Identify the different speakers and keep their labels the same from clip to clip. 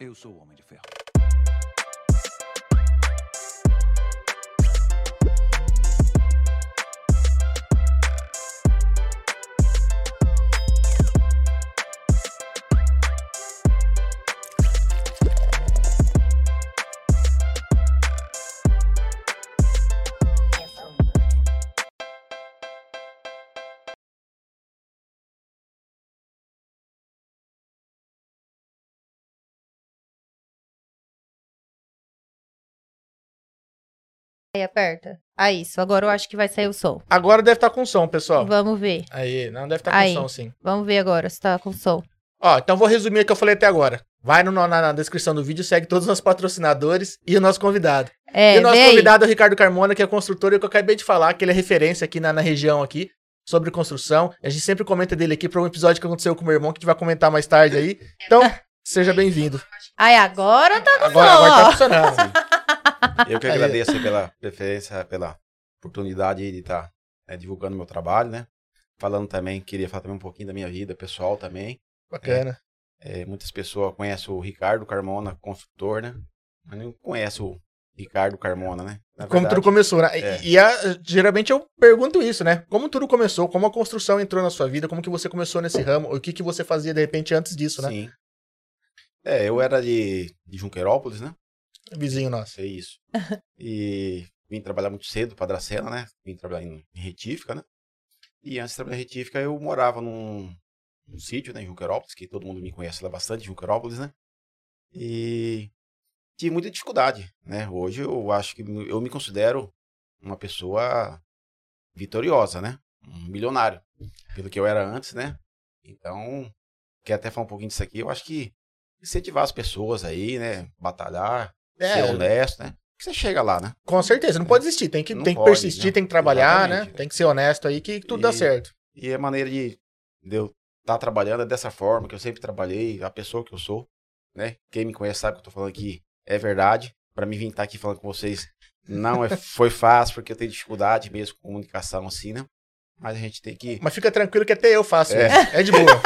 Speaker 1: Eu sou o Homem de Ferro.
Speaker 2: Aí aperta. Ah, isso. Agora eu acho que vai sair o som.
Speaker 3: Agora deve estar com som, pessoal.
Speaker 2: Vamos ver.
Speaker 3: Aí, não deve estar
Speaker 2: Aí.
Speaker 3: com som, sim.
Speaker 2: Vamos ver agora se tá com som.
Speaker 3: Ó, então vou resumir o que eu falei até agora. Vai no, na, na descrição do vídeo, segue todos os nossos patrocinadores e o nosso convidado.
Speaker 2: É,
Speaker 3: e o nosso
Speaker 2: vê aí.
Speaker 3: convidado é o Ricardo Carmona, que é construtor, e o que eu acabei de falar, que ele é referência aqui na, na região aqui, sobre construção. A gente sempre comenta dele aqui para um episódio que aconteceu com o meu irmão, que a gente vai comentar mais tarde aí. Então, seja bem-vindo.
Speaker 2: Aí agora tá com
Speaker 3: Agora,
Speaker 2: som,
Speaker 3: agora tá
Speaker 2: ó.
Speaker 3: funcionando.
Speaker 4: Eu que agradeço aí pela preferência, pela oportunidade aí de estar divulgando meu trabalho, né? Falando também, queria falar também um pouquinho da minha vida pessoal também.
Speaker 3: Bacana.
Speaker 4: É, muitas pessoas conhecem o Ricardo Carmona, construtor, né? Mas não conhece o Ricardo Carmona, né? Na
Speaker 3: Como tudo
Speaker 4: verdade,
Speaker 3: começou, né? E-
Speaker 4: É.
Speaker 3: E, a- geralmente eu pergunto isso, né? Como tudo começou, como a construção entrou na sua vida, como que você começou nesse ramo, o que que você fazia de repente antes disso, né?
Speaker 4: Sim. É, eu era de, de Junqueirópolis, né?
Speaker 3: Vizinho nosso.
Speaker 4: Sei é isso. E vim trabalhar muito cedo para Dracena, né? Vim trabalhar em em retífica, né? E antes de trabalhar em retífica, eu morava num, num sítio, né? Em Junquerópolis, que todo mundo me conhece lá bastante, Junquerópolis, né? E tive muita dificuldade, né? Hoje eu acho que me- eu me considero uma pessoa vitoriosa, né? Um milionário, pelo que eu era antes, né? Então, quero até falar um pouquinho disso aqui. Eu acho que incentivar as pessoas aí, né? Batalhar,
Speaker 3: É,
Speaker 4: ser honesto, né? Que você chega lá, né?
Speaker 3: com certeza, não pode desistir, tem que,
Speaker 4: Não
Speaker 3: tem que
Speaker 4: pode,
Speaker 3: persistir,
Speaker 4: né?
Speaker 3: tem que trabalhar,
Speaker 4: Exatamente.
Speaker 3: né? Tem que ser honesto aí que tudo dá
Speaker 4: E-
Speaker 3: certo.
Speaker 4: E a maneira de, de eu estar trabalhando é dessa forma que eu sempre trabalhei, a pessoa que eu sou, né? Quem me conhece sabe que eu tô falando aqui é verdade. Pra mim vir estar aqui falando com vocês não é, foi fácil, porque eu tenho dificuldade mesmo com comunicação assim, né? Mas a gente tem que.
Speaker 3: Mas fica tranquilo que até eu faço,
Speaker 4: É.
Speaker 3: isso. é de boa.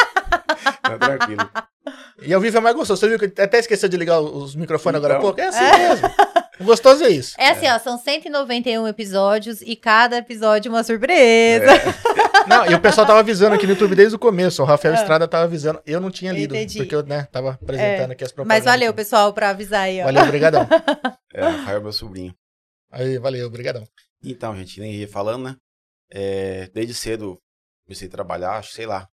Speaker 4: Tá tranquilo.
Speaker 3: E ao vivo é mais gostoso. Você viu que até esqueceu de ligar os microfones agora há
Speaker 4: Então.
Speaker 3: pouco? É assim mesmo. O gostoso é isso.
Speaker 2: É assim, ó, são 191 episódios e cada episódio uma surpresa.
Speaker 4: É,
Speaker 3: Não, e o pessoal tava avisando aqui no YouTube desde o começo. O Rafael
Speaker 2: Ah.
Speaker 3: Estrada tava avisando. Eu não tinha lido,
Speaker 2: Entendi. É.
Speaker 3: porque eu, né, tava apresentando aqui as
Speaker 2: Mas
Speaker 3: propostas.
Speaker 2: valeu, pessoal, pra avisar aí, ó.
Speaker 3: Valeu, obrigadão.
Speaker 4: É, Rafael, é meu sobrinho.
Speaker 3: Aí, valeu, obrigadão.
Speaker 4: Então, gente, nem ia falando, né? É, desde cedo comecei a trabalhar, acho, sei lá,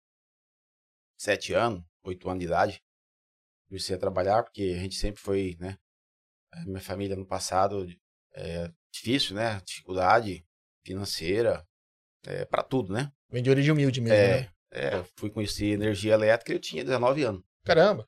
Speaker 4: sete anos, oito anos de idade. Comecei a trabalhar, porque a gente sempre foi, né? a Minha família no passado é difícil, né? Dificuldade financeira, é, para tudo, né?
Speaker 3: Vem de origem humilde mesmo, né?
Speaker 4: É, é, eu fui conhecer energia elétrica, eu tinha 19 anos.
Speaker 3: Caramba.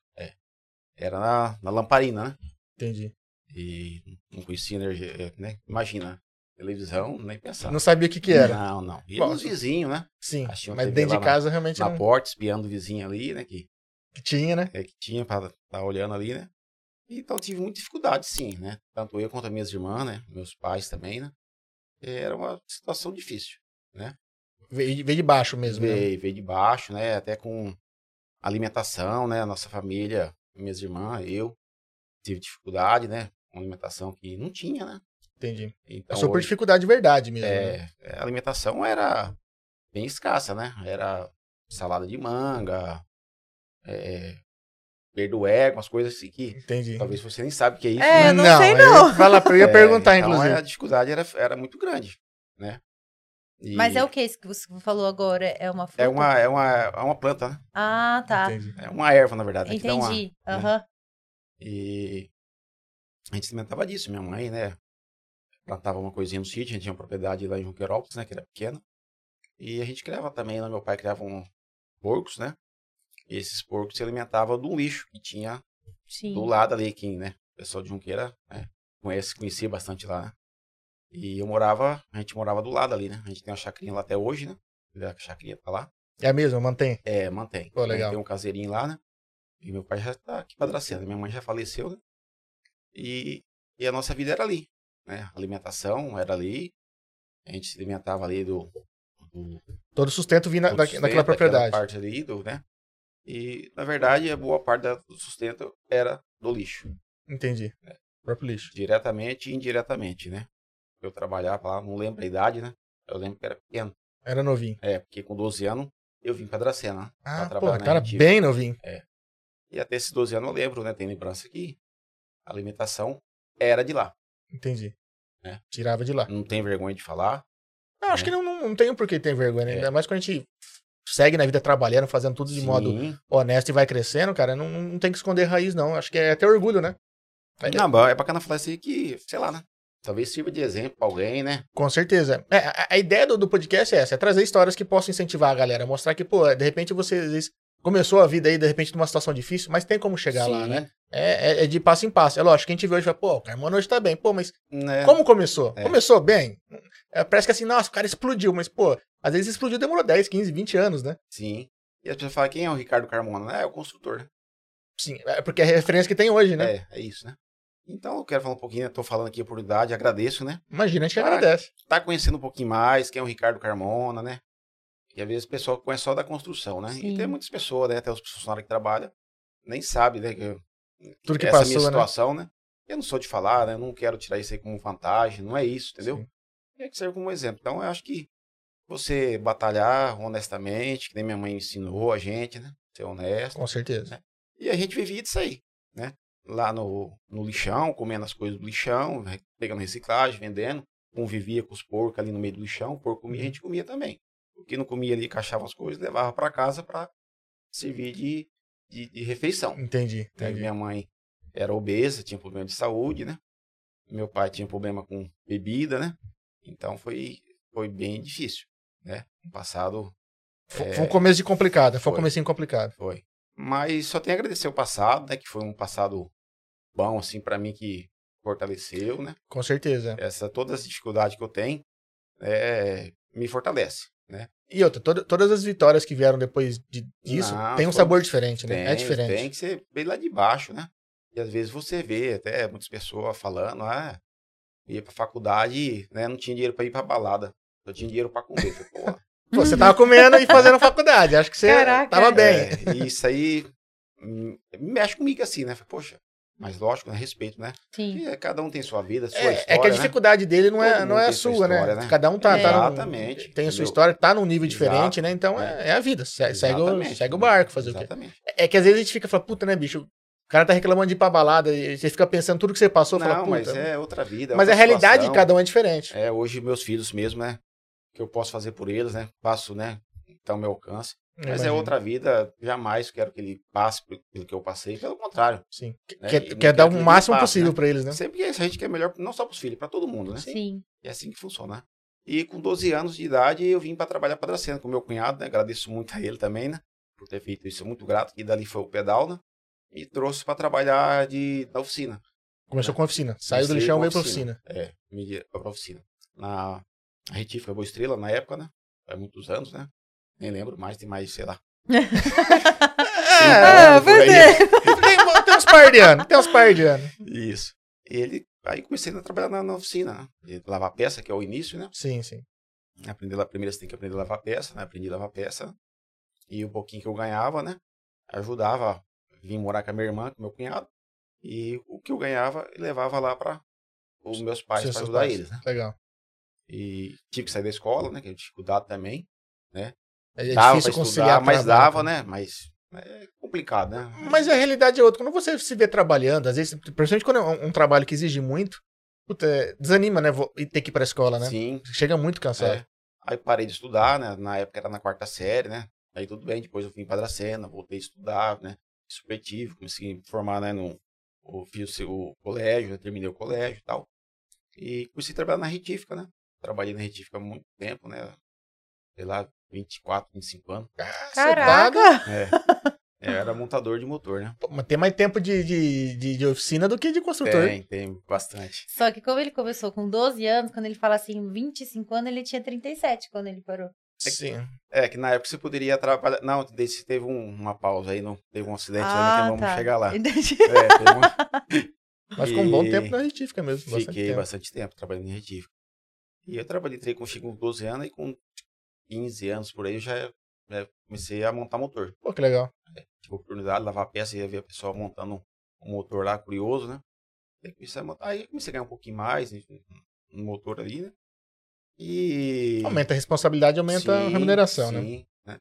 Speaker 4: Era na, na lamparina, né?
Speaker 3: Entendi.
Speaker 4: E não conhecia energia, é, né? Imagina, televisão, nem pensar.
Speaker 3: Não sabia o que que era.
Speaker 4: Não, não. E
Speaker 3: Bom,
Speaker 4: os vizinhos, né?
Speaker 3: Sim,
Speaker 4: Achei uma
Speaker 3: mas
Speaker 4: TV
Speaker 3: dentro
Speaker 4: lá
Speaker 3: de
Speaker 4: na-
Speaker 3: casa realmente
Speaker 4: na
Speaker 3: não
Speaker 4: porta, espiando o vizinho ali, né? Que,
Speaker 3: tinha, né?
Speaker 4: é, que tinha pra tá olhando ali, né? Então tive muita dificuldade, sim, né? Tanto eu quanto as minhas irmãs, né? Meus pais também, né? Era uma situação difícil.
Speaker 3: Veio veio de baixo mesmo. né?
Speaker 4: Veio, veio de baixo, né? Até com alimentação, né? Nossa família, minhas irmãs, eu tive dificuldade, né? Com alimentação que não tinha, né?
Speaker 3: Entendi.
Speaker 4: Então,
Speaker 3: Passou por
Speaker 4: hoje-
Speaker 3: dificuldade de verdade mesmo. né?
Speaker 4: É, a alimentação era bem escassa, né? Era salada de manga, é, verduego, umas coisas assim que
Speaker 3: Entendi.
Speaker 4: talvez você nem sabe o que é isso.
Speaker 2: É,
Speaker 4: né?
Speaker 2: eu não sei, não.
Speaker 3: Eu ia, falar, eu ia
Speaker 4: É,
Speaker 3: perguntar,
Speaker 4: então,
Speaker 3: inclusive.
Speaker 4: A dificuldade era, era muito grande, né? E
Speaker 2: Mas é o que isso que você falou agora? É uma fruta?
Speaker 4: é uma, é uma, é uma planta, né?
Speaker 2: Ah, tá.
Speaker 3: Entendi.
Speaker 4: É uma erva, na verdade. né? Que dá uma-
Speaker 2: Entendi.
Speaker 4: né?
Speaker 2: Aham.
Speaker 4: E a gente se alimentava disso. Minha mãe, né? Plantava uma coisinha no sítio, a gente tinha uma propriedade lá em Junqueirópolis, né? Que era pequena. E a gente criava também, né? Meu pai criava um porcos, né? E esses porcos se alimentavam do lixo que tinha
Speaker 2: Sim.
Speaker 4: do lado ali, que, né? O pessoal de Junqueira né, conhece, conhecia bastante lá, né? E eu morava, a gente morava do lado ali, né? A gente tem uma chacrinha lá até hoje, né? A chacrinha tá lá.
Speaker 3: É a mesma, mantém.
Speaker 4: É, mantém.
Speaker 3: Pô, legal.
Speaker 4: Tem um caseirinho lá, né? E meu pai já tá aqui pra Dracena. Minha mãe já faleceu, né? E, e a nossa vida era ali, né? A alimentação era ali. A gente se alimentava ali do... do
Speaker 3: Todo sustento vinha da,
Speaker 4: do
Speaker 3: daquela
Speaker 4: sustento, daquela
Speaker 3: propriedade.
Speaker 4: parte ali, do, né? E, na verdade, a boa parte da- do sustento era do lixo.
Speaker 3: Entendi.
Speaker 4: É.
Speaker 3: O próprio lixo.
Speaker 4: Diretamente e indiretamente, né? Eu trabalhava lá, não lembro a idade, né? Eu lembro que era pequeno.
Speaker 3: Era novinho.
Speaker 4: É, porque com 12 anos eu vim pra Dracena, né? Pra
Speaker 3: Ah,
Speaker 4: trabalhar
Speaker 3: porra,
Speaker 4: na
Speaker 3: cara,
Speaker 4: Retif.
Speaker 3: bem novinho.
Speaker 4: E até esses 12 anos eu lembro, né? Tem lembrança que a alimentação era de lá.
Speaker 3: Entendi.
Speaker 4: É.
Speaker 3: Tirava de lá.
Speaker 4: Não tem vergonha de falar.
Speaker 3: Não, acho
Speaker 4: É.
Speaker 3: que não, não, não tem por que ter vergonha, né?
Speaker 4: É.
Speaker 3: Ainda mais quando a gente segue na vida trabalhando, fazendo tudo de
Speaker 4: Sim,
Speaker 3: modo honesto e vai crescendo, cara, não, não tem que esconder raiz, não. Acho que é até orgulho, né? É,
Speaker 4: Não, mas é bacana falar assim que, sei lá, né? Talvez sirva de exemplo pra alguém, né?
Speaker 3: Com certeza. É, a, a ideia do, do podcast é essa, é trazer histórias que possam incentivar a galera, mostrar que, pô, de repente você às vezes, começou a vida aí, de repente, numa situação difícil, mas tem como chegar lá,
Speaker 4: Sim,
Speaker 3: né? É, é- é de passo em passo. É lógico, quem te vê hoje vai, pô, o Carmona hoje tá bem. Pô, mas
Speaker 4: né?
Speaker 3: como começou?
Speaker 4: É.
Speaker 3: Começou bem? É, parece que assim, nossa, o cara explodiu, mas, pô, às vezes explodiu demorou 10, 15, 20 anos, né?
Speaker 4: Sim. E as pessoas falam, quem é o Ricardo Carmona? É o construtor, né?
Speaker 3: Sim, é porque é a referência que tem hoje, né?
Speaker 4: É, é isso, né? Então eu quero falar um pouquinho, né? Tô falando aqui a oportunidade, agradeço, né?
Speaker 3: Imagina, a gente que
Speaker 4: Cara,
Speaker 3: agradece.
Speaker 4: Tá conhecendo um pouquinho mais quem é o Ricardo Carmona, né? E às vezes o pessoal conhece só da construção, né?
Speaker 2: Sim.
Speaker 4: E tem muitas pessoas, né? Até os funcionários que trabalham, nem sabem, né? Que
Speaker 3: Tudo que
Speaker 4: essa
Speaker 3: passou,
Speaker 4: minha
Speaker 3: né?
Speaker 4: situação, né? Eu não sou de falar, né? Eu não quero tirar isso aí como vantagem, não é isso, entendeu?
Speaker 3: Sim.
Speaker 4: É que serve como exemplo. Então, eu acho que você batalhar honestamente, que nem minha mãe ensinou a gente, né? Ser honesto.
Speaker 3: Com certeza.
Speaker 4: E a gente vivia disso aí, né? Lá no, no lixão, comendo as coisas do lixão, re- pegando reciclagem, vendendo. Convivia com os porcos ali no meio do lixão, o porco comia, a gente comia também. O que não comia ali, cachava as coisas, levava para casa para servir de- de, de refeição.
Speaker 3: Entendi,
Speaker 4: Né?
Speaker 3: entendi.
Speaker 4: Minha mãe era obesa, tinha problema de saúde, né? Meu pai tinha problema com bebida, né? Então foi, foi bem difícil, né? No passado
Speaker 3: Foi,
Speaker 4: É.
Speaker 3: foi um começo de complicado, foi um
Speaker 4: Foi.
Speaker 3: comecinho complicado.
Speaker 4: foi. Mas só tenho a agradecer o passado, né? Que foi um passado bom, assim, pra mim, que fortaleceu, né?
Speaker 3: Com certeza.
Speaker 4: Essa, todas as dificuldades que eu tenho, é, me fortalece, né?
Speaker 3: E outra, toda- todas as vitórias que vieram depois de- disso
Speaker 4: Não,
Speaker 3: tem um
Speaker 4: Ah, foi-
Speaker 3: sabor diferente, né? é
Speaker 4: Tem-
Speaker 3: diferente.
Speaker 4: Tem que ser bem lá de baixo, né? E às vezes você vê até muitas pessoas falando, ah, ia pra faculdade, né? Não tinha dinheiro pra ir pra balada. Só tinha dinheiro pra comer. Falei, Pô,
Speaker 3: Pô, você tava comendo e fazendo faculdade. Acho que você
Speaker 2: Caraca.
Speaker 3: tava bem.
Speaker 4: é, e isso aí hum, mexe comigo assim, né? Falei, Poxa, mas lógico, né? Respeito, né?
Speaker 2: Sim.
Speaker 4: Porque cada um tem sua vida, sua
Speaker 3: É,
Speaker 4: história,
Speaker 3: é que a
Speaker 4: né?
Speaker 3: dificuldade dele não é,
Speaker 4: Todo
Speaker 3: não
Speaker 4: mundo
Speaker 3: é a
Speaker 4: tem sua
Speaker 3: sua,
Speaker 4: história,
Speaker 3: né?
Speaker 4: né?
Speaker 3: Cada um tá, tá num- tem
Speaker 4: Exatamente,
Speaker 3: a sua
Speaker 4: entendeu?
Speaker 3: história, tá num nível
Speaker 4: Exato.
Speaker 3: diferente, né? Então é, é a vida. Se- Segue o,
Speaker 4: Exatamente,
Speaker 3: segue o
Speaker 4: né?
Speaker 3: barco, fazer o quê?
Speaker 4: Exatamente.
Speaker 3: É que às vezes a gente fica falando, puta, né, bicho? O cara tá reclamando de ir pra balada e você fica pensando tudo que você passou, fala,
Speaker 4: Não,
Speaker 3: puta.
Speaker 4: mas é outra vida. é
Speaker 3: mas a
Speaker 4: outra
Speaker 3: realidade de
Speaker 4: situação.
Speaker 3: cada um é diferente.
Speaker 4: É, hoje meus filhos mesmo, né? O que eu posso fazer por eles, né? Faço, né? Então, meu alcance. Mas é
Speaker 3: Imagino.
Speaker 4: outra vida, jamais quero que ele passe pelo- pelo que eu passei, pelo contrário.
Speaker 3: Sim. Quer,
Speaker 4: né? E
Speaker 3: quer
Speaker 4: não
Speaker 3: é dar
Speaker 4: quero que
Speaker 3: o
Speaker 4: ele
Speaker 3: máximo
Speaker 4: passe,
Speaker 3: possível
Speaker 4: né?
Speaker 3: pra eles, né?
Speaker 4: Sempre que a gente quer melhor, não só para os filhos, para todo mundo, né?
Speaker 2: Sim.
Speaker 4: É assim que funciona. E com 12 anos de idade, eu vim para trabalhar para Dracena com meu cunhado, né? Agradeço muito a ele também, né? Por ter feito isso, muito grato. E dali foi o pedal, né? Me trouxe para trabalhar de, na oficina.
Speaker 3: Começou com a oficina. Saiu do
Speaker 4: Comecei
Speaker 3: lixão,
Speaker 4: com a
Speaker 3: veio pra
Speaker 4: oficina.
Speaker 3: oficina.
Speaker 4: É, me para oficina. Na a retífica Boa Estrela, na época, né? Faz muitos anos, né? Nem lembro mais, tem mais, sei lá.
Speaker 2: Ah,
Speaker 4: anos É, por aí.
Speaker 2: verdade.
Speaker 3: É, tem, um, tem uns par de ano, tem uns par de ano.
Speaker 4: Isso. Ele, aí comecei a trabalhar na, na oficina, né? De Lavar peça, que é o início, né?
Speaker 3: Sim, sim.
Speaker 4: Aprender, lá- primeiro você tem que aprender a lavar peça, né? Aprendi a lavar peça. E o pouquinho que eu ganhava, né? Ajudava. Vim morar com a minha irmã, com meu cunhado. E o que eu ganhava, eu levava lá para os meus pais,
Speaker 3: Seus
Speaker 4: para
Speaker 3: seus
Speaker 4: ajudar
Speaker 3: pais.
Speaker 4: eles, né?
Speaker 3: Legal.
Speaker 4: E tive que sair da escola, né? Que é dificuldade também.
Speaker 3: É
Speaker 4: dava pra
Speaker 3: difícil conciliar.
Speaker 4: estudar, mas
Speaker 3: trabalho,
Speaker 4: dava,
Speaker 3: né?
Speaker 4: né? Mas é complicado, né?
Speaker 3: Mas a realidade é outra. Quando você se vê trabalhando, às vezes, principalmente quando é um, um trabalho que exige muito, puta, é, desanima, né? vo- E ter que ir pra escola, né?
Speaker 4: Sim,
Speaker 3: Chega muito cansado.
Speaker 4: É. Aí parei de estudar, né? Na época era na quarta série, né? Aí tudo bem, depois eu fui em Padracena, voltei a estudar, né? Supletivo, comecei a me formar, né? No, eu fiz o, seu- o colégio, né? terminei o colégio e tal. E comecei a trabalhar na retífica, né? Trabalhei na retífica há muito tempo, né? Sei lá, 24, 25 anos.
Speaker 3: Ah, Cacetado.
Speaker 2: Caraca.
Speaker 4: É. Eu era montador de motor, né?
Speaker 3: Pô, mas tem mais tempo de, de, de, de oficina do que de construtor.
Speaker 4: Tem, tem É, bastante.
Speaker 2: Só que como ele começou com 12 anos, quando ele fala assim, 25 anos, ele tinha 37 quando ele parou.
Speaker 3: Sim.
Speaker 4: É, que na época você poderia trabalhar. Não, desse- teve um- uma pausa aí, não teve um acidente
Speaker 2: Ah,
Speaker 4: aí, que vamos
Speaker 2: tá.
Speaker 4: chegar lá. É,
Speaker 2: Entendi.
Speaker 4: teve um,
Speaker 3: Mas ficou um bom
Speaker 4: E-
Speaker 3: tempo na retífica mesmo. bastante
Speaker 4: Fiquei
Speaker 3: tempo.
Speaker 4: bastante tempo trabalhando em retífica. E eu trabalhei, entrei com o Chico com 12 anos e com 15 anos por aí eu já né, comecei a montar motor.
Speaker 3: Pô, que legal.
Speaker 4: Tive a oportunidade de lavar peça e ia ver o pessoal montando um motor lá, curioso, né? Aí comecei a, montar- aí eu comecei a ganhar um pouquinho mais né, no motor ali, né? E.
Speaker 3: Aumenta a responsabilidade, aumenta a
Speaker 4: Sim,
Speaker 3: remuneração, né?
Speaker 4: sim, né?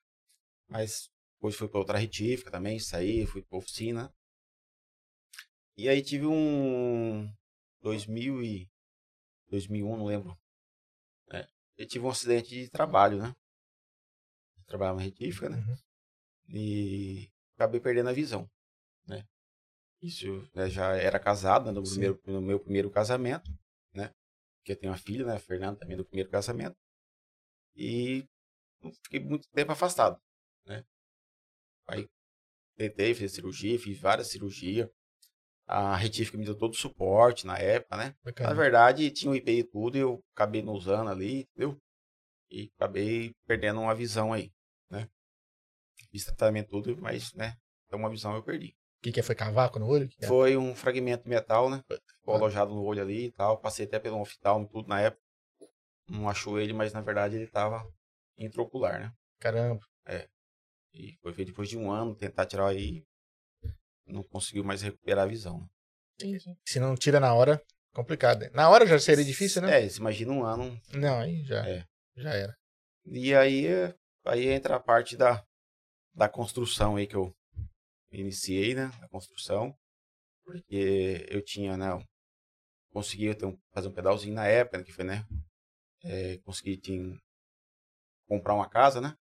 Speaker 4: Mas depois fui para outra retífica também, saí, fui para oficina. E aí tive um 2000 e 2001, não lembro. né? Eu tive um acidente de trabalho, né? Trabalhava na retífica, né?
Speaker 3: Uhum.
Speaker 4: E acabei perdendo a visão, né? Isso, né, já era casado né, no,
Speaker 3: Sim.
Speaker 4: primeiro, no meu primeiro casamento, né? Porque eu tenho uma filha, né? A Fernanda também do primeiro casamento. E fiquei muito tempo afastado, né? Aí tentei, fiz cirurgia, fiz várias cirurgias. A retífica me deu todo o suporte na época, né?
Speaker 3: Bacana.
Speaker 4: Na verdade, tinha o IPI e tudo, eu acabei não usando ali, entendeu? E acabei perdendo uma visão aí, né? Fiz tratamento tudo, mas, né? Então uma visão eu perdi.
Speaker 3: O que, que é? Foi cavaco no olho? O que que é?
Speaker 4: Foi um fragmento de metal, né? Ficou alojado no olho ali e tal. Passei até pelo oftalmo e tudo na época. Não achou ele, mas na verdade ele tava intraocular, né?
Speaker 3: Caramba.
Speaker 4: E foi ver depois de um ano tentar tirar aí. Não conseguiu mais recuperar a visão. né?
Speaker 2: Entendi.
Speaker 3: Se não tira na hora, complicado. né? Na hora já seria difícil, né?
Speaker 4: É, você imagina um ano.
Speaker 3: Não, aí já,
Speaker 4: É.
Speaker 3: já era.
Speaker 4: E aí, é- aí entra a parte da, da construção aí que eu iniciei, né? A construção. Porque eu tinha, né? Consegui ter um- fazer um pedalzinho na época, né, que foi, né? É, consegui tinha, comprar uma casa, né?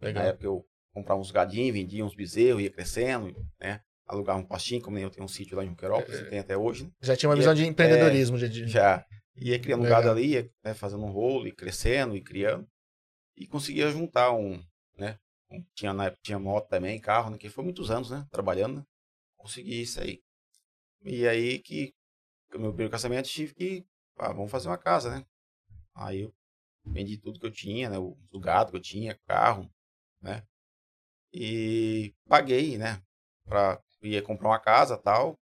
Speaker 3: Legal.
Speaker 4: Na época eu comprava uns gadinhos, vendia uns bezerros, ia crescendo, né? Alugava um pastinho, como eu tenho um sítio lá em Junquerópolis, tem até hoje, né?
Speaker 3: Já tinha uma
Speaker 4: E
Speaker 3: visão
Speaker 4: é-
Speaker 3: de empreendedorismo. de- de-
Speaker 4: Já ia criando um
Speaker 3: Legal.
Speaker 4: gado ali, ia né, fazendo um rolo, e crescendo, e criando. E conseguia juntar um, né? um- tinha na época, tinha moto também, carro, né? Que foi muitos anos, né? Trabalhando, né? Consegui isso aí. E aí que, no meu primeiro casamento, tive que, ah, vamos fazer uma casa, né? Aí eu vendi tudo que eu tinha, né? O, o gado que eu tinha, carro, né? E paguei, né? Pra, ia comprar uma casa tal.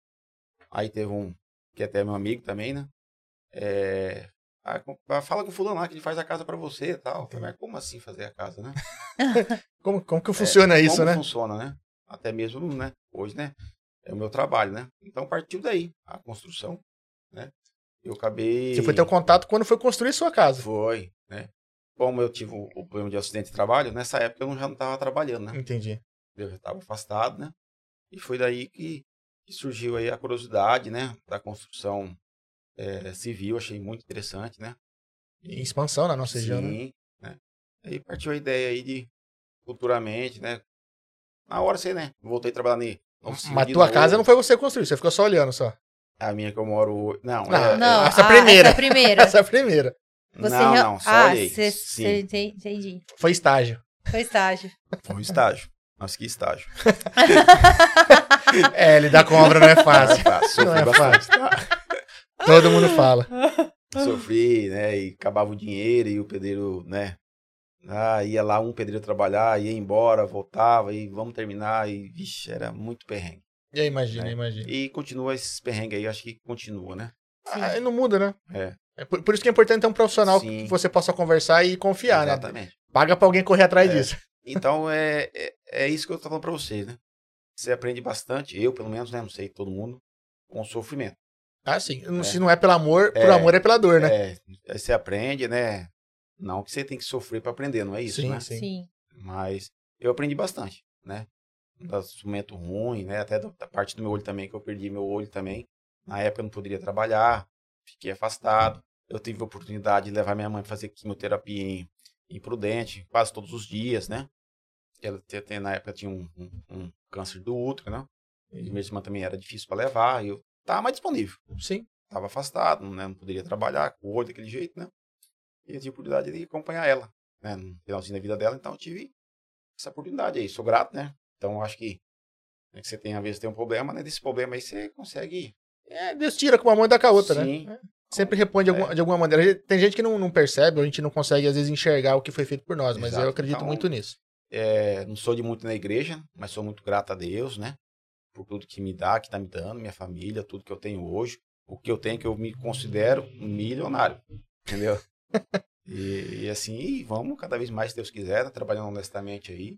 Speaker 4: Aí teve um, que até é meu amigo também, né? É, ah, com- ah, fala com o fulano lá que ele faz a casa pra você e tal. Eu falei, mas como assim fazer a casa, né?
Speaker 3: Como, como que funciona isso,
Speaker 4: É, como
Speaker 3: né?
Speaker 4: funciona, né? Até mesmo, né? Hoje, né? É o meu trabalho, né? Então partiu daí a construção, né? Eu acabei...
Speaker 3: Você foi ter o contato quando foi construir sua casa.
Speaker 4: Foi, né? Como eu tive o o problema de acidente de trabalho, nessa época eu não- já não estava trabalhando, né?
Speaker 3: Entendi.
Speaker 4: Eu já estava afastado, né? E foi daí que, que surgiu aí a curiosidade, né? Da construção eh, civil, achei muito interessante, né?
Speaker 3: E expansão na nossa região, né?
Speaker 4: Sim, né? Aí partiu a ideia aí de futuramente, né? Na hora você, né? Voltei a trabalhar na oficina
Speaker 3: Mas
Speaker 4: de
Speaker 3: tua
Speaker 4: novo.
Speaker 3: casa não foi você que construiu, você ficou só olhando só.
Speaker 4: A minha que eu moro hoje. Não,
Speaker 3: Não,
Speaker 4: é-
Speaker 2: Não, essa
Speaker 3: essa é a primeira.
Speaker 2: primeira. Essa é a primeira.
Speaker 3: Essa é a primeira.
Speaker 2: Você
Speaker 4: não,
Speaker 2: real-
Speaker 4: não, só
Speaker 2: ah,
Speaker 4: olhei.
Speaker 2: cê-
Speaker 4: Sim.
Speaker 2: cê enten- entendi.
Speaker 3: Foi estágio.
Speaker 2: Foi estágio.
Speaker 4: Foi o estágio. Nossa, que estágio.
Speaker 3: É, lidar com obra não é
Speaker 4: Não é
Speaker 3: fácil.
Speaker 4: fácil,
Speaker 3: Não
Speaker 4: sofri
Speaker 3: é
Speaker 4: bastante, tá?
Speaker 3: Todo mundo fala.
Speaker 4: Sofri, né? E acabava o dinheiro e o pedreiro, né? Ah, ia lá um pedreiro trabalhar, ia embora, voltava e vamos terminar. E, vixe, era muito perrengue.
Speaker 3: E aí, imagina,
Speaker 4: É.
Speaker 3: imagina.
Speaker 4: E continua esses perrengue aí, acho que continua, né?
Speaker 2: Sim.
Speaker 3: Ah, não muda, né?
Speaker 4: É.
Speaker 3: É por, por isso que é importante ter um profissional
Speaker 4: Sim.
Speaker 3: que você possa conversar e confiar, né?
Speaker 4: Exatamente.
Speaker 3: Paga pra alguém correr atrás
Speaker 4: É.
Speaker 3: disso.
Speaker 4: Então é, é, é isso que eu tô falando pra vocês, né? Você aprende bastante, eu pelo menos, né? Não sei todo mundo, com sofrimento.
Speaker 3: Ah, sim. Não-
Speaker 4: É.
Speaker 3: Se não é pelo amor, por
Speaker 4: É.
Speaker 3: amor é pela dor, né?
Speaker 4: É, aí você aprende, né? Não que você tem que sofrer pra aprender, não é isso,
Speaker 3: Sim,
Speaker 4: né?
Speaker 3: sim.
Speaker 2: Sim.
Speaker 4: Mas eu aprendi bastante, né? Do instrumento ruim, né? Até da, da parte do meu olho também, que eu perdi meu olho também. Na época eu não poderia trabalhar, fiquei afastado. Eu tive a oportunidade de levar minha mãe pra fazer quimioterapia em, em Prudente, quase todos os dias, né? Ela te- te- na época tinha um, um- um câncer do útero, né? E minha irmã também era difícil pra levar, e eu tava mais disponível.
Speaker 3: Sim.
Speaker 4: Tava afastado, né? Não poderia trabalhar com o olho daquele jeito, né? E eu tive a oportunidade de acompanhar ela, né? No finalzinho da vida dela, então eu tive essa oportunidade aí. Sou grato, né? Então acho que, né, que você tem, às vezes, tem um problema, né? Desse problema aí você consegue.
Speaker 3: É, Deus tira com uma mão e dá com a outra,
Speaker 4: Sim.
Speaker 3: né? É. Sempre repõe de, alguma, de alguma maneira. Tem gente que não, não percebe, ou a gente não consegue, às vezes, enxergar o que foi feito por nós, mas
Speaker 4: Exato.
Speaker 3: eu acredito
Speaker 4: Então,
Speaker 3: muito nisso.
Speaker 4: é, não sou de muito na igreja, mas sou muito grato a Deus, né? Por tudo que me dá, que tá me dando, minha família, tudo que eu tenho hoje. O que eu tenho, é que eu me considero um milionário. Entendeu? e, e assim, e tá vamos cada vez mais, se Deus quiser, né, trabalhando honestamente aí,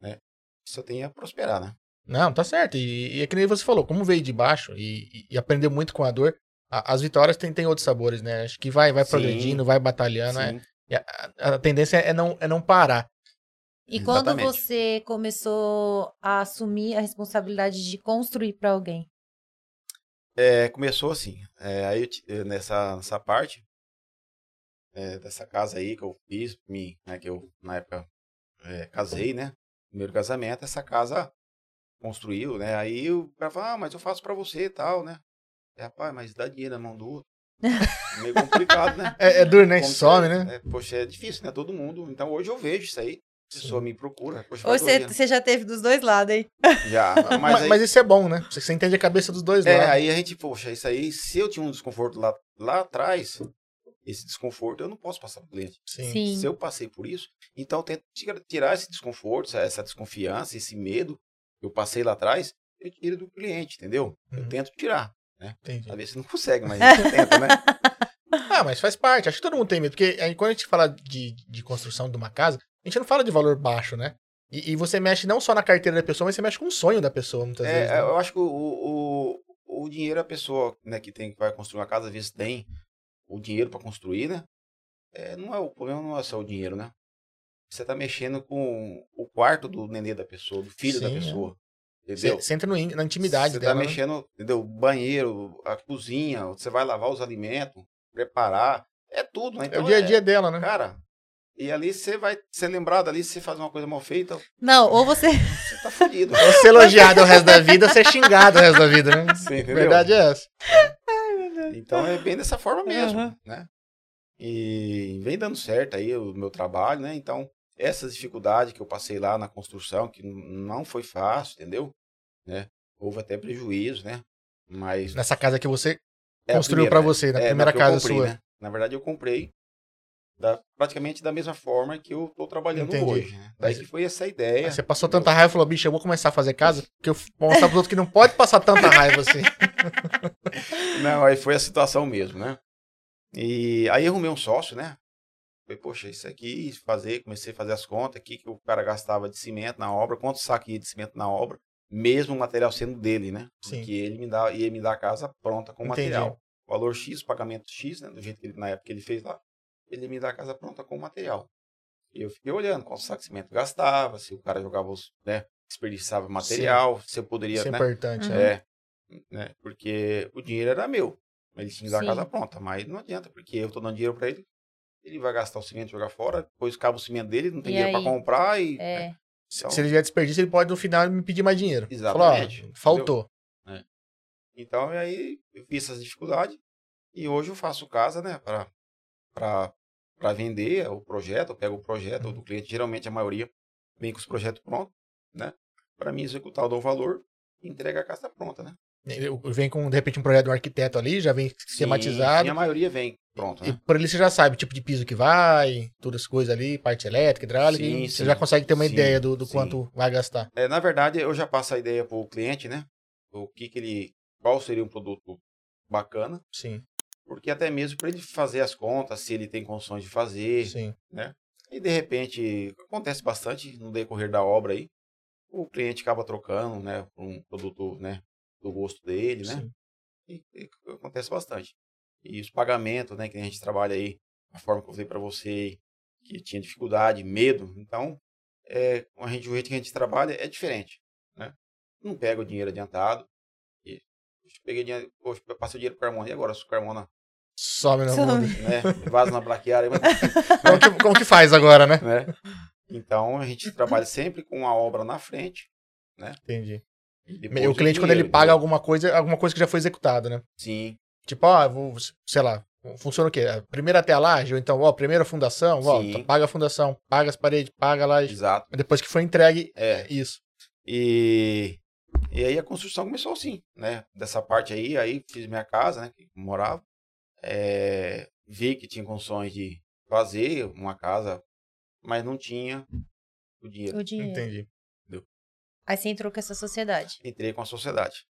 Speaker 4: né? Só tem a prosperar, né?
Speaker 3: Não, tá certo. E, e é que nem você falou, como veio de baixo e, e aprendeu muito com a dor, a- as vitórias têm, têm outros sabores, né? Acho que vai, vai
Speaker 4: Sim.
Speaker 3: progredindo, vai batalhando. é-
Speaker 4: Sim.
Speaker 3: e a, a- a tendência é não, é não parar.
Speaker 2: E quando
Speaker 4: Exatamente.
Speaker 2: você começou a assumir a responsabilidade de construir pra alguém?
Speaker 4: É, começou assim. é, aí eu ti- eh, nessa, nessa parte é, dessa casa aí que eu fiz, me, né, que eu na época é, casei, né? Primeiro casamento, essa casa construiu, né? Aí o cara fala, ah, mas eu faço pra você e tal, né? É, rapaz, mas dá dinheiro na mão do outro. Meio complicado, né?
Speaker 3: É, é duro, né?
Speaker 4: Como
Speaker 3: Some,
Speaker 4: que é?
Speaker 3: né?
Speaker 4: É, poxa, é difícil, né? Todo mundo. Então hoje eu vejo isso aí. A pessoa me procura. Poxa,
Speaker 2: Ou
Speaker 4: vai
Speaker 2: você,
Speaker 4: dormir.
Speaker 2: você já teve dos dois lados, hein?
Speaker 4: Já, mas,
Speaker 3: Mas,
Speaker 4: aí-
Speaker 3: mas isso é bom, né? Você, você entende a cabeça dos dois
Speaker 4: É,
Speaker 3: lados.
Speaker 4: aí a gente, poxa, isso aí, se eu tinha um desconforto lá, lá atrás, esse desconforto eu não posso passar pro cliente.
Speaker 3: Sim.
Speaker 2: Sim.
Speaker 4: Se eu passei por isso, então eu tento tira- tirar esse desconforto, essa, essa desconfiança, esse medo que eu passei lá atrás, eu tiro do cliente, entendeu? Eu
Speaker 3: Uhum.
Speaker 4: tento tirar.
Speaker 3: Entendi.
Speaker 4: Às vezes você não consegue, mas você tenta, né?
Speaker 3: Ah, mas faz parte. Acho que todo mundo tem medo. Porque aí, quando a gente fala de, de construção de uma casa, a gente não fala de valor baixo, né? E, e você mexe não só na carteira da pessoa, mas você mexe com o sonho da pessoa, muitas
Speaker 4: É,
Speaker 3: vezes. né?
Speaker 4: eu acho que o, o, o dinheiro, a pessoa né, que tem que vai construir uma casa, às vezes tem o dinheiro para construir, né? É, não é, o problema não é só o dinheiro, né? Você tá mexendo com o quarto do nenê da pessoa, do filho da
Speaker 3: Sim, é.
Speaker 4: pessoa. Entendeu?
Speaker 3: Você, você entra no in- na intimidade
Speaker 4: Você
Speaker 3: dela.
Speaker 4: tá
Speaker 3: né?
Speaker 4: mexendo, entendeu? O banheiro, a cozinha, você vai lavar os alimentos, preparar, é tudo, né?
Speaker 3: É o
Speaker 4: Então,
Speaker 3: dia a dia dela, né?
Speaker 4: Cara, e ali você vai ser lembrado ali, se você faz uma coisa mal feita,
Speaker 2: Não, ou você.
Speaker 4: você tá fudido.
Speaker 3: Ou ser Então, elogiado o resto da vida, ou ser xingado o resto da vida, né?
Speaker 4: Você entendeu?
Speaker 3: Verdade é essa.
Speaker 4: Então é bem dessa forma mesmo,
Speaker 2: Aham.
Speaker 4: né? E vem dando certo aí o meu trabalho, né? Então, essas dificuldades que eu passei lá na construção, que n- não foi fácil, entendeu? Né? Houve até prejuízo, né? Mas
Speaker 3: Nessa casa que você
Speaker 4: é a
Speaker 3: construiu pra
Speaker 4: primeira, né?
Speaker 3: você, na
Speaker 4: É,
Speaker 3: primeira
Speaker 4: que eu
Speaker 3: casa
Speaker 4: comprei,
Speaker 3: sua.
Speaker 4: né? Na verdade, eu comprei da- praticamente da mesma forma que eu tô trabalhando
Speaker 3: Entendi.
Speaker 4: hoje. Né? Daí
Speaker 3: Mas-
Speaker 4: que foi essa ideia.
Speaker 3: Aí Você passou tanta raiva e falou, bicho, eu vou começar a fazer casa, porque eu vou mostrar pros outros que não pode passar tanta raiva assim.
Speaker 4: Não, aí foi a situação mesmo, né? E aí arrumei um sócio, né? Falei, poxa, isso aqui, fazer, comecei a fazer as contas aqui que o cara gastava de cimento na obra, quanto saco ia de cimento na obra, mesmo o material sendo dele, né?
Speaker 3: Sim.
Speaker 4: Porque ele me dá, ia me dar a casa pronta com o
Speaker 3: Entendi.
Speaker 4: Um material. Valor X, pagamento X, né? Do jeito que ele, na época que ele fez lá, ele me dá a casa pronta com o material. E eu fiquei olhando quanto saco de cimento gastava, se o cara jogava os, né? Desperdiçava material, se eu poderia,
Speaker 3: Isso é
Speaker 4: né?
Speaker 3: importante.
Speaker 2: Uhum.
Speaker 3: né?
Speaker 4: É, né? Porque o dinheiro era meu. Ele tinha que dar a
Speaker 2: Sim.
Speaker 4: casa pronta, mas não adianta, porque eu tô dando dinheiro pra ele, ele vai gastar o cimento, jogar fora, depois acaba o cimento dele, não tem
Speaker 2: E
Speaker 4: dinheiro
Speaker 2: aí?
Speaker 4: pra comprar e.
Speaker 2: É.
Speaker 4: Então,
Speaker 3: Se ele tiver desperdício, ele pode no final me pedir mais dinheiro.
Speaker 4: Exatamente.
Speaker 3: Falar, ó, faltou.
Speaker 4: então, e aí eu vi essas dificuldades e hoje eu faço casa, né, pra, pra, pra vender o projeto, eu pego o projeto do cliente, geralmente a maioria vem com os projetos prontos, né, pra mim executar, eu dou o valor e entrega a casa pronta, né.
Speaker 3: Eu- eu- Vem com, de repente, um projeto de um arquiteto ali, já vem
Speaker 4: Sim, a
Speaker 3: esquematizado.
Speaker 4: maioria vem pronto, né.
Speaker 3: E por ali você já sabe o tipo de piso que vai, todas as coisas ali, parte elétrica, hidráulica.
Speaker 4: Sim,
Speaker 3: e você
Speaker 4: sim.
Speaker 3: já consegue ter uma
Speaker 4: Sim,
Speaker 3: ideia do, do
Speaker 4: sim.
Speaker 3: quanto vai gastar.
Speaker 4: É, na verdade, eu já passo a ideia pro cliente, né? O que que ele, qual seria um produto bacana,
Speaker 3: Sim,
Speaker 4: porque até mesmo para ele fazer as contas, se ele tem condições de fazer.
Speaker 3: sim.
Speaker 4: E de repente acontece bastante no decorrer da obra aí, o cliente acaba trocando, né, por um produto, né, do gosto dele, né?
Speaker 3: sim.
Speaker 4: E, e acontece bastante. E os pagamentos, né, que a gente trabalha aí, a forma que eu falei para você, que tinha dificuldade, medo. Então, é, com a gente, o jeito que a gente trabalha é diferente. Né? Não pega o dinheiro adiantado. E, poxa, peguei dinheiro, poxa, eu passei o dinheiro para Carmona. E agora, se o Carmona
Speaker 3: Some no
Speaker 2: Some.
Speaker 3: mundo.
Speaker 4: né, vaza na braquiária, mas,
Speaker 3: Como que, como que faz agora, né?
Speaker 4: né? Então, a gente trabalha sempre com a obra na frente.
Speaker 3: Entendi.
Speaker 4: e depois
Speaker 3: O cliente, quando ele
Speaker 4: dinheiro,
Speaker 3: paga
Speaker 4: entendeu?
Speaker 3: alguma coisa, alguma coisa que já foi executada, né?
Speaker 4: Sim,
Speaker 3: Tipo, ó, eu vou, sei lá, funciona o quê? É, Primeiro até a laje, ou então, ó, primeiro a fundação, ó,
Speaker 4: Sim.
Speaker 3: tá- paga a fundação, paga as paredes, paga a laje.
Speaker 4: exato.
Speaker 3: Depois que foi entregue,
Speaker 4: É,
Speaker 3: é isso.
Speaker 4: E, e aí a construção começou assim, né? Dessa parte aí, aí fiz minha casa, né? Que eu morava. É, vi que tinha condições de fazer uma casa, mas não tinha o dinheiro.
Speaker 2: O dinheiro.
Speaker 3: Entendi.
Speaker 2: Aí você entrou com essa sociedade.
Speaker 4: Entrei com a sociedade.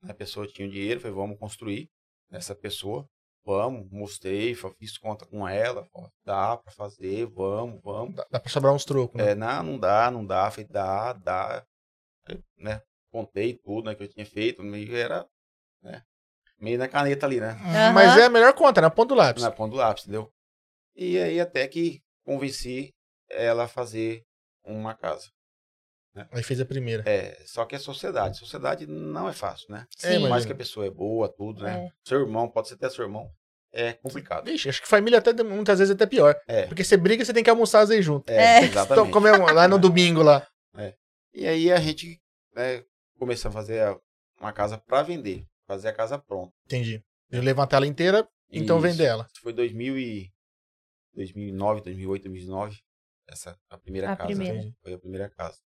Speaker 4: né? A pessoa tinha o dinheiro, falei, vamos construir essa pessoa. Vamos, mostrei, fa- fiz conta com ela, ó, dá pra fazer, vamos, vamos.
Speaker 3: Hum. Dá, dá pra sobrar uns trocos, né?
Speaker 4: É, não, não dá, não dá, falei, dá, dá, né? contei tudo né, que eu tinha feito, meio que era né, meio na caneta ali, né?
Speaker 2: Aham.
Speaker 3: Mas é a melhor conta, na ponta do lápis.
Speaker 4: Na ponta do lápis, entendeu? E aí até que convenci ela a fazer uma casa.
Speaker 3: Aí fez a primeira.
Speaker 4: É, só que é sociedade. Sociedade não é fácil, né?
Speaker 2: Sim.
Speaker 3: É,
Speaker 4: Por mais
Speaker 3: Imagina.
Speaker 4: que a pessoa é boa, tudo, né?
Speaker 2: É.
Speaker 4: Seu irmão, pode ser até seu irmão, é complicado.
Speaker 3: Vixe, acho que família até, muitas vezes é até pior.
Speaker 4: É,
Speaker 3: Porque você briga e você tem que almoçar às vezes junto.
Speaker 4: é,
Speaker 2: É.
Speaker 3: Então,
Speaker 4: exatamente.
Speaker 3: como é lá no domingo lá.
Speaker 4: E aí a gente né, começou a fazer a- uma casa para vender, fazer a casa pronta.
Speaker 3: Entendi. Eu levantar ela inteira, então
Speaker 4: Isso.
Speaker 3: vender ela.
Speaker 4: Isso foi 2000 e 2009, 2008, 2009. Essa a primeira
Speaker 2: A
Speaker 4: casa. né?
Speaker 2: primeira.
Speaker 4: Foi a primeira casa.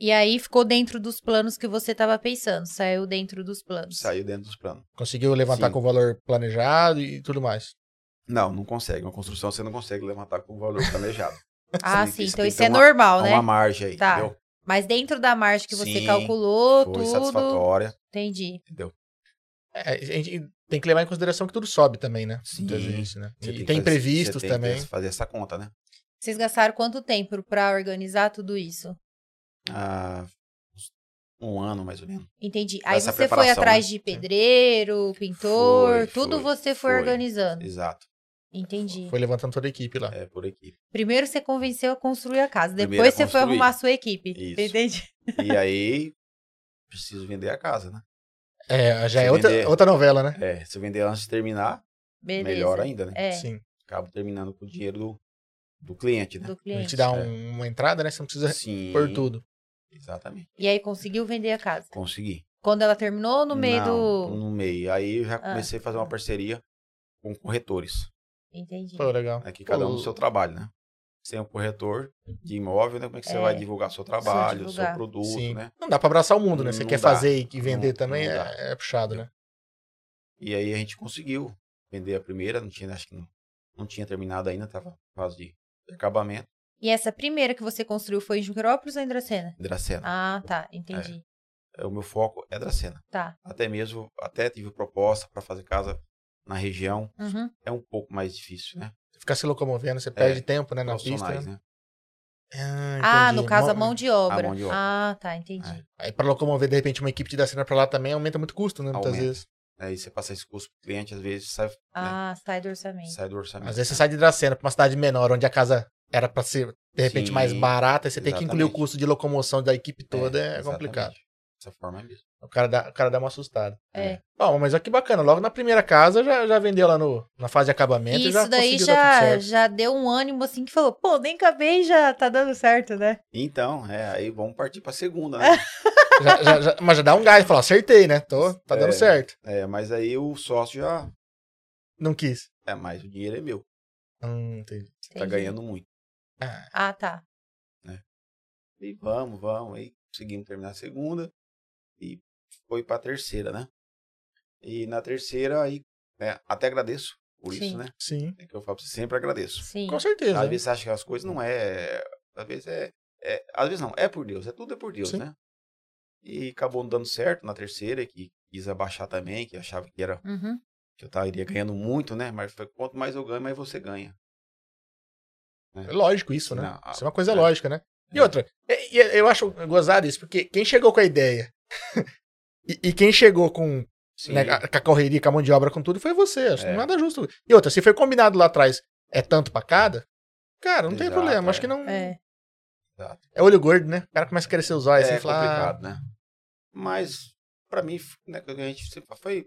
Speaker 2: E aí ficou dentro dos planos que você tava pensando, saiu dentro dos planos.
Speaker 4: Saiu dentro dos planos.
Speaker 3: Conseguiu levantar
Speaker 4: Sim.
Speaker 3: com o valor planejado e tudo mais.
Speaker 4: Não, não consegue. Uma construção você não consegue levantar com o valor planejado.
Speaker 2: Ah,
Speaker 4: Sim,
Speaker 2: sim,
Speaker 4: isso
Speaker 2: então
Speaker 4: tem
Speaker 2: isso
Speaker 4: que
Speaker 2: é
Speaker 4: ter uma-
Speaker 2: normal,
Speaker 4: Há
Speaker 2: né?
Speaker 4: uma margem aí,
Speaker 2: Tá.
Speaker 4: entendeu?
Speaker 2: Mas dentro da margem que você
Speaker 4: Sim,
Speaker 2: calculou,
Speaker 4: Foi
Speaker 2: tudo.
Speaker 4: satisfatória,
Speaker 2: Entendi.
Speaker 4: entendeu?
Speaker 3: É, a gente tem que levar em consideração que tudo sobe também, né?
Speaker 4: Sim.
Speaker 3: Muitas vezes, né?
Speaker 4: Você
Speaker 3: E
Speaker 4: que
Speaker 3: tem
Speaker 4: fazer-
Speaker 3: imprevistos
Speaker 4: você tem
Speaker 3: também.
Speaker 4: que fazer essa conta, né?
Speaker 2: Vocês gastaram quanto tempo pra organizar tudo isso?
Speaker 4: Ah, uns- um ano, mais ou menos.
Speaker 2: Entendi. Aí
Speaker 4: Essa
Speaker 2: você foi
Speaker 4: preparação, né?
Speaker 2: atrás de pedreiro, pintor,
Speaker 4: Foi,
Speaker 2: tudo
Speaker 4: foi,
Speaker 2: você foi,
Speaker 4: foi.
Speaker 2: organizando.
Speaker 4: Exato.
Speaker 2: Entendi.
Speaker 3: Foi levantando toda a equipe
Speaker 2: Tá.
Speaker 3: lá.
Speaker 4: É por aqui.
Speaker 2: Primeiro você convenceu a construir a casa,
Speaker 4: Primeiro
Speaker 2: depois
Speaker 4: a
Speaker 2: você foi
Speaker 4: construir.
Speaker 2: arrumar a sua equipe.
Speaker 4: Isso.
Speaker 2: Entendi.
Speaker 4: E aí, preciso vender a casa, né?
Speaker 3: É, já é
Speaker 4: Se
Speaker 3: outra,
Speaker 4: vender.
Speaker 3: outra novela, né?
Speaker 4: É, se eu vender antes de terminar,
Speaker 2: Beleza.
Speaker 4: melhor ainda, né?
Speaker 2: É,
Speaker 3: Sim.
Speaker 4: Acabo terminando com o dinheiro do, do cliente, né?
Speaker 2: do
Speaker 3: Ele
Speaker 2: cliente.
Speaker 3: te dá
Speaker 4: É.
Speaker 3: um- uma entrada, né? Você não precisa
Speaker 4: Sim.
Speaker 3: pôr tudo.
Speaker 4: Exatamente.
Speaker 2: E aí conseguiu vender a casa.
Speaker 4: Consegui.
Speaker 2: Quando ela terminou, no meio
Speaker 4: Não,
Speaker 2: do.
Speaker 4: No meio. Aí eu já
Speaker 2: Ah.
Speaker 4: comecei a fazer uma parceria com corretores.
Speaker 2: Entendi.
Speaker 3: Pô, legal.
Speaker 4: Aqui cada um
Speaker 3: Pô,
Speaker 4: no seu trabalho, né? Sem um corretor de imóvel, né? Como é que você
Speaker 2: É.
Speaker 4: vai divulgar seu trabalho,
Speaker 2: divulgar.
Speaker 4: seu produto,
Speaker 3: Sim.
Speaker 4: né?
Speaker 3: Não dá pra abraçar o mundo, né? Você
Speaker 4: Não
Speaker 3: quer
Speaker 4: dá.
Speaker 3: fazer e- e vender
Speaker 4: Não-
Speaker 3: também,
Speaker 4: não
Speaker 3: é-
Speaker 4: dá.
Speaker 3: é, puxado, né?
Speaker 4: E aí a gente conseguiu vender a primeira, não tinha, acho que não, não tinha terminado ainda, tava em fase de acabamento,
Speaker 2: E essa primeira que você construiu foi em Juquerópolis ou em Dracena?
Speaker 4: É. Dracena.
Speaker 2: Ah,
Speaker 4: É.
Speaker 2: tá. Entendi.
Speaker 4: O meu foco é Dracena.
Speaker 2: Tá.
Speaker 4: Até mesmo, até tive proposta para fazer casa na região,
Speaker 2: Uhum.
Speaker 4: é um pouco mais difícil, né?
Speaker 3: Ficar se locomovendo, você perde tempo, né? Na pista.
Speaker 4: É. Profissionais,
Speaker 3: né?
Speaker 4: né?
Speaker 2: Ah,
Speaker 3: entendi.
Speaker 2: no caso, a mão de obra.
Speaker 4: mão de obra. É.
Speaker 2: Ah, tá, entendi.
Speaker 3: Aí pra locomover, de repente, uma equipe de cena pra lá também aumenta muito o custo, né? Muitas
Speaker 4: Aumenta.
Speaker 3: vezes.
Speaker 4: Aí você passa esse custo pro cliente, às vezes sai, né?
Speaker 2: Ah, sai do orçamento.
Speaker 4: sai do orçamento.
Speaker 3: Às vezes você sai de Dracena pra uma cidade menor, onde a casa era pra ser, de repente,
Speaker 4: Sim,
Speaker 3: mais barata, e você tem que incluir o
Speaker 4: exatamente.
Speaker 3: custo de locomoção da equipe toda, é,
Speaker 4: exatamente.
Speaker 3: complicado.
Speaker 4: Dessa forma é mesmo.
Speaker 3: O cara, dá, o cara dá uma assustada.
Speaker 2: É.
Speaker 3: Bom, mas olha que bacana. Logo na primeira casa já, já vendeu lá no, na fase de acabamento
Speaker 2: E
Speaker 3: e já
Speaker 2: isso daí
Speaker 3: conseguiu dar tudo
Speaker 2: já,
Speaker 3: certo.
Speaker 2: já deu um ânimo assim que falou, pô, nem acabei já tá dando certo, né?
Speaker 4: Então, é, aí vamos partir pra segunda, né?
Speaker 3: Já- já- já- mas já dá um gás, falar, acertei, né? Tô, tá
Speaker 4: É.
Speaker 3: dando certo.
Speaker 4: é, mas aí o sócio já.
Speaker 3: Não quis.
Speaker 4: É, mas o dinheiro é meu.
Speaker 3: Hum, entendi.
Speaker 4: Tá
Speaker 2: Entendi.
Speaker 4: ganhando muito.
Speaker 3: Ah,
Speaker 2: Ah, tá.
Speaker 4: E vamos, vamos. Aí conseguimos terminar a segunda e foi pra terceira, né? E na terceira, aí, né, até agradeço por
Speaker 2: Sim.
Speaker 4: isso, né?
Speaker 3: sim.
Speaker 4: É que eu falo pra você, sempre agradeço.
Speaker 2: Sim.
Speaker 3: Com certeza.
Speaker 4: Às
Speaker 3: né?
Speaker 4: vezes você acha que as coisas não é. Às vezes é. é- às vezes não, é por Deus, é tudo é por Deus,
Speaker 3: Sim.
Speaker 4: né? E acabou não dando certo na terceira, que quis abaixar também, que achava que era
Speaker 2: Uhum.
Speaker 4: que eu tava, iria ganhando muito, né? Mas foi, quanto mais eu ganho, mais você ganha.
Speaker 3: É lógico isso, né?
Speaker 4: Não, a-
Speaker 3: isso é uma coisa
Speaker 4: é.
Speaker 3: lógica, né? E outra, e- e eu acho gozado isso, porque quem chegou com a ideia e, e quem chegou com,
Speaker 4: Sim.
Speaker 3: né, a- com a correria, com a mão de obra, com tudo, foi você. Acho
Speaker 4: É.
Speaker 3: nada justo. E outra, se foi combinado lá atrás, é tanto pra cada, cara, não tem
Speaker 4: Exato,
Speaker 3: problema. Acho
Speaker 4: é.
Speaker 3: que não. É.
Speaker 2: É.
Speaker 3: olho gordo, né? O cara começa a crescer os olhos,
Speaker 4: é
Speaker 3: assim, falar. "Ah,
Speaker 4: complicado, né? Mas, pra mim, né, que a gente sempre fala, foi.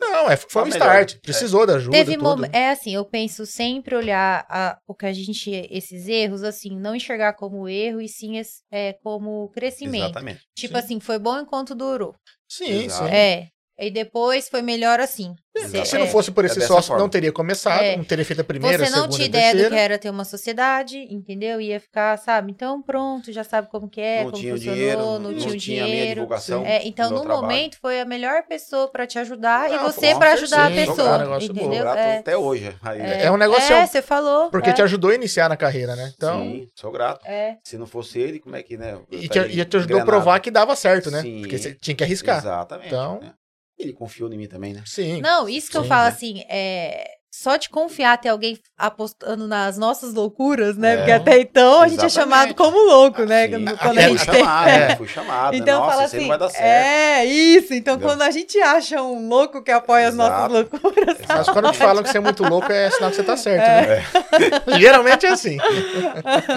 Speaker 3: Não, é, foi um
Speaker 4: Tá melhor.
Speaker 3: start. Precisou da ajuda.
Speaker 2: Teve
Speaker 3: tudo.
Speaker 2: mom- É assim, eu penso sempre olhar a- o que a gente. Esses erros, assim, não enxergar como erro e sim es- é, como crescimento.
Speaker 4: Exatamente.
Speaker 2: Tipo
Speaker 3: Sim.
Speaker 2: assim, foi bom enquanto durou.
Speaker 3: Sim,
Speaker 4: Exato.
Speaker 3: sim.
Speaker 2: É. E depois foi melhor assim.
Speaker 4: Exato.
Speaker 3: Se
Speaker 2: é,
Speaker 3: não fosse por
Speaker 4: É
Speaker 3: esse
Speaker 4: dessa
Speaker 3: sócio,
Speaker 4: forma.
Speaker 3: não teria começado,
Speaker 2: É.
Speaker 3: não teria feito a primeira,
Speaker 2: Você
Speaker 3: a
Speaker 2: não
Speaker 3: segunda,
Speaker 2: tinha
Speaker 3: a
Speaker 2: ideia do
Speaker 3: terceira.
Speaker 2: que é era ter uma sociedade, entendeu? Ia ficar, sabe? Então pronto, já sabe como que é,
Speaker 4: não
Speaker 2: como
Speaker 4: tinha o
Speaker 2: funcionou,
Speaker 4: dinheiro,
Speaker 2: não, tinha o
Speaker 4: a minha
Speaker 2: dinheiro.
Speaker 4: divulgação.
Speaker 2: É, então,
Speaker 4: do meu
Speaker 2: no
Speaker 4: trabalho.
Speaker 2: momento, foi a melhor pessoa pra te ajudar e
Speaker 3: Não,
Speaker 2: você
Speaker 4: com
Speaker 2: pra ajudar
Speaker 3: certeza,
Speaker 2: a
Speaker 4: sou grato,
Speaker 2: pessoa,
Speaker 3: negócio bom.
Speaker 2: entendeu?
Speaker 4: Sou grato
Speaker 2: É,
Speaker 4: até hoje. Aí,
Speaker 3: É, um negócio.
Speaker 2: é, você falou.
Speaker 3: Porque
Speaker 2: é,
Speaker 3: te ajudou a iniciar na carreira, né? Então.
Speaker 4: Sim, sou grato.
Speaker 2: é.
Speaker 4: Se não fosse ele, como é que, né? eu
Speaker 3: E te,
Speaker 4: estaria
Speaker 3: e te ajudou a
Speaker 4: engrenado.
Speaker 3: provar que dava certo, né?
Speaker 4: Sim.
Speaker 3: Porque você tinha que arriscar.
Speaker 4: Exatamente.
Speaker 3: Então-
Speaker 4: né? Ele confiou em mim também, né?
Speaker 3: Sim.
Speaker 2: Não, isso que eu
Speaker 3: Sim,
Speaker 2: falo
Speaker 3: né?
Speaker 2: assim, é, só de confiar ter alguém apostando nas nossas loucuras, né?
Speaker 4: É.
Speaker 2: Porque até então a gente é chamado
Speaker 4: Exatamente.
Speaker 2: como louco, né?
Speaker 4: Assim,
Speaker 2: Quando,
Speaker 4: até
Speaker 2: quando a
Speaker 4: fui
Speaker 2: gente tem.
Speaker 4: chamado,
Speaker 3: É.
Speaker 4: né? Fui chamado. né?
Speaker 2: Então
Speaker 4: Nossa,
Speaker 2: fala
Speaker 4: isso aí
Speaker 2: assim,
Speaker 4: não vai dar certo.
Speaker 2: é isso. Então
Speaker 4: Entendeu?
Speaker 2: quando a gente acha um louco que apoia as nossas
Speaker 4: Exato.
Speaker 2: loucuras,
Speaker 3: Mas quando te falam que você é muito louco, é sinal que você tá certo,
Speaker 4: É.
Speaker 3: né? Geralmente é assim.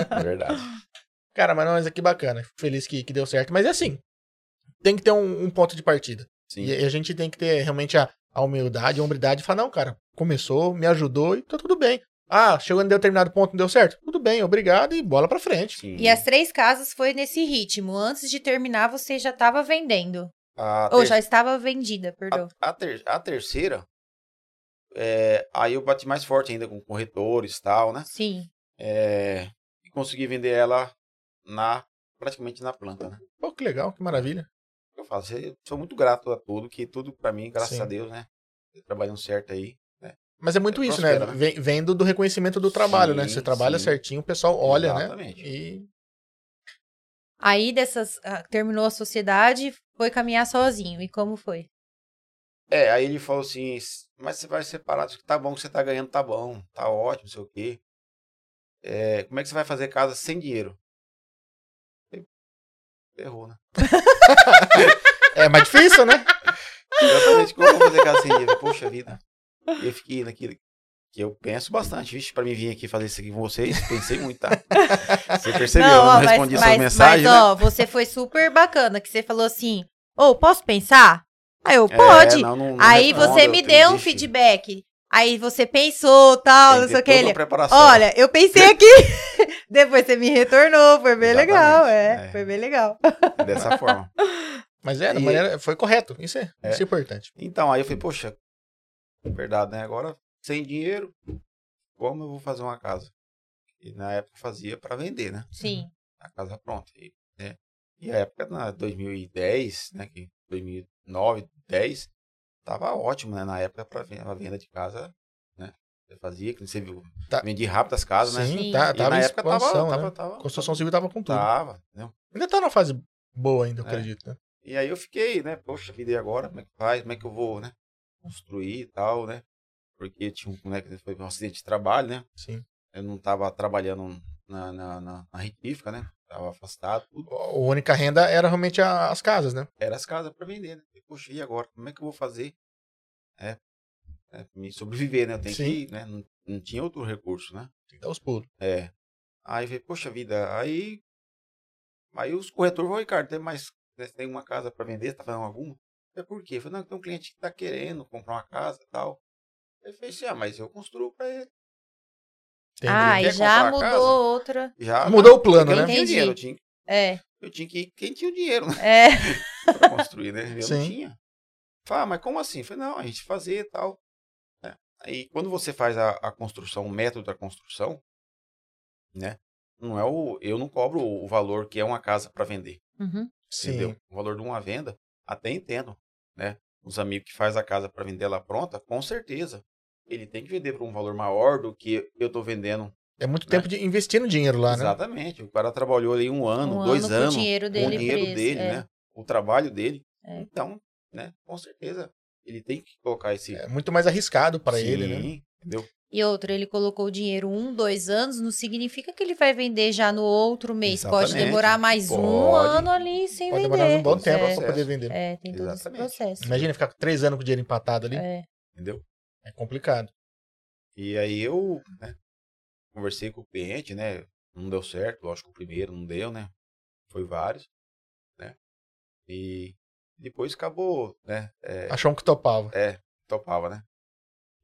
Speaker 4: É verdade.
Speaker 3: Cara, mas não, mas é que bacana. Fico feliz que, que deu certo. Mas é assim. Tem que ter um, um ponto de partida.
Speaker 4: Sim.
Speaker 3: E, a gente tem que ter realmente a, a humildade, a hombridade e falar, não, cara, começou, me ajudou e tá tudo bem. Ah, chegou em determinado ponto, não deu certo? Tudo bem, obrigado e bola pra frente.
Speaker 4: Sim.
Speaker 2: E as três casas foi nesse ritmo. Antes de terminar, você já estava vendendo.
Speaker 4: A
Speaker 2: Ou
Speaker 4: ter-
Speaker 2: já estava vendida, perdão.
Speaker 4: a, a ter- a terceira, é, aí eu bati mais forte ainda com corretores e tal, né?
Speaker 2: Sim.
Speaker 4: É, e consegui vender ela na praticamente na planta, né?
Speaker 3: Pô, que legal, que maravilha.
Speaker 4: Eu falo, eu sou muito grato a tudo, que tudo pra mim, graças
Speaker 3: Sim.
Speaker 4: a Deus, né? Trabalhando certo aí.
Speaker 3: Mas é muito
Speaker 4: É,
Speaker 3: isso, né?
Speaker 4: prospera, né?
Speaker 3: Vem- Vendo do reconhecimento do trabalho, né?
Speaker 4: Sim,
Speaker 3: Você trabalha
Speaker 4: sim.
Speaker 3: certinho, o pessoal olha,
Speaker 4: Exatamente.
Speaker 3: né? E
Speaker 2: Aí dessas. ah, Terminou a sociedade, foi caminhar sozinho. E como foi?
Speaker 4: É, aí ele falou assim, "S- mas você vai separar, disso que tá bom, que você tá ganhando, tá bom, tá ótimo, não sei o quê. É, como é que você vai fazer casa sem dinheiro? Eu- Ferrou, né?
Speaker 3: é mais difícil, né?
Speaker 4: Exatamente, como eu vou fazer casa sem dinheiro? Poxa vida. Eu fiquei naquilo que eu penso bastante, vixe, pra mim vir aqui fazer isso aqui com vocês, pensei muito, tá? Você percebeu, eu não
Speaker 2: ó,
Speaker 4: respondi suas
Speaker 2: mas,
Speaker 4: mensagens, né?
Speaker 2: ó, você foi super bacana, que você falou assim, ô, posso pensar? Aí eu,
Speaker 4: É,
Speaker 2: pode.
Speaker 4: não, não- não
Speaker 2: Aí
Speaker 4: respondo,
Speaker 2: você
Speaker 4: eu
Speaker 2: me
Speaker 4: tenho-
Speaker 2: deu um
Speaker 4: vixe,
Speaker 2: feedback. Aí você pensou, tal,
Speaker 4: tem
Speaker 2: não
Speaker 4: que
Speaker 2: sei o
Speaker 4: ter
Speaker 2: que.
Speaker 4: toda
Speaker 2: Ele,
Speaker 4: uma preparação.
Speaker 2: Olha, eu pensei aqui. Depois você me retornou, foi bem
Speaker 4: Exatamente,
Speaker 2: legal, é,
Speaker 4: é.
Speaker 2: foi bem legal.
Speaker 4: Dessa forma.
Speaker 3: Mas é, da
Speaker 4: E-
Speaker 3: maneira, foi correto. Isso é,
Speaker 4: É.
Speaker 3: isso é importante.
Speaker 4: Então, aí eu falei, poxa, verdade, né? Agora, sem dinheiro, como eu vou fazer uma casa? E na época eu fazia para vender, né?
Speaker 2: Sim.
Speaker 4: A casa pronta. E, né? e a época, na 2010, né? Que 2009, 10, tava ótimo, né? Na época, para a venda de casa, né? Eu fazia, que você viu,
Speaker 3: Tá.
Speaker 4: vendi rápido as casas, né?
Speaker 3: Sim,
Speaker 2: Sim.
Speaker 3: Tá,
Speaker 4: E
Speaker 3: tava
Speaker 4: na
Speaker 3: em
Speaker 4: época tava,
Speaker 3: expansão, né?
Speaker 4: tava, tava,
Speaker 3: Construção civil tava com tudo.
Speaker 4: tava, entendeu?
Speaker 3: Ainda tá numa fase boa ainda, eu
Speaker 4: É.
Speaker 3: acredito. Né?
Speaker 4: E aí eu fiquei, né? Poxa, vida, e agora? Como é que faz? Como é que eu vou, né? Construir e tal, né? Porque tinha um, né, que foi um acidente de trabalho, né?
Speaker 3: Sim.
Speaker 4: Eu não tava trabalhando na, na, na, na retífica, né? Tava afastado, tudo.
Speaker 3: A única renda era realmente a- as casas, né?
Speaker 4: Era as casas para vender, né? E, Poxa, e agora? Como é que eu vou fazer? É, é pra me sobreviver, né? Eu tenho
Speaker 3: Sim.
Speaker 4: que, né? Não, não tinha outro recurso, né?
Speaker 3: Tem que dar Então, os pulos.
Speaker 4: É. Aí eu falei, poxa vida, aí. Aí os corretores vão, Ricardo, tem mais. né, Tem uma casa para vender, você tá fazendo alguma? Eu falei, por quê? Eu falei, não, tem um cliente que tá querendo comprar uma casa e tal. Ele fez assim, ah, mas eu construo para ele.
Speaker 3: Entendi.
Speaker 2: ah,
Speaker 4: Quer
Speaker 2: e já
Speaker 4: comprar a
Speaker 2: mudou
Speaker 4: casa?
Speaker 2: outra.
Speaker 4: Já,
Speaker 3: Mudou
Speaker 4: não,
Speaker 3: o plano,
Speaker 4: porque eu não
Speaker 2: né?
Speaker 4: tinha
Speaker 2: Entendi.
Speaker 4: dinheiro, eu tinha,
Speaker 2: É,
Speaker 4: eu tinha que ir quem tinha o dinheiro, né?
Speaker 2: é.
Speaker 4: Pra construir, né? Eu
Speaker 3: Sim.
Speaker 4: não tinha. Falei, ah, mas como assim? Eu Falei, não, a gente fazia e tal. né? Aí quando você faz a, a construção, o método da construção, né? Não é o. Eu não cobro o valor que é uma casa para vender.
Speaker 2: Uhum.
Speaker 3: Sim.
Speaker 4: Entendeu? O valor de uma venda, até entendo, né? Os amigos que faz a casa para vender ela pronta, com certeza. Ele tem que vender por um valor maior do que eu tô vendendo.
Speaker 3: É muito tempo de investindo dinheiro lá, né?
Speaker 4: Exatamente. O cara trabalhou ali um ano,
Speaker 2: Um
Speaker 4: dois
Speaker 2: ano com o
Speaker 4: anos.
Speaker 2: dinheiro
Speaker 4: com
Speaker 2: dele
Speaker 4: o dinheiro
Speaker 2: preso,
Speaker 4: dele,
Speaker 2: é.
Speaker 4: né? O trabalho dele.
Speaker 2: É.
Speaker 4: Então, né? Com certeza. Ele tem que colocar esse.
Speaker 3: É muito mais arriscado pra ele, né?
Speaker 4: Sim, Entendeu?
Speaker 2: E outra, ele colocou o dinheiro um, dois anos, não significa que ele vai vender já no outro mês. Pode
Speaker 4: Exatamente.
Speaker 2: demorar mais um
Speaker 4: Pode.
Speaker 2: ano ali sem
Speaker 3: Pode
Speaker 2: vender.
Speaker 3: demorar um bom tempo
Speaker 2: É,
Speaker 3: pra poder vender.
Speaker 2: é, tem todo esse
Speaker 4: Exatamente.
Speaker 2: processo.
Speaker 3: Imagina ficar com três anos com o dinheiro empatado ali. É,
Speaker 2: É.
Speaker 4: Entendeu?
Speaker 3: complicado.
Speaker 4: E aí eu né, conversei com o cliente, né? Não deu certo, lógico, o primeiro não deu, né? Foi vários, né? E depois acabou, né? é,
Speaker 3: Achou um que topava.
Speaker 4: É, topava, né?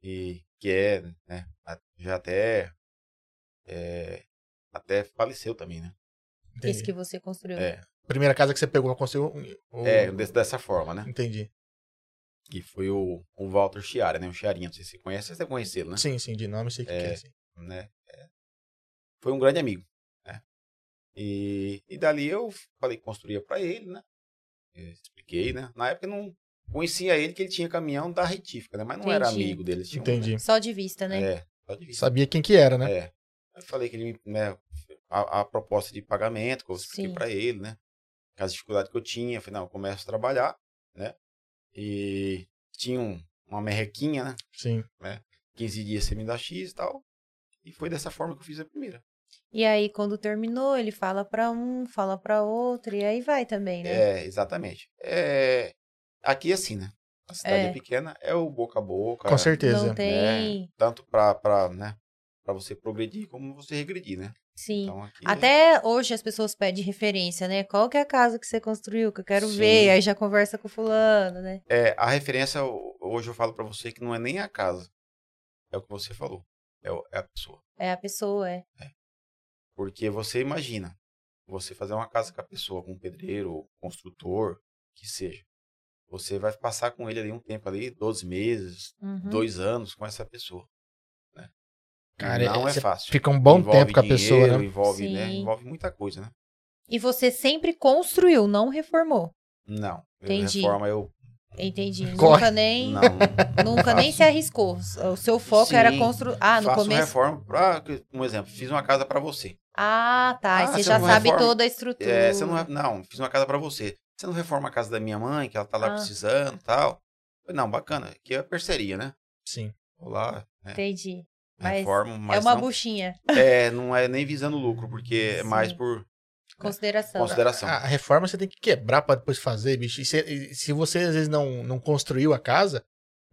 Speaker 4: E que é, né? a- Já até. é, até faleceu também, né?
Speaker 2: Esse
Speaker 3: Entendi.
Speaker 2: que você construiu.
Speaker 4: É.
Speaker 3: Primeira casa que você pegou, conseguiu. ou-
Speaker 4: É, des- dessa forma, né?
Speaker 3: Entendi.
Speaker 4: Que foi o, o Walter Chiara, né? O Chiarinha, não sei se você conhece, você deve conhecê-lo, né?
Speaker 3: Sim, sim, de nome sei o que
Speaker 4: É.
Speaker 3: que é. Sim.
Speaker 4: né? É, Foi um grande amigo, né? E, e dali eu falei que construía para ele, né? Eu expliquei, né? Na época eu não conhecia ele que ele tinha caminhão da retífica, né? Mas não era
Speaker 2: Entendi.
Speaker 4: amigo dele. Tinha um-
Speaker 3: Entendi.
Speaker 2: Só de vista, né?
Speaker 4: É, só de vista.
Speaker 3: Sabia quem que era, né?
Speaker 4: É. Eu falei que ele, né, a, a proposta de pagamento, que eu
Speaker 2: Sim.
Speaker 4: expliquei pra ele, né? Com As dificuldades que eu tinha, afinal, eu começo a trabalhar, né? E tinha um- uma merrequinha, né?
Speaker 3: Sim.
Speaker 4: 15 dias você me dá X e tal. E foi dessa forma que eu fiz a primeira.
Speaker 2: E aí, quando terminou, ele fala pra um, fala pra outro, e aí vai também, né?
Speaker 4: É, exatamente. É, aqui é assim, né? A cidade é.
Speaker 2: É.
Speaker 4: pequena, é o boca a boca.
Speaker 3: Com
Speaker 2: Não
Speaker 3: certeza.
Speaker 2: tem.
Speaker 4: né? Tanto pra, pra, né? pra você progredir como você regredir, né?
Speaker 2: Sim.
Speaker 4: Então aqui. é-
Speaker 2: Até hoje as pessoas pedem referência, né? Qual que é a casa que você construiu que eu quero
Speaker 4: Sim.
Speaker 2: ver? Aí já conversa com fulano, né?
Speaker 4: É, a referência, ho- hoje eu falo pra você que não é nem a casa. É o que você falou. É, o- é a pessoa.
Speaker 2: É a pessoa, é.
Speaker 4: Porque você imagina, você fazer uma casa com a pessoa, com um pedreiro, construtor, que seja. Você vai passar com ele ali um tempo ali, 12 meses,
Speaker 2: Uhum.
Speaker 4: dois anos com essa pessoa. né?
Speaker 3: Cara,
Speaker 4: não é
Speaker 3: você
Speaker 4: fácil.
Speaker 3: Fica um bom
Speaker 4: Envolve
Speaker 3: tempo com a pessoa,
Speaker 4: dinheiro,
Speaker 3: né?
Speaker 4: Envolve, né?
Speaker 2: Sim.
Speaker 4: envolve muita coisa, né?
Speaker 2: E você sempre construiu, não reformou.
Speaker 4: Não. Eu
Speaker 2: Entendi.
Speaker 4: reforma, eu.
Speaker 2: Entendi.
Speaker 3: Corre.
Speaker 2: Nunca nem,
Speaker 4: Não.
Speaker 2: nunca nem se
Speaker 4: faço.
Speaker 2: arriscou. O seu foco
Speaker 4: Sim.
Speaker 2: era construir. Ah, no
Speaker 4: faço uma
Speaker 2: começo.
Speaker 4: reforma, pra, um exemplo, fiz uma casa pra você.
Speaker 2: Ah, tá. Aí
Speaker 4: Ah,
Speaker 2: você
Speaker 4: você
Speaker 2: já
Speaker 4: não
Speaker 2: sabe
Speaker 4: reforma?
Speaker 2: toda a estrutura.
Speaker 4: É, você não,
Speaker 2: Hum.
Speaker 4: re- não, fiz uma casa pra você. Você não reforma a casa da minha mãe, que ela tá lá
Speaker 2: Ah.
Speaker 4: precisando e tal. Falei, Não, bacana, aqui é parceria, né?
Speaker 3: Sim.
Speaker 4: Vou lá, né?
Speaker 2: Entendi. Mas
Speaker 4: reformo, mas
Speaker 2: é uma
Speaker 4: não,
Speaker 2: buchinha.
Speaker 4: é, não é nem visando lucro, porque é
Speaker 2: Sim.
Speaker 4: mais por
Speaker 2: Consideração.
Speaker 4: consideração.
Speaker 3: A reforma você tem que quebrar pra depois fazer, bicho. E se, e se você às vezes não, não construiu a casa,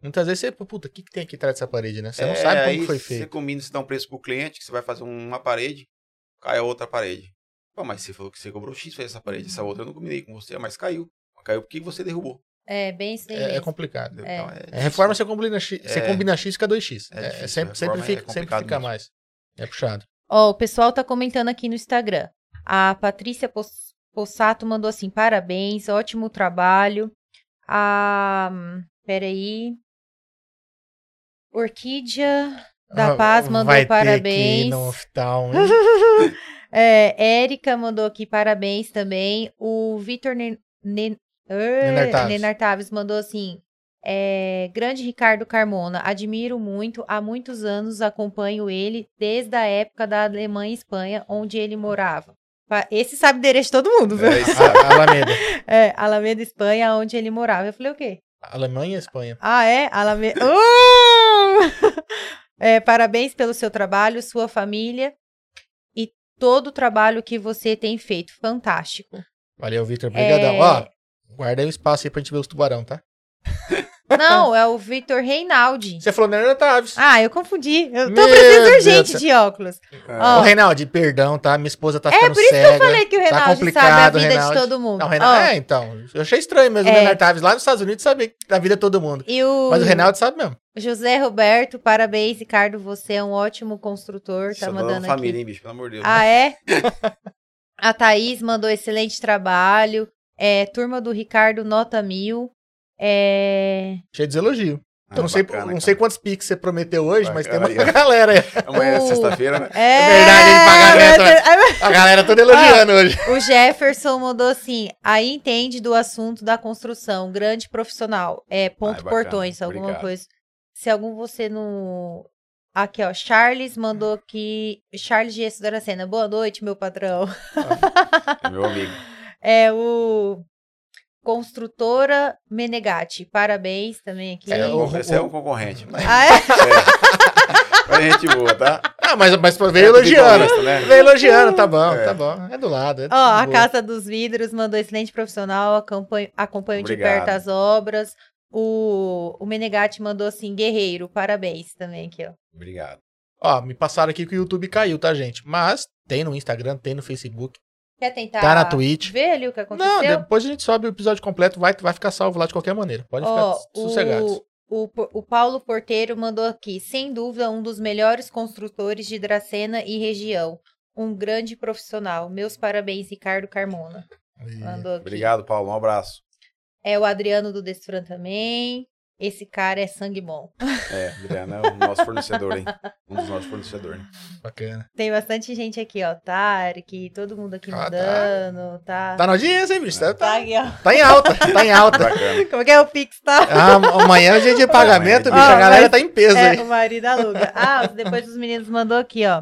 Speaker 3: muitas vezes você, pô, puta, o que, que tem aqui atrás dessa parede, né? Você não
Speaker 4: É,
Speaker 3: sabe como
Speaker 4: aí
Speaker 3: que foi
Speaker 4: Você
Speaker 3: feito.
Speaker 4: combina, você dá um preço pro cliente, que você vai fazer uma parede, cai a outra parede. Pô, mas você falou que você cobrou X fez essa parede, essa outra eu não combinei com você, mas caiu. Caiu porque você derrubou.
Speaker 2: É, bem sem.
Speaker 3: É, é complicado.
Speaker 4: entendeu?
Speaker 2: É.
Speaker 3: É,
Speaker 4: Então,
Speaker 3: reforma você combina X, você
Speaker 4: É.
Speaker 3: combina X com 2X.
Speaker 4: É
Speaker 3: É,
Speaker 4: difícil,
Speaker 3: sempre,
Speaker 4: a
Speaker 3: sempre
Speaker 4: reforma é
Speaker 3: fica, sempre
Speaker 4: complicado
Speaker 3: fica
Speaker 4: mesmo.
Speaker 3: mais. É puxado.
Speaker 2: Ó, o pessoal tá comentando aqui no Instagram. A Patrícia Pos- Possato mandou assim: parabéns, ótimo trabalho. A. hum, Peraí. Orquídea da
Speaker 3: Ah,
Speaker 2: Paz mandou
Speaker 3: vai ter Que ir
Speaker 2: parabéns.
Speaker 3: no oftalmo, hein?
Speaker 2: É, Érica mandou aqui parabéns também. O Vitor Nen... Nen... Ê,
Speaker 3: Nenar Taves.
Speaker 2: Nenar Taves mandou assim. é, grande Ricardo Carmona, admiro muito, há muitos anos acompanho ele desde a época da Alemanha e Espanha, onde ele morava. Pa- Esse sabe o endereço de todo mundo, viu?
Speaker 4: É isso.
Speaker 3: A- Alameda.
Speaker 2: É, Alameda, Espanha, onde ele morava. Eu falei o quê?
Speaker 3: Alemanha, Espanha.
Speaker 2: Ah, é? Alame... Uh! É, parabéns pelo seu trabalho, sua família e todo o trabalho que você tem feito. Fantástico.
Speaker 3: Valeu, Vitor. Obrigadão.
Speaker 2: É.
Speaker 3: Ó, guarda aí um espaço aí pra gente ver os tubarão, tá?
Speaker 2: Não, é o Vitor Reinaldi.
Speaker 3: Você falou Nera Taves.
Speaker 2: Ah, eu confundi. Eu tô
Speaker 3: Meu
Speaker 2: precisando
Speaker 3: Deus do
Speaker 2: urgente
Speaker 3: céu.
Speaker 2: de óculos.
Speaker 3: Ô,
Speaker 2: ó.
Speaker 3: Reinaldo, perdão, tá? Minha esposa tá
Speaker 2: É,
Speaker 3: ficando
Speaker 2: por isso que
Speaker 3: cega.
Speaker 2: eu falei que o
Speaker 3: Tá
Speaker 2: Reinaldi sabe a
Speaker 3: complicado,
Speaker 2: vida
Speaker 3: Reinaldi.
Speaker 2: de todo mundo.
Speaker 3: Não, Reinaldo,
Speaker 2: Ó,
Speaker 3: é, então. Eu achei estranho mesmo.
Speaker 2: É.
Speaker 3: O Leonardo Taves lá nos Estados Unidos sabia da vida de todo mundo.
Speaker 2: E o,
Speaker 3: Mas o Reinaldo sabe mesmo.
Speaker 2: José Roberto, parabéns, Ricardo. Você é um ótimo construtor.
Speaker 4: Isso
Speaker 2: Tá
Speaker 4: é da
Speaker 2: mandando aqui.
Speaker 4: família, hein, bicho? Pelo amor de Deus.
Speaker 2: Ah, é? A Thaís mandou excelente trabalho. É, turma do Ricardo, nota mil. É,
Speaker 3: Cheio de elogio.
Speaker 4: Ah,
Speaker 3: não sei,
Speaker 4: bacana,
Speaker 3: não
Speaker 4: cara.
Speaker 3: sei quantos piques você prometeu hoje, mas tem uma
Speaker 4: Bacana aí, ó.
Speaker 3: galera aí.
Speaker 4: Amanhã é
Speaker 2: O-
Speaker 4: sexta-feira, né?
Speaker 2: é
Speaker 3: verdade, ele paga A galera toda elogiando hoje.
Speaker 2: O Jefferson mandou assim, aí entende do assunto da construção, grande profissional. É, ponto
Speaker 4: Ah, é bacana,
Speaker 2: portões, alguma
Speaker 4: obrigado.
Speaker 2: coisa. Se algum você não... Aqui, ó, Charles mandou
Speaker 3: Hum.
Speaker 2: aqui... Charles de Estudaracena, boa noite, meu patrão.
Speaker 4: É meu amigo.
Speaker 2: É o Construtora Menegatti. Parabéns também aqui.
Speaker 4: É,
Speaker 3: o-
Speaker 4: um- esse é
Speaker 3: o-
Speaker 4: um concorrente. Mas
Speaker 2: Ah, é?
Speaker 4: é gente boa, tá?
Speaker 3: Ah, mas, mas veio
Speaker 4: É tudo
Speaker 3: elogiando.
Speaker 4: igualista, né?
Speaker 3: Veio elogiando, tá bom,
Speaker 4: É.
Speaker 3: tá bom. É do lado. É
Speaker 2: Ó, a
Speaker 3: boa.
Speaker 2: Casa dos Vidros mandou excelente profissional, acompanho, acompanho de
Speaker 4: Obrigado.
Speaker 2: perto as obras. O, o Menegatti mandou assim, guerreiro, parabéns também aqui, ó.
Speaker 4: Obrigado.
Speaker 3: Ó, me passaram aqui que o YouTube caiu, tá, gente? Mas tem no Instagram, tem no Facebook,
Speaker 2: Quer tentar
Speaker 3: tá na Twitch.
Speaker 2: ver ali o que
Speaker 3: Não,
Speaker 2: aconteceu?
Speaker 3: depois a gente sobe o episódio completo, vai, vai ficar salvo lá de qualquer maneira. Pode ficar
Speaker 2: Ó,
Speaker 3: sossegados.
Speaker 2: o, o, o Paulo Porteiro mandou aqui, sem dúvida, um dos melhores construtores de Dracena e região. Um grande profissional. Meus parabéns, Ricardo Carmona.
Speaker 3: É,
Speaker 2: Mandou aqui.
Speaker 4: Obrigado, Paulo. Um abraço.
Speaker 2: É o Adriano do Desfran também. Esse cara é sangue bom.
Speaker 4: É, Adriano é o nosso fornecedor, hein? Um dos nossos fornecedores. né?
Speaker 3: Bacana.
Speaker 2: Tem bastante gente aqui, ó. Tarek, todo mundo aqui
Speaker 3: Ah, tá.
Speaker 2: mandando, tá?
Speaker 3: Tá na audiência, hein, bicho?
Speaker 2: Tá
Speaker 3: Tá, tá,
Speaker 2: aqui, ó.
Speaker 3: tá em alta, tá em alta.
Speaker 4: Bacana.
Speaker 2: Como é que é o Pix, tá?
Speaker 3: Ah, amanhã é dia de pagamento, bicho.
Speaker 2: Ó,
Speaker 3: A
Speaker 2: mas-
Speaker 3: galera tá em peso
Speaker 2: É,
Speaker 3: aí.
Speaker 2: o marido aluga. Ah, depois os meninos mandou aqui, ó.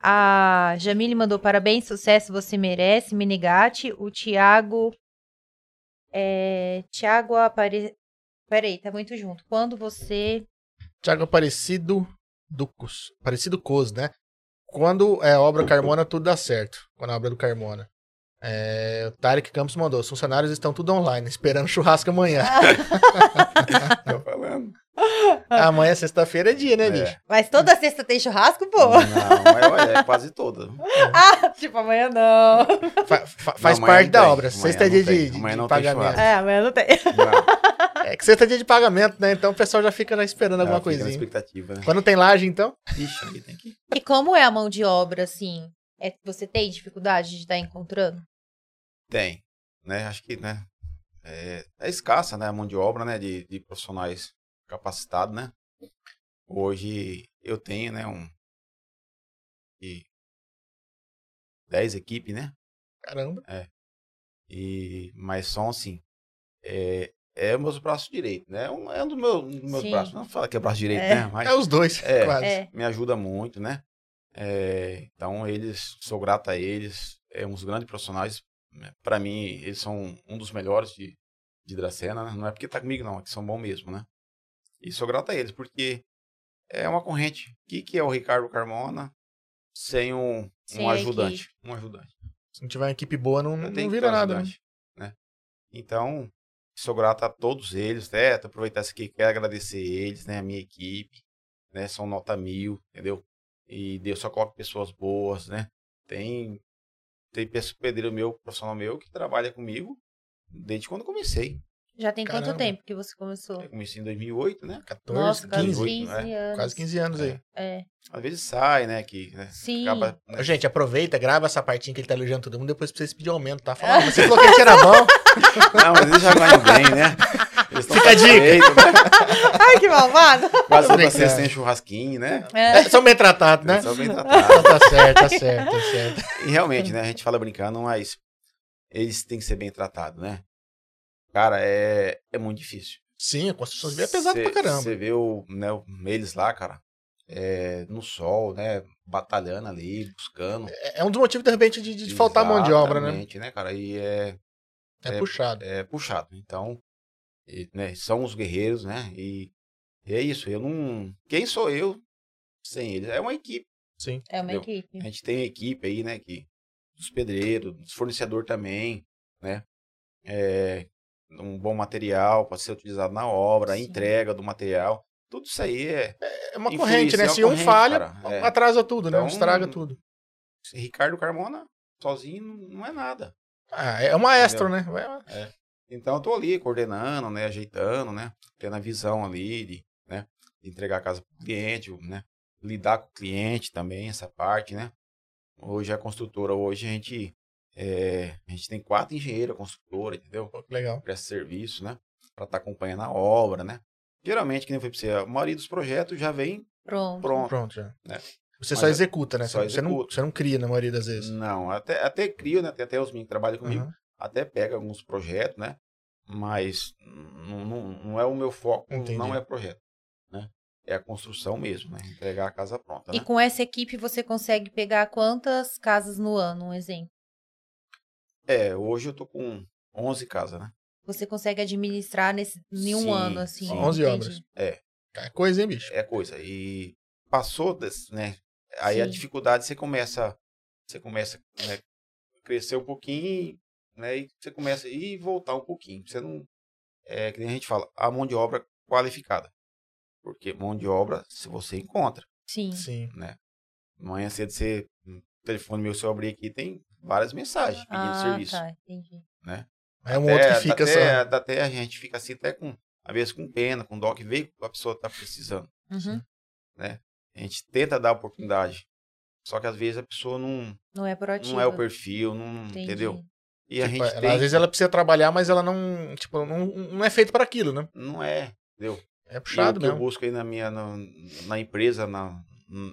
Speaker 2: A Jamile mandou parabéns, sucesso, você merece, Minigate. O Thiago. É, Thiago Apare... Peraí, tá muito junto. Quando você
Speaker 3: Tiago Aparecido Ducos. Aparecido Cos, né? Quando é obra Carmona, tudo dá certo. Quando é obra do Carmona. É, o Tarek Campos mandou. Os funcionários estão tudo online, esperando churrasco amanhã.
Speaker 4: Tô falando.
Speaker 3: amanhã, sexta-feira, é dia, né,
Speaker 4: É.
Speaker 3: bicho?
Speaker 2: Mas toda sexta tem churrasco,
Speaker 4: Não,
Speaker 2: pô.
Speaker 4: mas olha, é quase toda.
Speaker 2: Ah, tipo, amanhã não.
Speaker 3: Fa- fa- faz
Speaker 4: amanhã
Speaker 3: parte
Speaker 4: não
Speaker 3: da
Speaker 4: tem.
Speaker 3: obra.
Speaker 4: Amanhã
Speaker 3: Sexta é
Speaker 4: não
Speaker 3: dia
Speaker 4: tem.
Speaker 3: de, de-
Speaker 4: Amanhã
Speaker 3: de
Speaker 4: não tem
Speaker 3: pagamento.
Speaker 4: churrasco.
Speaker 2: É, amanhã não tem.
Speaker 4: Não,
Speaker 3: É que sexta é dia de pagamento, né? Então o pessoal já É, fica já esperando Tá alguma
Speaker 4: fica na
Speaker 3: coisinha.
Speaker 4: expectativa, né?
Speaker 3: Quando tem laje, então.
Speaker 4: Ixi, aí tem que...
Speaker 2: E como é a mão de obra, assim? É, você tem dificuldade de estar encontrando?
Speaker 4: Tem, né? Acho que, né? É, é escassa, né? A mão de obra, né? De, de profissionais capacitados, né? Hoje eu tenho, né? Um... E... 10 equipes, né?
Speaker 3: Caramba.
Speaker 4: E... Mas são assim... É... É meus braços direitos, né? É um, é um dos meus, um dos meus
Speaker 2: Sim.
Speaker 4: braços. Não fala que é braço direito,
Speaker 2: É.
Speaker 4: né? Mas
Speaker 3: É os dois,
Speaker 4: É.
Speaker 3: quase.
Speaker 2: É.
Speaker 4: me ajuda muito, né? É, então eles, sou grato a eles, é uns grandes profissionais. Para mim, eles são um dos melhores de, de Dracena, né? não é porque tá comigo não, é que são bons mesmo, né? E sou grato a eles, porque é uma corrente. O que, que é o Ricardo Carmona sem um, um
Speaker 2: Sem a
Speaker 4: ajudante? Um ajudante.
Speaker 3: Se não tiver uma equipe boa, não, não
Speaker 4: tem que
Speaker 3: vira
Speaker 4: ter um
Speaker 3: nada. Né?
Speaker 4: ajudante, né? Então, sou grato a todos eles, né? Aproveitar isso aqui, quero agradecer eles, né? A minha equipe, né? São nota mil, entendeu? E Deus só coloca pessoas boas, né? Tem, tem pessoa- pedreiro meu, profissional meu, que trabalha comigo desde quando eu comecei.
Speaker 2: Já tem
Speaker 3: Caramba.
Speaker 2: quanto tempo que você começou?
Speaker 4: Eu comecei em 2008, né?
Speaker 3: 14,
Speaker 2: Nossa, quase
Speaker 3: 15,
Speaker 2: 15,
Speaker 4: 18,
Speaker 2: anos.
Speaker 3: né? quase 15 anos aí.
Speaker 2: É.
Speaker 4: Às vezes sai, né? Que né?
Speaker 2: Sim.
Speaker 4: acaba... né?
Speaker 3: Gente, aproveita, grava essa partinha que ele tá elogiando todo mundo, depois pra vocês pedirem aumento, tá?
Speaker 2: É.
Speaker 3: Fala, "Ah, você falou que ele era bom.
Speaker 4: Não, mas eles já ganham bem, né? Eles tão
Speaker 3: Fica a dica.
Speaker 4: satisfeitos, né?
Speaker 2: Ai, que malvado!
Speaker 4: Quase
Speaker 3: Tô
Speaker 4: toda sexta
Speaker 3: brincando.
Speaker 4: tem churrasquinho, né?
Speaker 2: É.
Speaker 3: É, são bem tratados, né?
Speaker 4: Eles são bem tratados.
Speaker 3: Ah, tá certo, tá certo, tá certo.
Speaker 4: E realmente, né? A gente fala brincando, mas eles têm que ser bem tratados, né? Cara, é, é muito difícil.
Speaker 3: Sim, a construção civil é pesada pra caramba.
Speaker 4: Você vê o, né, o- eles lá, cara, é, no sol, né? Batalhando ali, buscando.
Speaker 3: É é um dos motivos, de repente, de, de faltar mão de obra, né?
Speaker 4: Exatamente, né, cara? E é,
Speaker 3: É,
Speaker 4: É-
Speaker 3: puxado.
Speaker 4: é puxado. Então, e, né, são os guerreiros, né? E é isso. Eu não. Quem sou eu sem eles? É uma equipe.
Speaker 3: Sim.
Speaker 2: É uma
Speaker 4: Entendeu?
Speaker 2: equipe.
Speaker 4: A gente tem uma equipe aí, né? Que, dos pedreiros, dos fornecedores também, né? É, um bom material para ser utilizado na obra, a
Speaker 2: Sim.
Speaker 4: entrega do material. Tudo isso aí é.
Speaker 3: É uma
Speaker 4: Infeliz,
Speaker 3: corrente, né?
Speaker 4: é uma
Speaker 3: Se um
Speaker 4: corrente,
Speaker 3: falha,
Speaker 4: cara. É.
Speaker 3: atrasa tudo, né?
Speaker 4: Então-
Speaker 3: Estraga tudo.
Speaker 4: Ricardo Carmona sozinho não- não é nada.
Speaker 3: Ah, é um maestro, né? Vai-
Speaker 4: Então eu tô ali coordenando, né? Ajeitando, né? Tendo a visão ali de, né? de entregar a casa pro cliente, né? Lidar com o cliente também, essa parte, né? Hoje a construtora, hoje a gente. é, a gente tem quatro engenheiros construtora, entendeu?
Speaker 3: Pô, que legal.
Speaker 4: presta serviço, né? Para estar acompanhando a obra, né? Geralmente, que nem foi para você, a maioria dos projetos já vem
Speaker 2: Pronto.
Speaker 4: pronto.
Speaker 3: Pronto, já.
Speaker 4: É.
Speaker 3: Você
Speaker 4: Mas
Speaker 3: só
Speaker 4: é-
Speaker 3: executa, né?
Speaker 4: só
Speaker 3: você, Não,
Speaker 4: executa.
Speaker 3: você não cria na maioria das vezes.
Speaker 4: Não, até, até crio, né? Tem até os meninos que trabalham comigo,
Speaker 3: Aham.
Speaker 4: até pega alguns projetos, né? Mas não, não, não é o meu foco,
Speaker 3: Entendi.
Speaker 4: não é projeto, né? É a construção mesmo, né? Entregar a casa pronta,
Speaker 2: E
Speaker 4: né?
Speaker 2: com essa equipe você consegue pegar quantas casas no ano, um exemplo?
Speaker 4: É, hoje eu tô com 11 casas, né?
Speaker 2: Você consegue administrar nesse, em um
Speaker 4: Sim,
Speaker 2: ano, assim.
Speaker 4: sim.
Speaker 3: 11
Speaker 2: entendi.
Speaker 3: obras.
Speaker 4: É.
Speaker 3: É coisa, hein, bicho?
Speaker 4: É coisa. E passou, desse, né? Aí a
Speaker 2: Sim.
Speaker 4: dificuldade você começa, você começa né, crescer um pouquinho, né? E você começa e voltar um pouquinho. Você não é que nem a gente fala a mão de obra qualificada, porque mão de obra se você encontra.
Speaker 2: Sim.
Speaker 3: Sim.
Speaker 4: Amanhã cedo você o telefone meu se eu abrir aqui tem várias mensagens pedindo
Speaker 2: Ah,
Speaker 4: serviço.
Speaker 2: tá, entendi.
Speaker 3: É um
Speaker 4: Até- tá
Speaker 3: outro que fica
Speaker 4: até,
Speaker 3: só.
Speaker 4: só. Até a gente fica assim até com às vezes com pena, com dó que veio que a pessoa tá precisando.
Speaker 2: Uhum.
Speaker 4: A gente tenta dar oportunidade. Só que às vezes a pessoa não,
Speaker 2: Não é proativo.
Speaker 4: não é o perfil, não,
Speaker 2: Entendi.
Speaker 4: entendeu? E a
Speaker 3: Tipo,
Speaker 4: gente
Speaker 3: ela-
Speaker 4: tem,
Speaker 3: às vezes ela precisa trabalhar, mas ela não, tipo, não, não é feito para aquilo, né?
Speaker 4: não é, entendeu?
Speaker 3: É
Speaker 4: E o
Speaker 3: puxado
Speaker 4: que eu
Speaker 3: mesmo.
Speaker 4: busco aí na minha na, na empresa, na,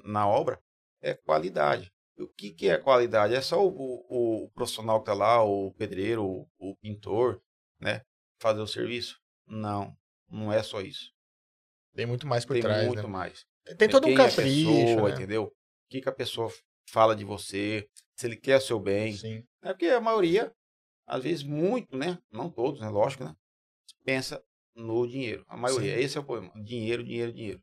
Speaker 4: na obra, é qualidade. E O que, que é qualidade? É só o, o- o profissional que tá lá, o pedreiro, o, o pintor, né? Fazer o serviço? Não, não é só isso.
Speaker 3: Tem muito mais por
Speaker 4: Tem
Speaker 3: trás,
Speaker 4: muito
Speaker 3: né?
Speaker 4: mais.
Speaker 3: Tem todo um
Speaker 4: Quem é a
Speaker 3: capricho,
Speaker 4: pessoa,
Speaker 3: né?
Speaker 4: entendeu? O que, que a pessoa fala de você, se ele quer o seu bem,
Speaker 3: Sim.
Speaker 4: É porque a maioria, às vezes muito, né? Não todos, né? Lógico, né? Pensa no dinheiro. A maioria.
Speaker 3: Sim.
Speaker 4: Esse é o problema. Dinheiro, dinheiro, dinheiro.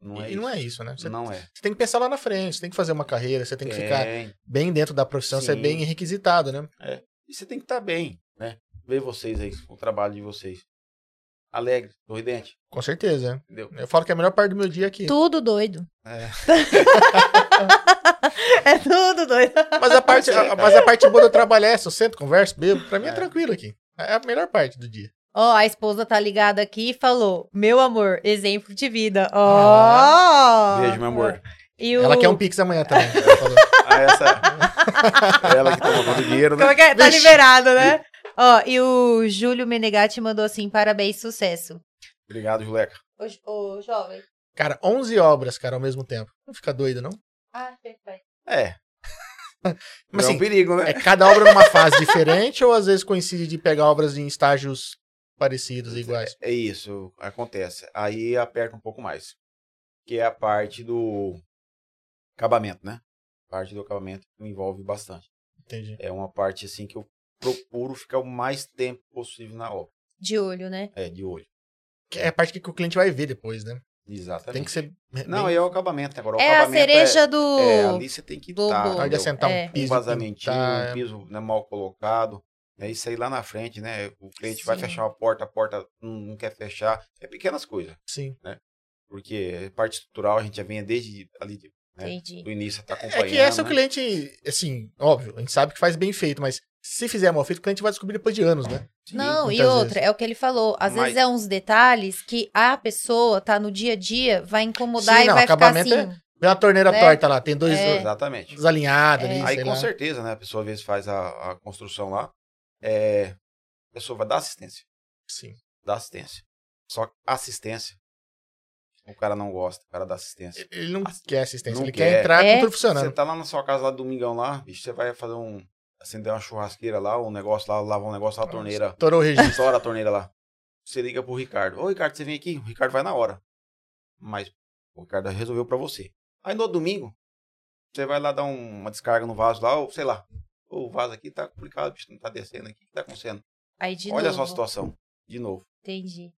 Speaker 4: Não é
Speaker 3: e
Speaker 4: isso.
Speaker 3: não é isso, né? Você,
Speaker 4: Não é.
Speaker 3: você tem que pensar lá na frente, você tem que fazer uma carreira, você tem que ficar
Speaker 4: Tem.
Speaker 3: bem dentro da profissão, você é
Speaker 4: Sim.
Speaker 3: bem requisitado, né?
Speaker 4: E você tem que estar bem, né? Ver vocês aí, o trabalho de vocês. Alegre, sorridente,
Speaker 3: Com certeza. né?
Speaker 4: entendeu?
Speaker 3: Eu falo que a melhor parte do meu dia é aqui.
Speaker 2: Tudo doido.
Speaker 4: É.
Speaker 2: é tudo doido.
Speaker 3: Mas a parte, a- mas a parte boa de eu trabalhar é, se eu sento, converso, bebo, pra mim é,
Speaker 4: É.
Speaker 3: tranquilo aqui. É a melhor parte do dia.
Speaker 2: Ó, a esposa tá ligada aqui e falou: Meu amor, exemplo de vida. Ó.
Speaker 4: Ah.
Speaker 3: Ah,
Speaker 4: Beijo, meu amor.
Speaker 2: E o...
Speaker 3: Ela quer um pix amanhã também. ela falou.
Speaker 4: Ah, essa é ela que toma conta do dinheiro,
Speaker 2: Como
Speaker 4: né?
Speaker 2: é que é? Tá
Speaker 3: Vixe.
Speaker 2: liberado, né? Ó, e o Júlio Menegatti mandou assim: parabéns, sucesso.
Speaker 4: Obrigado, Juleca.
Speaker 2: Ô, jo- ô, jovem.
Speaker 3: Cara, 11 obras, cara, ao mesmo tempo. Não fica doido, não?
Speaker 2: Ah, perfeito.
Speaker 4: É.
Speaker 3: Mas
Speaker 4: é um
Speaker 3: assim,
Speaker 4: perigo, né?
Speaker 3: é cada obra numa fase diferente ou às vezes coincide de pegar obras em estágios parecidos, iguais?
Speaker 4: É isso, acontece. Aí aperta um pouco mais. Que é a parte do acabamento, né? A parte do acabamento me envolve bastante.
Speaker 3: Entendi.
Speaker 4: É uma parte assim que eu procuro ficar o mais tempo possível na obra.
Speaker 2: De olho, né?
Speaker 4: É, de olho.
Speaker 3: Que é a parte que o cliente vai ver depois, né?
Speaker 4: Exatamente.
Speaker 3: Tem que ser.
Speaker 4: Não, é o acabamento agora. O
Speaker 2: É a
Speaker 4: acabamento
Speaker 2: cereja do.
Speaker 4: É, ali você tem que
Speaker 2: do
Speaker 4: estar.
Speaker 2: bolo.
Speaker 3: Hora de
Speaker 4: entendeu?
Speaker 3: assentar
Speaker 2: É.
Speaker 3: um
Speaker 4: um
Speaker 3: piso.
Speaker 4: vazamentinho,
Speaker 3: pintar,
Speaker 4: um piso né, mal colocado. É isso aí lá na frente, né? O cliente vai
Speaker 2: Sim.
Speaker 4: fechar uma porta, a porta não não quer fechar. É pequenas coisas,
Speaker 3: Sim.
Speaker 4: porque parte estrutural a gente já vem desde ali de- né?
Speaker 2: Entendi.
Speaker 4: do início, tá
Speaker 3: É
Speaker 4: acompanhando.
Speaker 3: que essa o
Speaker 4: né?
Speaker 3: cliente, assim, óbvio, a gente sabe que faz bem feito, mas se fizer mal feito, o cliente vai descobrir depois de anos, né?
Speaker 4: Sim.
Speaker 2: Não, e
Speaker 3: muitas
Speaker 2: outra, é o que ele falou. Às
Speaker 4: Mas-
Speaker 2: vezes é uns detalhes que a pessoa tá no dia a dia, vai incomodar
Speaker 3: Sim,
Speaker 2: e
Speaker 3: não,
Speaker 2: vai ficar assim.
Speaker 3: acabamento é- Vê uma torneira
Speaker 2: Né?
Speaker 3: torta lá, tem dois
Speaker 2: É.
Speaker 4: Exatamente.
Speaker 3: desalinhados
Speaker 2: É.
Speaker 3: ali,
Speaker 4: Aí
Speaker 3: sei
Speaker 4: com
Speaker 3: lá.
Speaker 4: certeza, né? A pessoa às vezes faz a, a construção lá. É, a pessoa vai dar assistência.
Speaker 3: Sim.
Speaker 4: Dá assistência. Só que assistência. O cara não gosta, o cara dá assistência.
Speaker 3: Ele não quer assistência,
Speaker 4: Não
Speaker 3: ele
Speaker 4: quer.
Speaker 3: quer entrar
Speaker 2: É.
Speaker 3: com tudo
Speaker 4: Você
Speaker 3: funcionando.
Speaker 4: tá lá na sua casa lá domingão lá, bicho, você vai fazer um. acender uma churrasqueira lá, um negócio lá, lavar um negócio lá, a torneira.
Speaker 3: Estourou o registro.
Speaker 4: Estoura a torneira lá. Você liga pro Ricardo. Ô, Ricardo, você vem aqui? O Ricardo vai na hora. Mas o Ricardo resolveu pra você. Aí no domingo, você vai lá dar um- uma descarga no vaso lá, ou sei lá. Ô, o vaso aqui tá complicado, bicho, não tá descendo aqui, o que tá acontecendo?
Speaker 2: Aí de
Speaker 4: Olha
Speaker 2: novo.
Speaker 4: só a situação. De novo,
Speaker 2: Entendi.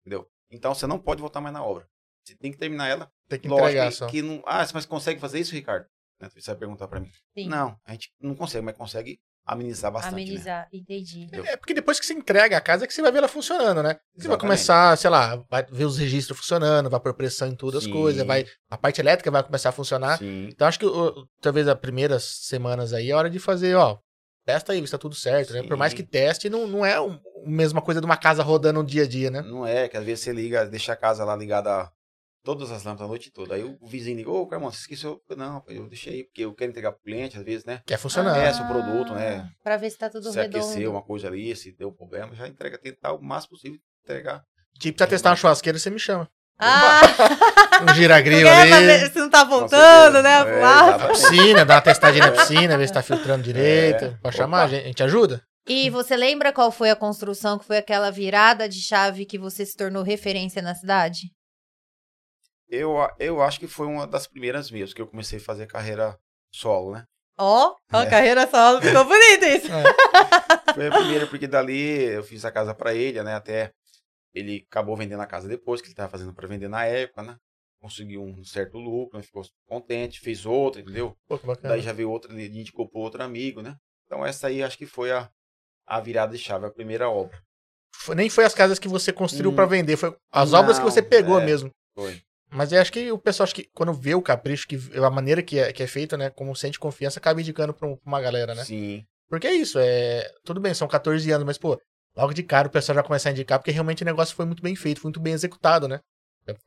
Speaker 4: entendeu? Então você não pode voltar mais na obra. Você tem que terminar ela
Speaker 3: Tem que
Speaker 4: Lógico
Speaker 3: entregar
Speaker 4: que-
Speaker 3: só.
Speaker 4: que não. Ah, mas consegue fazer isso, Ricardo? Né, Você vai perguntar pra mim.
Speaker 2: Sim.
Speaker 4: Não, a gente não consegue, mas consegue amenizar bastante. né?
Speaker 2: Amenizar.
Speaker 4: Amenizar.
Speaker 2: Entendi.
Speaker 3: É porque depois que você entrega a casa é que você vai ver ela funcionando, né? Você vai
Speaker 4: Exatamente.
Speaker 3: começar, sei lá, vai ver os registros funcionando, vai pôr pressão em todas as
Speaker 4: Sim.
Speaker 3: coisas, vai a parte elétrica vai começar a funcionar.
Speaker 4: Sim.
Speaker 3: Então acho que ô, talvez as primeiras semanas aí é hora de fazer, ó, testa aí, vê se tá tudo certo, né? Por
Speaker 4: Sim.
Speaker 3: mais que teste, não, não é um- a mesma coisa de uma casa rodando no dia a dia, né?
Speaker 4: Não é, que às vezes você liga, deixa a casa lá ligada todas as lâmpadas a noite toda. Aí o vizinho liga, ô, Carmão, você esqueceu? Não, eu deixei, porque eu quero entregar pro cliente, às vezes, né?
Speaker 3: Quer funcionar.
Speaker 4: é, seu produto, né?
Speaker 2: Ah, Pra ver se tá tudo
Speaker 4: se
Speaker 2: redondo.
Speaker 4: aqueceu uma coisa ali, se deu problema, já entrega, tentar o máximo possível entregar.
Speaker 3: Tipo, precisa testar uma churrasqueira, você me chama.
Speaker 2: Ah,
Speaker 3: Um giragril
Speaker 2: porque é pra ver
Speaker 3: ali,
Speaker 2: se não tá
Speaker 4: Com
Speaker 2: voltando, né?
Speaker 4: certeza.
Speaker 2: lá.
Speaker 4: É,
Speaker 3: a
Speaker 4: exatamente.
Speaker 3: piscina, dá uma testadinha na piscina, ver se tá
Speaker 4: É.
Speaker 3: filtrando direito. Pra chamar, a gente, a gente ajuda?
Speaker 2: E você lembra qual foi a construção que foi aquela virada de chave que você se tornou referência na cidade?
Speaker 4: Eu, a- eu acho que foi uma das primeiras mesmo que eu comecei a fazer carreira solo, né?
Speaker 2: Ó, ó,
Speaker 4: É.
Speaker 2: carreira solo, ficou bonito isso.
Speaker 4: Foi a primeira, porque dali eu fiz a casa pra ele, né? Até ele acabou vendendo a casa depois, que ele tava fazendo pra vender na época, né? Conseguiu um certo lucro, né? ficou contente, fez outra, entendeu?
Speaker 3: Pô, que bacana.
Speaker 4: Daí já veio outra, ele indicou pro outro amigo, né? Então essa aí acho que foi a, a virada de chave, a primeira obra.
Speaker 3: Foi- nem foi as casas que você construiu
Speaker 4: Hum.
Speaker 3: pra vender, foi as obras que
Speaker 4: Não,
Speaker 3: você pegou
Speaker 4: é.
Speaker 3: mesmo.
Speaker 4: Foi.
Speaker 3: Mas eu acho que o pessoal acho que quando vê o capricho, que a maneira que é, que é feito, né, como sente confiança, acaba indicando pra um- pra uma galera, né?
Speaker 4: Sim.
Speaker 3: Porque é isso, é, tudo bem, são 14 anos, mas pô, logo de cara o pessoal já começa a indicar porque realmente o negócio foi muito bem feito, foi muito bem executado, né?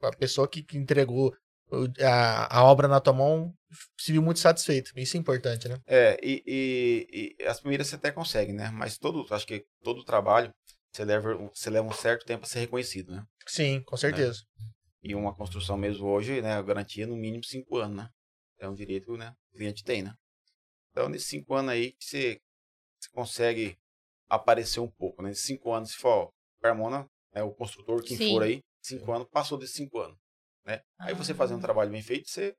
Speaker 3: A a pessoa que, que entregou o- a, a obra na tua mão se viu muito satisfeito. Isso é importante, né?
Speaker 4: É, e, e- e as primeiras você até consegue, né? Mas todo, acho que todo trabalho, você leva, um- você leva um certo tempo a ser reconhecido, né?
Speaker 3: Sim, com certeza.
Speaker 4: E uma construção mesmo hoje, né? Garantia no mínimo cinco anos, né? É um direito né, que o cliente tem, né? Então, nesses cinco anos aí que você, você consegue aparecer um pouco, né? Nesses cinco anos, se for, ó, Carmona, né, o construtor, quem
Speaker 2: Sim.
Speaker 4: for aí, cinco anos, passou desses cinco anos. Aí você fazer um
Speaker 2: Ah.
Speaker 4: trabalho bem feito, você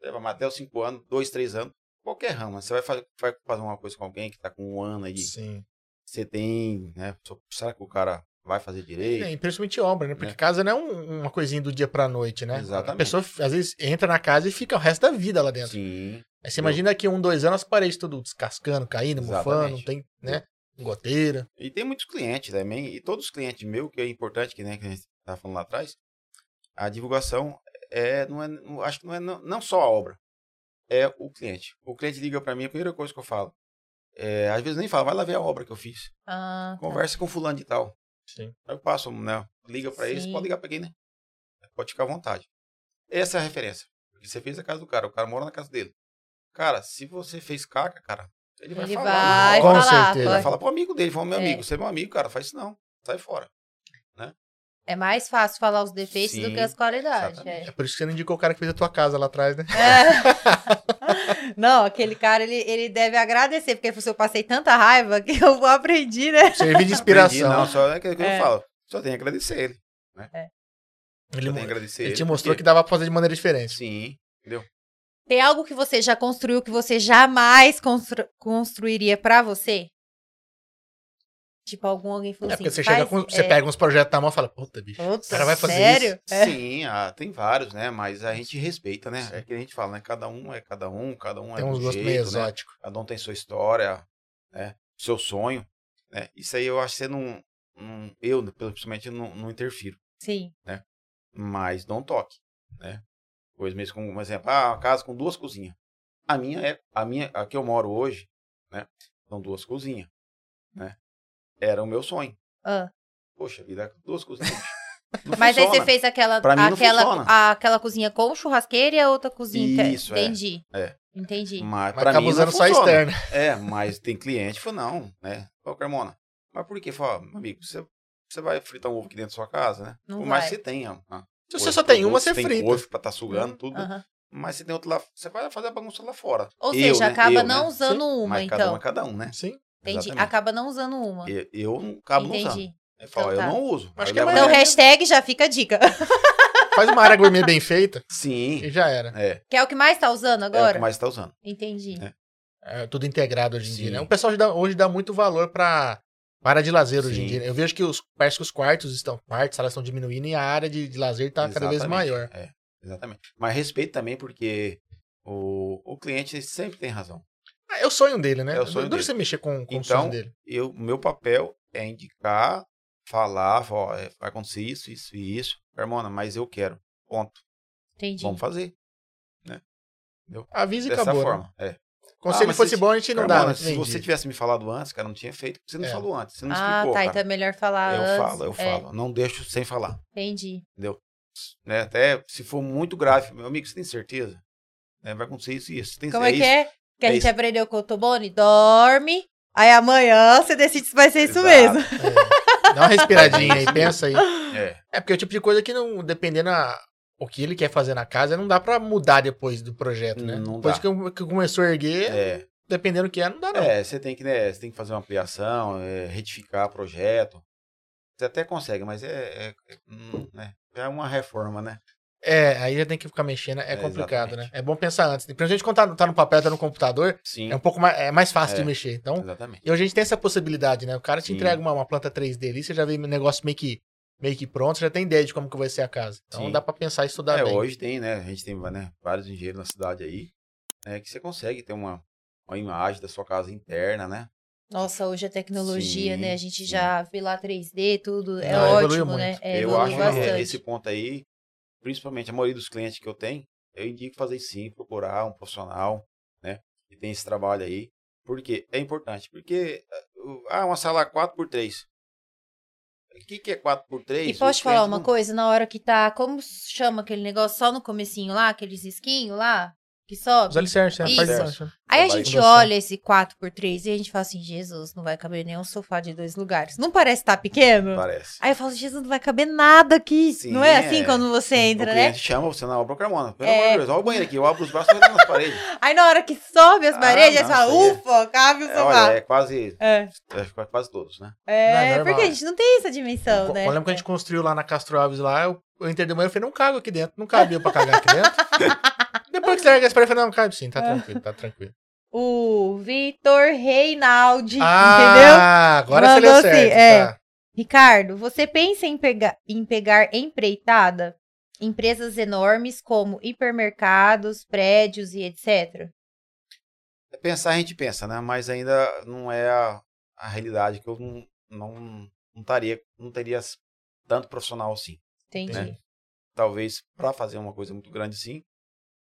Speaker 4: leva mais até os cinco anos, dois, três anos, qualquer ramo. né? Você vai fazer, É. vai fazer uma coisa com alguém que tá com um ano aí,
Speaker 3: Sim.
Speaker 4: você tem, né? Será que o cara vai fazer direito.
Speaker 3: É, e principalmente obra, né? Porque
Speaker 4: É.
Speaker 3: casa não é um- uma coisinha do dia pra noite, né?
Speaker 4: Exatamente.
Speaker 3: A pessoa, às vezes, entra na casa e fica o resto da vida lá dentro.
Speaker 4: Sim.
Speaker 3: Aí você imagina daqui a um, dois anos as paredes tudo descascando, caindo, mofando, não
Speaker 4: Exatamente.
Speaker 3: tem, né? Goteira.
Speaker 4: E tem muitos clientes também, e todos os clientes meus, que é importante, que, né, que a gente estava falando lá atrás, a divulgação é, não é, não- acho que não é não, não só a obra, é o cliente. O cliente liga para mim, a primeira coisa que eu falo, é, às vezes nem fala, vai lá ver a obra que eu fiz,
Speaker 2: Ah, tá.
Speaker 4: conversa com fulano de tal.
Speaker 3: Sim.
Speaker 4: Aí eu passo, né, liga para eles,
Speaker 2: Sim.
Speaker 4: pode ligar para quem, né? Pode ficar à vontade. Essa é a referência. Porque você fez a casa do cara, o cara mora na casa dele. Cara, se você fez caca, cara, ele vai
Speaker 2: Ele
Speaker 4: falar.
Speaker 2: vai
Speaker 3: Com
Speaker 2: falar.
Speaker 3: certeza.
Speaker 2: pô.
Speaker 4: Vai falar pro amigo dele, fala, meu
Speaker 2: É.
Speaker 4: amigo, você é meu amigo, cara, faz isso não, sai fora.
Speaker 2: É mais fácil falar os defeitos do
Speaker 4: Sim,
Speaker 2: que as qualidades.
Speaker 4: exatamente.
Speaker 3: É por isso que você não indicou o cara que fez a tua casa lá atrás, né?
Speaker 2: É. Não, aquele cara, ele, ele deve agradecer, porque ele falou assim, eu passei tanta raiva que eu aprendi, né?
Speaker 3: Servir de
Speaker 4: Aprendi,
Speaker 3: inspiração.
Speaker 4: não, só é aquilo que
Speaker 2: É.
Speaker 4: eu falo. Só tem que agradecer ele.
Speaker 3: ele,
Speaker 4: só tem que agradecer
Speaker 3: ele
Speaker 4: ele.
Speaker 3: te mostrou que
Speaker 4: porque-
Speaker 3: dava pra fazer de maneira diferente.
Speaker 4: Sim.
Speaker 2: Tem algo que você já construiu que você jamais constru- construiria pra você? Tipo, algum alguém falou
Speaker 3: É
Speaker 2: assim,
Speaker 3: porque você,
Speaker 2: faz-
Speaker 3: chega com- você
Speaker 2: é,
Speaker 3: pega uns projetos na mão e fala, puta, bicho,
Speaker 2: Putz,
Speaker 3: o cara vai fazer
Speaker 2: sério?
Speaker 3: isso.
Speaker 2: É.
Speaker 4: Sim, ah, tem vários, né? Mas a gente respeita, né? É que a gente fala, né? Cada um é cada um, cada um é
Speaker 3: Tem
Speaker 4: do
Speaker 3: uns gostos
Speaker 4: jeito,
Speaker 3: meio
Speaker 4: né?
Speaker 3: exóticos.
Speaker 4: Cada um tem sua história, né? Seu sonho, né? Isso aí eu acho que você não... não- eu, principalmente, não, não interfiro.
Speaker 2: Sim.
Speaker 4: Mas não um toque, né? Pois mesmo, como um exemplo, ah, uma casa com duas cozinhas. A minha é, a minha, a que eu moro hoje, né? São duas cozinhas, né? Era o meu sonho.
Speaker 2: Ah.
Speaker 4: Poxa vida, é duas cozinhas. Não
Speaker 2: Mas aí você
Speaker 4: funciona.
Speaker 2: fez aquela,
Speaker 4: Pra mim não
Speaker 2: aquela,
Speaker 4: funciona.
Speaker 2: a- aquela cozinha com churrasqueira e a outra cozinha.
Speaker 4: Isso, é.
Speaker 2: Entendi.
Speaker 4: É.
Speaker 2: Entendi.
Speaker 3: Mas
Speaker 4: Mas, pra mim
Speaker 3: acaba
Speaker 4: não
Speaker 3: usando só a
Speaker 4: funciona.
Speaker 3: externa.
Speaker 4: É, mas tem cliente que fala, não, né? Ô, Carmona, mas por que? Fala, meu amigo, você, você vai fritar um ovo aqui dentro da sua casa, né?
Speaker 2: Não
Speaker 4: Por mais
Speaker 2: vai.
Speaker 4: que você tenha. ah,
Speaker 3: Se você
Speaker 4: outros
Speaker 3: só tem uma,
Speaker 4: produtos,
Speaker 3: você frita.
Speaker 4: Tem ovo pra tá sugando, tudo.
Speaker 2: Aham.
Speaker 4: Mas você tem outro lá, você vai fazer a bagunça lá fora.
Speaker 2: Ou
Speaker 4: Eu,
Speaker 2: seja,
Speaker 4: né?
Speaker 2: acaba
Speaker 4: Eu, né?
Speaker 2: não usando uma,
Speaker 4: Mas cada um
Speaker 2: então.
Speaker 4: é cada um, né?
Speaker 3: Sim.
Speaker 2: Entendi.
Speaker 4: Exatamente.
Speaker 2: Acaba não usando uma.
Speaker 4: Eu, eu não acabo não usando.
Speaker 2: Entendi.
Speaker 4: Eu falo,
Speaker 2: Então tá.
Speaker 4: eu não uso.
Speaker 3: Acho
Speaker 4: Aí
Speaker 3: que é
Speaker 4: eu levo
Speaker 2: Então,
Speaker 3: Mas-
Speaker 4: embora.
Speaker 2: hashtag já fica a dica.
Speaker 3: Faz uma área gourmet bem feita e
Speaker 4: Sim,
Speaker 3: já era.
Speaker 4: é.
Speaker 2: Que é o que mais tá usando
Speaker 4: É o
Speaker 2: agora?
Speaker 4: que mais tá usando.
Speaker 2: Entendi.
Speaker 4: É.
Speaker 3: É, tudo integrado hoje em dia,
Speaker 4: Sim.
Speaker 3: né? O pessoal hoje dá, hoje dá muito valor pra pra área de lazer hoje em
Speaker 4: Sim.
Speaker 3: dia. né? Eu vejo que os, parece que os quartos estão, quartos, salas estão diminuindo e a área de, de lazer tá cada vez
Speaker 4: Exatamente,
Speaker 3: maior.
Speaker 4: É, exatamente. Mas respeito também, porque o, o cliente sempre tem razão.
Speaker 3: Ah, é o sonho dele, né?
Speaker 4: É o sonho
Speaker 3: Duro
Speaker 4: dele.
Speaker 3: você mexer com, com o
Speaker 4: Então,
Speaker 3: sonho dele.
Speaker 4: eu, meu papel é indicar, falar, falar, ó, é, vai acontecer isso, isso e isso. Carmona, mas eu quero. Ponto.
Speaker 2: Entendi.
Speaker 4: Vamos fazer.
Speaker 3: Avisa e
Speaker 4: Dessa
Speaker 3: acabou. né?
Speaker 4: forma. É.
Speaker 3: Como
Speaker 4: Ah,
Speaker 3: se ele
Speaker 4: mas
Speaker 3: fosse
Speaker 4: se-
Speaker 3: bom, a gente não dá.
Speaker 4: Carmona,
Speaker 3: né?
Speaker 4: se você
Speaker 3: Entendi.
Speaker 4: tivesse me falado antes, cara, não tinha feito. Você não
Speaker 3: É.
Speaker 4: falou antes, você não
Speaker 2: ah,
Speaker 4: explicou,
Speaker 2: tá.
Speaker 4: cara.
Speaker 2: Então é melhor falar
Speaker 4: eu
Speaker 2: antes.
Speaker 4: falo, eu
Speaker 2: É,
Speaker 4: falo. Não deixo sem falar.
Speaker 2: Entendi.
Speaker 4: né? Até se for muito grave, meu amigo, você tem certeza? Né? Vai acontecer isso e isso. Você tem-
Speaker 2: Como é, que
Speaker 4: isso?
Speaker 2: é? Que a
Speaker 4: É
Speaker 2: gente
Speaker 4: isso.
Speaker 2: aprendeu com o Tobone? Dorme. Aí amanhã você decide se vai ser isso
Speaker 4: Exato.
Speaker 2: mesmo.
Speaker 3: É. Dá uma respiradinha aí, pensa aí.
Speaker 4: É,
Speaker 3: É porque é o tipo de coisa que não, dependendo a, o que ele quer fazer na casa, não dá pra mudar depois do projeto, né?
Speaker 4: Não
Speaker 3: depois
Speaker 4: dá.
Speaker 3: que, que começou a erguer,
Speaker 4: é,
Speaker 3: dependendo do que é, não dá não.
Speaker 4: é, você tem que, né, você tem que fazer uma ampliação, é, retificar projeto. Você até consegue, mas é, é, é, hum, né? Já é uma reforma, né?
Speaker 3: É, aí já tem que ficar mexendo, é
Speaker 4: É,
Speaker 3: complicado,
Speaker 4: exatamente.
Speaker 3: né? É bom pensar antes. Principalmente quando tá, tá no papel, tá no computador,
Speaker 4: Sim,
Speaker 3: é um pouco mais, é mais fácil
Speaker 4: É.
Speaker 3: de mexer. Então,
Speaker 4: exatamente.
Speaker 3: e hoje a gente tem essa possibilidade, né? O cara te
Speaker 4: Sim.
Speaker 3: entrega uma, uma planta 3D ali, você já vê um negócio meio que, meio que pronto, você já tem ideia de como que vai ser a casa. Então
Speaker 4: Sim.
Speaker 3: dá pra pensar e estudar
Speaker 4: É,
Speaker 3: bem.
Speaker 4: hoje tem, né? A gente tem né, vários engenheiros na cidade aí, né, que você consegue ter uma, uma imagem da sua casa interna, né?
Speaker 2: Nossa, hoje a tecnologia,
Speaker 4: Sim,
Speaker 2: né? A gente
Speaker 4: sim.
Speaker 2: já vê lá 3D, tudo. É
Speaker 3: Não, evoluiu
Speaker 2: ótimo,
Speaker 3: muito.
Speaker 2: né? É,
Speaker 4: eu
Speaker 2: evoluiu
Speaker 4: acho
Speaker 2: bastante.
Speaker 4: que nesse ponto aí, principalmente a maioria dos clientes que eu tenho, eu indico fazer sim, procurar um profissional, né? Que tem esse trabalho aí. Por quê? É importante. Porque, ah, uma sala 4x3. O que, que é 4x3?
Speaker 2: E
Speaker 4: O
Speaker 2: posso te falar
Speaker 4: cliente
Speaker 2: uma
Speaker 4: não-
Speaker 2: coisa? Na hora que tá. Como chama aquele negócio só no comecinho lá, aqueles risquinhos lá? Que sobe?
Speaker 3: Os alicerces, né? Faz
Speaker 2: Isso.
Speaker 3: alicerce.
Speaker 2: Aí a
Speaker 4: Vai
Speaker 2: gente
Speaker 3: conversando.
Speaker 2: olha esse 4x3 e a gente fala assim: Jesus, não vai caber nenhum sofá de dois lugares. Não parece estar pequeno?
Speaker 4: Parece.
Speaker 2: Aí eu falo, Jesus, não vai caber nada aqui.
Speaker 4: Tá. Sim,
Speaker 2: não é assim
Speaker 4: é.
Speaker 2: quando você entra,
Speaker 4: o
Speaker 2: né?
Speaker 4: cliente chama você na obra, Carmona. Pelo
Speaker 2: É.
Speaker 4: amor de Deus, olha o banheiro aqui. Eu abro os braços e nas paredes.
Speaker 2: Aí na hora que sobe as
Speaker 4: Ah,
Speaker 2: paredes, aí você
Speaker 4: não,
Speaker 2: fala,
Speaker 4: isso aí é-
Speaker 2: ufa, cabe o
Speaker 4: É, olha,
Speaker 2: sofá.
Speaker 4: é quase,
Speaker 2: É,
Speaker 4: é quase- quase todos, né?
Speaker 2: é,
Speaker 3: normal.
Speaker 2: porque a gente não tem essa dimensão, né?
Speaker 3: Eu lembro que a gente construiu lá na Castro Alves lá, eu, eu entrei de manhã e falei, não cago aqui dentro, não cabia pra cagar aqui dentro. Depois que você larga esse parede, eu falei, não, cabe
Speaker 2: É.
Speaker 3: sim, tá tranquilo, tá tranquilo.
Speaker 2: O Vitor Reinaldi,
Speaker 3: Ah, agora você
Speaker 2: Mandou
Speaker 3: leu
Speaker 2: assim,
Speaker 3: certo,
Speaker 2: é.
Speaker 3: tá.
Speaker 2: Ricardo, você pensa em, pega- em pegar empreitada empresas enormes como hipermercados, prédios e etc?
Speaker 4: É Pensar a gente pensa, né? Mas ainda não é a, a realidade que eu não, não, não, taria, não teria s- tanto profissional assim.
Speaker 2: Entendi.
Speaker 4: Né? Talvez para fazer uma coisa muito grande assim,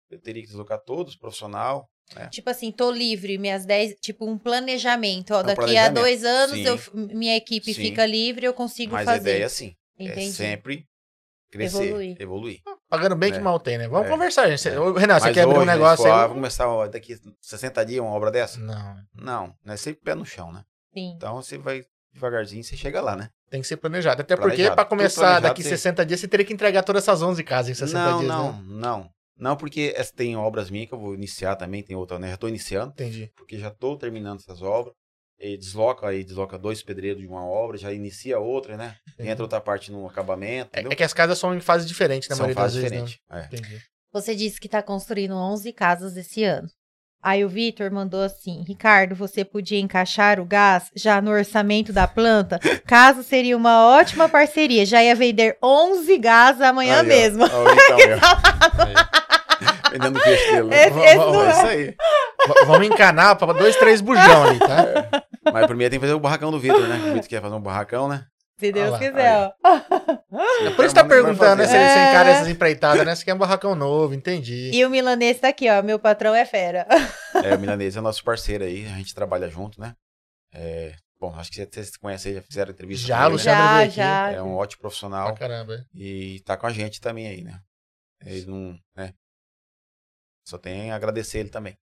Speaker 4: eu teria que deslocar todos, profissional.
Speaker 2: Tipo assim, tô livre, minhas 10. Tipo, um planejamento. Ó,
Speaker 4: É um
Speaker 2: daqui
Speaker 4: planejamento,
Speaker 2: a dois anos
Speaker 4: sim.
Speaker 2: eu f- minha equipe
Speaker 4: Sim.
Speaker 2: fica livre, eu consigo
Speaker 4: mas
Speaker 2: fazer.
Speaker 4: a ideia é assim,
Speaker 2: Entendi.
Speaker 4: é sempre crescer,
Speaker 2: Evoluir.
Speaker 4: evoluir.
Speaker 3: Pagando bem
Speaker 4: É.
Speaker 3: que mal tem, né? Vamos
Speaker 4: É.
Speaker 3: conversar, gente.
Speaker 4: É.
Speaker 3: Ô, Renan, você
Speaker 4: Mas
Speaker 3: quer abrir um Hum.
Speaker 4: hoje, um né,
Speaker 3: negócio
Speaker 4: falar, "Ah,
Speaker 3: aí?
Speaker 4: Vamos começar ó, daqui 60 dias uma obra dessa?
Speaker 3: Não,
Speaker 4: Não, né? Sempre pé no chão, né?
Speaker 2: Sim.
Speaker 4: Então você vai devagarzinho, você chega lá, né?
Speaker 3: tem que ser planejado. Até porque,
Speaker 4: Planejado.
Speaker 3: pra
Speaker 4: Tudo
Speaker 3: começar
Speaker 4: planejado
Speaker 3: daqui
Speaker 4: tem.
Speaker 3: 60 dias, você teria que entregar todas essas 11 casas em 60
Speaker 4: não,
Speaker 3: dias,
Speaker 4: não,
Speaker 3: né?
Speaker 4: não. Não, porque essa- tem obras minhas que eu vou iniciar também, tem outra, né? Já estou iniciando,
Speaker 3: Entendi.
Speaker 4: porque já estou terminando essas obras. E desloca aí, desloca dois pedreiros de uma obra, já inicia outra, né? Entra outra parte no acabamento,
Speaker 3: É,
Speaker 4: entendeu?
Speaker 3: é que as casas são em fase diferente, na
Speaker 4: São
Speaker 3: maioria das
Speaker 4: fases
Speaker 3: vezes, né?
Speaker 4: diferentes. É.
Speaker 3: Entendi.
Speaker 2: Você disse que tá construindo 11 casas esse ano. Aí o Vitor mandou assim: Ricardo, você podia encaixar o gás já no orçamento da planta? Caso seria uma ótima parceria. Já ia vender 11 gás amanhã
Speaker 4: Aí, ó.
Speaker 2: mesmo.
Speaker 4: Ó, então, ó. Aí. Vendendo besteira, né?
Speaker 2: Esse- esse não
Speaker 4: É
Speaker 2: é.
Speaker 4: isso aí.
Speaker 3: V- Vamos encanar pra dois, três bujão ali, tá?
Speaker 4: Mas primeiro tem que fazer o barracão do Vitor, né? O Vitor quer fazer um barracão, né?
Speaker 2: Se Deus
Speaker 3: lá,
Speaker 2: quiser,
Speaker 4: aí.
Speaker 2: ó.
Speaker 3: É por isso que tá
Speaker 4: Vai fazer.
Speaker 3: perguntando, né? Se
Speaker 2: É.
Speaker 3: você encara essas empreitadas, né? Você quer um barracão novo, entendi.
Speaker 2: E o milanês tá aqui, ó. Meu patrão é fera.
Speaker 4: É, o Milanês é nosso parceiro aí, a gente trabalha junto, né? É, bom, acho que vocês se conhecem, já fizeram entrevista.
Speaker 3: Já,
Speaker 4: com ele,
Speaker 3: Ah, Luciano
Speaker 2: Já,
Speaker 3: veio aqui.
Speaker 2: já.
Speaker 4: né? É um ótimo
Speaker 3: Pra
Speaker 4: profissional
Speaker 3: caramba.
Speaker 4: e tá com a gente também aí, né? Ele não, né? Só tem a agradecer ele também.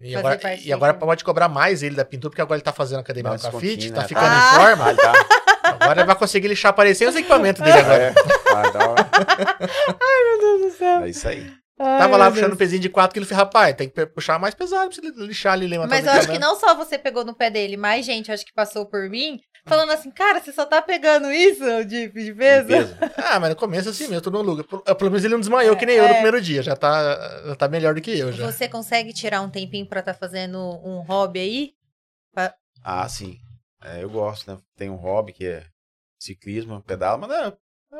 Speaker 3: E
Speaker 2: Fazer
Speaker 3: agora,
Speaker 2: parte
Speaker 3: e agora
Speaker 2: do-
Speaker 3: pode cobrar mais ele da pintura, porque agora ele tá fazendo academia
Speaker 4: Dá um
Speaker 3: com a
Speaker 4: descontinho,
Speaker 3: Fit,
Speaker 4: né?
Speaker 3: tá
Speaker 4: Tá.
Speaker 3: ficando
Speaker 2: Ah.
Speaker 3: em forma.
Speaker 4: Ah, ele tá.
Speaker 3: Agora ele vai conseguir lixar aparecer os equipamentos dele agora.
Speaker 4: É, ah, então,
Speaker 2: Meu Deus do céu.
Speaker 4: é isso aí.
Speaker 3: Tava lá puxando um pezinho de 4 quilos, falei, rapaz, tem que pe- puxar mais pesado pra você lixar ali, tá levantar
Speaker 2: Mas
Speaker 3: os
Speaker 2: eu acho que
Speaker 3: equipamentos.
Speaker 2: não só você pegou no pé dele, mas gente, eu acho que passou por mim, falando assim, cara, você só tá pegando isso de, de peso?
Speaker 4: Peso.
Speaker 3: Ah, mas no começo assim mesmo, todo mundo luga. Pelo pelo menos ele não desmaiou
Speaker 2: É,
Speaker 3: que nem eu no
Speaker 2: é.
Speaker 3: primeiro dia, já tá, já tá melhor do que eu já.
Speaker 2: Você consegue tirar um tempinho pra tá fazendo um hobby aí?
Speaker 4: Ah, sim. É, eu gosto, né? Tem um hobby que é ciclismo, pedalo, mas é,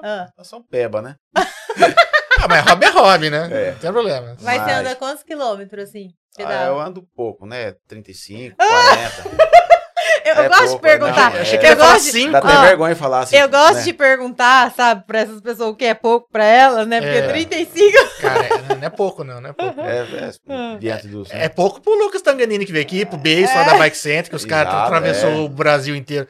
Speaker 2: Ah,
Speaker 4: é só um peba, né?
Speaker 3: Ah, mas hobby é hobby, né?
Speaker 4: É.
Speaker 3: Não tem problema.
Speaker 2: mas você
Speaker 4: Mas-
Speaker 2: anda quantos quilômetros assim?
Speaker 4: Ah, eu
Speaker 2: Pedala? Ah!
Speaker 4: ando pouco, né? 35, 40.
Speaker 2: eu eu
Speaker 4: é
Speaker 2: gosto de
Speaker 4: pouco,
Speaker 2: perguntar.
Speaker 4: não, é-
Speaker 3: achei que
Speaker 2: eu
Speaker 3: ele ia falar
Speaker 2: gosto de-
Speaker 3: 5.
Speaker 4: Dá até
Speaker 2: Ó,
Speaker 4: vergonha falar assim.
Speaker 2: eu gosto
Speaker 4: né?
Speaker 2: de perguntar, sabe, pra essas pessoas o que é pouco pra elas, né? Porque
Speaker 3: É.
Speaker 2: 35.
Speaker 3: Cara, é- não é pouco não, não é pouco.
Speaker 2: Ah.
Speaker 4: É, é, diante dos.
Speaker 3: É pouco pro Lucas Tanganini que veio aqui, pro Beis,
Speaker 2: É.
Speaker 3: lá da Bike Center, que os caras
Speaker 4: Exato,
Speaker 3: atravessou
Speaker 4: é.
Speaker 3: o Brasil inteiro.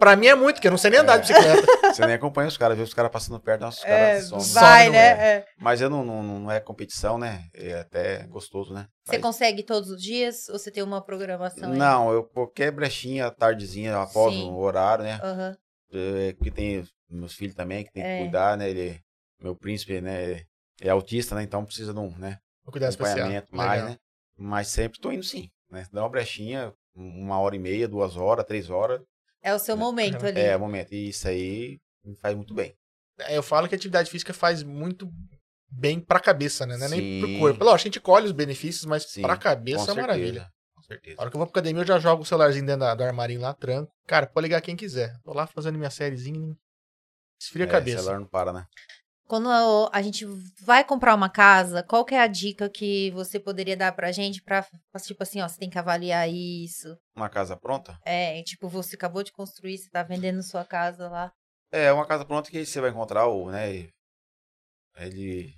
Speaker 3: Pra mim é muito, porque eu não sei nem andar de bicicleta.
Speaker 4: Você nem acompanha os caras, vê os caras passando perto, nossa, os
Speaker 2: É,
Speaker 4: caras somem.
Speaker 2: vai,
Speaker 3: não
Speaker 2: né? É.
Speaker 4: Mas eu não, não, não é competição, né? É até gostoso, né?
Speaker 2: Você
Speaker 4: Mas-
Speaker 2: consegue todos os dias ou você tem uma programação aí?
Speaker 4: Não, eu qualquer brechinha, tardezinha, após
Speaker 2: Sim.
Speaker 4: o horário, né?
Speaker 2: Aham.
Speaker 4: É, porque tem meus filhos também que tem
Speaker 2: É.
Speaker 4: que cuidar, né? Ele, meu príncipe, né? É autista, né? Então precisa de um né?
Speaker 3: Vou cuidar é especial.
Speaker 4: acompanhamento mais,
Speaker 3: Legal.
Speaker 4: né? Mas sempre tô indo sim, né? Dá uma brechinha, uma hora e meia, duas horas, três horas.
Speaker 2: É o seu momento ali.
Speaker 4: É, momento. E isso aí me faz muito bem.
Speaker 3: É, Eu falo que a atividade física faz muito bem pra cabeça, né? Não é nem
Speaker 4: Sim.
Speaker 3: pro corpo. Lógico, a gente colhe os benefícios, mas
Speaker 4: Sim,
Speaker 3: pra
Speaker 4: Com
Speaker 3: cabeça é
Speaker 4: certeza,
Speaker 3: maravilha.
Speaker 4: Com certeza.
Speaker 3: A hora que eu vou pra academia, eu já jogo o celularzinho dentro da- do armarinho lá, tranco. Cara, pode ligar quem quiser. Tô lá fazendo minha sériezinha. Esfria a
Speaker 4: É,
Speaker 3: cabeça.
Speaker 4: celular não para, né?
Speaker 2: Quando a- a gente vai comprar uma casa, qual que é a dica que você poderia dar pra gente pra, tipo assim, ó, você tem que avaliar isso.
Speaker 4: Uma casa pronta?
Speaker 2: É, tipo, você acabou de construir, você tá vendendo sua casa lá.
Speaker 4: É, uma casa pronta que você vai encontrar o, né? Ele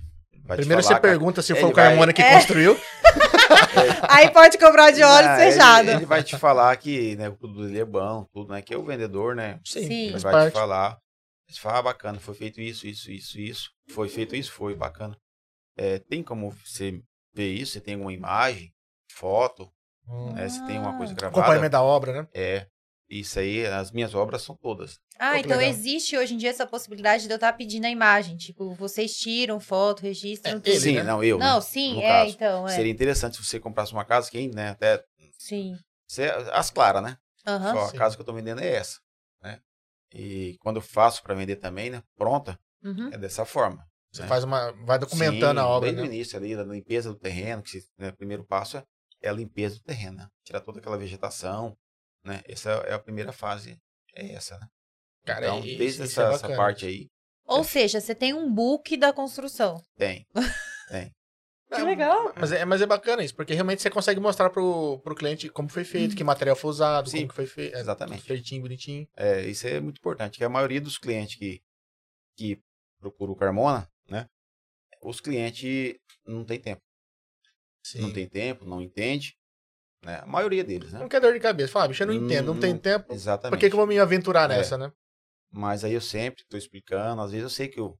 Speaker 4: vai te
Speaker 3: Primeiro
Speaker 4: falar,
Speaker 3: você
Speaker 4: cara.
Speaker 3: pergunta se
Speaker 4: Ele
Speaker 3: foi o
Speaker 4: vai-
Speaker 3: Carmona que
Speaker 2: É.
Speaker 3: construiu.
Speaker 2: Aí pode comprar de olhos
Speaker 4: Ah, ele-
Speaker 2: fechados.
Speaker 4: Ele, vai te falar que, né, o produto dele é bom, tudo, né? Que é o vendedor, né?
Speaker 2: Sim.
Speaker 4: Ele
Speaker 3: faz
Speaker 4: vai
Speaker 3: parte.
Speaker 4: te falar. Você fala, ah, bacana, foi feito isso, isso, isso, isso. Foi feito isso, foi bacana. É, tem como você ver isso? Você tem alguma imagem, foto,
Speaker 3: Hum.
Speaker 4: né? Você tem uma
Speaker 2: Ah.
Speaker 4: coisa
Speaker 3: Acompanhamento
Speaker 4: gravada?
Speaker 3: da obra, né?
Speaker 4: É. Isso aí, as minhas obras são todas.
Speaker 2: Ah,
Speaker 3: Pô, que
Speaker 2: então
Speaker 3: legal.
Speaker 2: existe hoje em dia essa possibilidade de eu estar pedindo a imagem. Tipo, vocês tiram foto, registram
Speaker 3: É,
Speaker 2: tudo.
Speaker 3: ele-
Speaker 4: Sim,
Speaker 3: né?
Speaker 4: não, eu. né?
Speaker 2: Não, sim,
Speaker 4: No
Speaker 2: é,
Speaker 4: caso,
Speaker 2: então, é.
Speaker 4: Seria interessante se você comprasse uma casa, quem, né? Até.
Speaker 2: Sim.
Speaker 4: Você, as claras, né?
Speaker 2: Aham.
Speaker 4: Só
Speaker 3: sim.
Speaker 4: a casa que eu tô vendendo é essa. Né? E quando eu faço para vender também, né? Pronta,
Speaker 2: Uhum.
Speaker 4: é dessa forma.
Speaker 3: Você
Speaker 4: É.
Speaker 3: faz uma. Vai documentando
Speaker 4: Sim,
Speaker 3: a obra.
Speaker 4: Desde
Speaker 3: né?
Speaker 4: o início ali, da limpeza do terreno, que se- né, o primeiro passo é- é a limpeza do terreno, né? Tirar toda aquela vegetação, né? Essa é a primeira fase, é essa, né?
Speaker 3: Cara,
Speaker 4: então,
Speaker 3: isso- isso
Speaker 4: desde essa,
Speaker 3: é
Speaker 4: essa
Speaker 3: bacana.
Speaker 4: parte aí,
Speaker 2: Ou seja, você tem um book da construção.
Speaker 4: tem. tem.
Speaker 2: Que legal.
Speaker 3: Mas é, mas é bacana isso, porque realmente você consegue mostrar pro, pro cliente como foi feito, que material foi usado,
Speaker 4: Uhum. Sim,
Speaker 3: como que foi feito. É,
Speaker 4: exatamente.
Speaker 3: Feitinho, bonitinho.
Speaker 4: É, isso é muito importante, que a maioria dos clientes que, que procura o Carmona, né? Os clientes não tem tempo.
Speaker 3: Sim.
Speaker 4: Não tem tempo, não entende. Né? A maioria deles, né?
Speaker 3: Não quer dor de cabeça. Fala, ah, bicho, eu não
Speaker 4: Hum,
Speaker 3: entendo, não tem
Speaker 4: não-
Speaker 3: tempo.
Speaker 4: Exatamente.
Speaker 3: Por que, que eu vou me aventurar
Speaker 4: É.
Speaker 3: nessa, né?
Speaker 4: Mas aí eu sempre tô explicando, às vezes eu sei que eu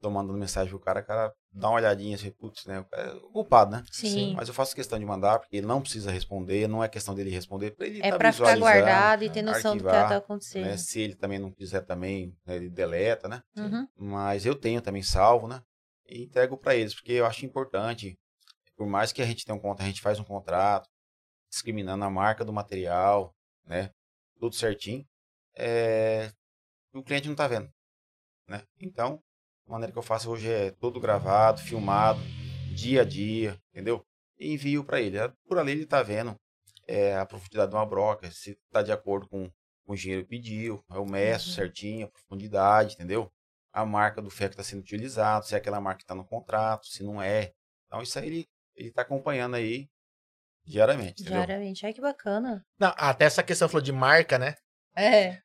Speaker 4: tô mandando mensagem pro cara, o cara dá uma olhadinha assim, putz, né? O cara é o culpado, né?
Speaker 2: Sim.
Speaker 4: Mas eu faço questão de mandar, porque ele não precisa responder, não é questão dele responder, pra ele
Speaker 2: É
Speaker 4: tá
Speaker 2: pra ficar
Speaker 4: visualizando,
Speaker 2: guardado e ter noção do que
Speaker 4: arquivar,
Speaker 2: tá
Speaker 4: né?
Speaker 2: acontecendo.
Speaker 4: Se ele também não quiser também, né, ele deleta, né?
Speaker 2: Uhum.
Speaker 4: Mas eu tenho também salvo, né? E entrego pra eles, porque eu acho importante, por mais que a gente tenha um contrato, a gente faz um contrato, discriminando a marca do material, né? Tudo certinho. É... O cliente não tá vendo, né? Então, a maneira que eu faço hoje é todo gravado, filmado, dia a dia, entendeu? E envio pra ele. Por ali ele tá vendo é, a profundidade de uma broca, se tá de acordo com, com o engenheiro que pediu, eu meço
Speaker 2: Uhum.
Speaker 4: certinho a profundidade, entendeu? A marca do ferro que está sendo utilizado, se é aquela marca que está no contrato, se não é. Então, isso aí ele, ele tá acompanhando aí diariamente, entendeu?
Speaker 2: Diariamente. Ai, que bacana.
Speaker 3: Não, até essa questão falou de marca, né?
Speaker 2: É.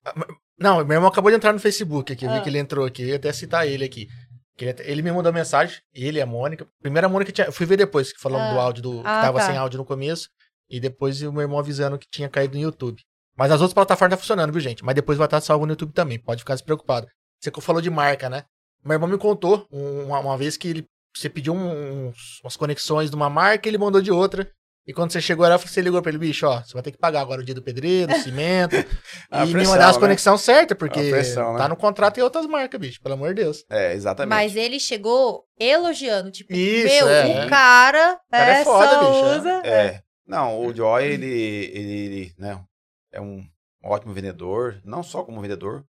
Speaker 3: Não, meu irmão acabou de entrar no Facebook aqui, eu
Speaker 2: Ah.
Speaker 3: vi que ele entrou aqui, eu ia até citar ele aqui. Que Ele, até- ele me mandou mensagem, ele e a Mônica. Primeiro a Mônica tinha. Eu fui ver depois que falando
Speaker 2: Ah.
Speaker 3: do áudio do. que
Speaker 2: Ah,
Speaker 3: tava
Speaker 2: tá.
Speaker 3: sem áudio no começo. E depois o meu irmão avisando que tinha caído no YouTube. Mas as outras plataformas tá funcionando, viu, gente? Mas depois vai estar salvo no YouTube também, pode ficar despreocupado. Você co- falou de marca, né? Meu irmão me contou um- uma, uma vez que ele, você pediu um- uns- umas conexões de uma marca e ele mandou de outra. E quando você chegou lá, você ligou pra ele, bicho, ó, você vai ter que pagar agora o dia do pedreiro, cimento,
Speaker 4: A
Speaker 3: e me
Speaker 4: pressão,
Speaker 3: mandar as
Speaker 4: né?
Speaker 3: conexões certas, porque
Speaker 4: A pressão, né?
Speaker 3: tá no contrato e outras marcas, bicho, pelo amor de Deus.
Speaker 4: É, exatamente.
Speaker 2: Mas ele chegou elogiando, tipo,
Speaker 3: Isso,
Speaker 2: meu,
Speaker 3: é.
Speaker 2: o cara,
Speaker 3: cara é
Speaker 2: é,
Speaker 3: foda, bicho,
Speaker 2: só
Speaker 3: é.
Speaker 2: usa...
Speaker 4: É. Não, o Joy, ele, ele, ele, né, é um ótimo vendedor, não só como vendedor,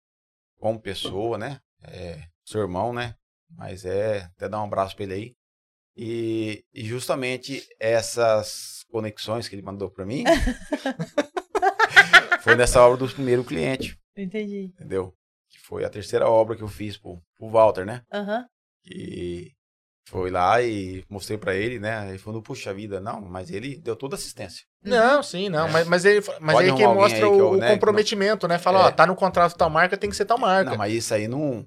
Speaker 4: como pessoa, né? É, seu irmão, né? Mas é, até dar um abraço pra ele aí. E, e justamente essas conexões que ele mandou pra mim foi nessa obra do primeiro cliente,
Speaker 2: Entendi.
Speaker 4: entendeu? Que foi a terceira obra que eu fiz pro, pro Walter, né?
Speaker 2: Aham.
Speaker 4: E foi lá e mostrei pra ele, né? Ele falou, puxa vida, não, mas ele deu toda assistência.
Speaker 3: Não, sim, não, mas, mas ele, mas
Speaker 4: Uhum. É. Pode
Speaker 3: aí que
Speaker 4: arrumar alguém
Speaker 3: mostra
Speaker 4: aí que
Speaker 3: o,
Speaker 4: eu, né, que
Speaker 3: comprometimento, né? Fala,
Speaker 4: É.
Speaker 3: ó, tá no contrato tal marca, tem que ser tal marca.
Speaker 4: Não, mas isso aí não,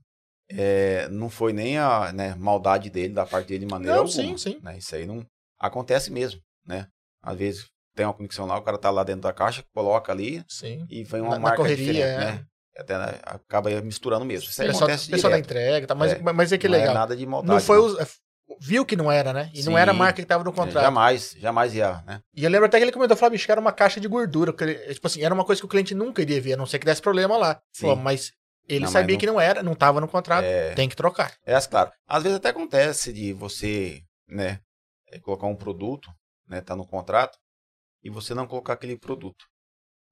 Speaker 4: é, não foi nem a né, maldade dele, da parte dele de maneira
Speaker 3: Não,
Speaker 4: alguma.
Speaker 3: sim, sim.
Speaker 4: né? Isso aí não acontece mesmo, né? Às vezes tem uma conexão lá, o cara tá lá dentro da caixa, coloca ali
Speaker 3: Sim.
Speaker 4: e vem
Speaker 3: Na-
Speaker 4: uma
Speaker 3: na
Speaker 4: marca
Speaker 3: correria,
Speaker 4: diferente,
Speaker 3: é.
Speaker 4: né? Até né, acaba misturando mesmo. Isso aí
Speaker 3: Pessoal,
Speaker 4: acontece
Speaker 3: É pessoal da
Speaker 4: direto.
Speaker 3: entrega, tá, mas,
Speaker 4: É.
Speaker 3: mas é que
Speaker 4: não é
Speaker 3: legal.
Speaker 4: nada de maldade.
Speaker 3: não foi
Speaker 4: não.
Speaker 3: os, Viu que não era, né? E não
Speaker 4: Sim.
Speaker 3: era a marca que tava no
Speaker 4: É,
Speaker 3: contrato.
Speaker 4: Jamais, jamais ia, né?
Speaker 3: E eu lembro até que ele comentou, falou, bicho, que era uma caixa de gordura. que ele- tipo assim, era uma coisa que o cliente nunca iria ver, a não ser que desse problema lá.
Speaker 4: Sim.
Speaker 3: Pô, mas ele
Speaker 4: Não, mas
Speaker 3: sabia
Speaker 4: não-
Speaker 3: que não era, não tava no contrato,
Speaker 4: É,
Speaker 3: tem que trocar.
Speaker 4: é as- claro. Às vezes até acontece de você, né, é, colocar um produto, né, tá no contrato, e você não colocar aquele produto,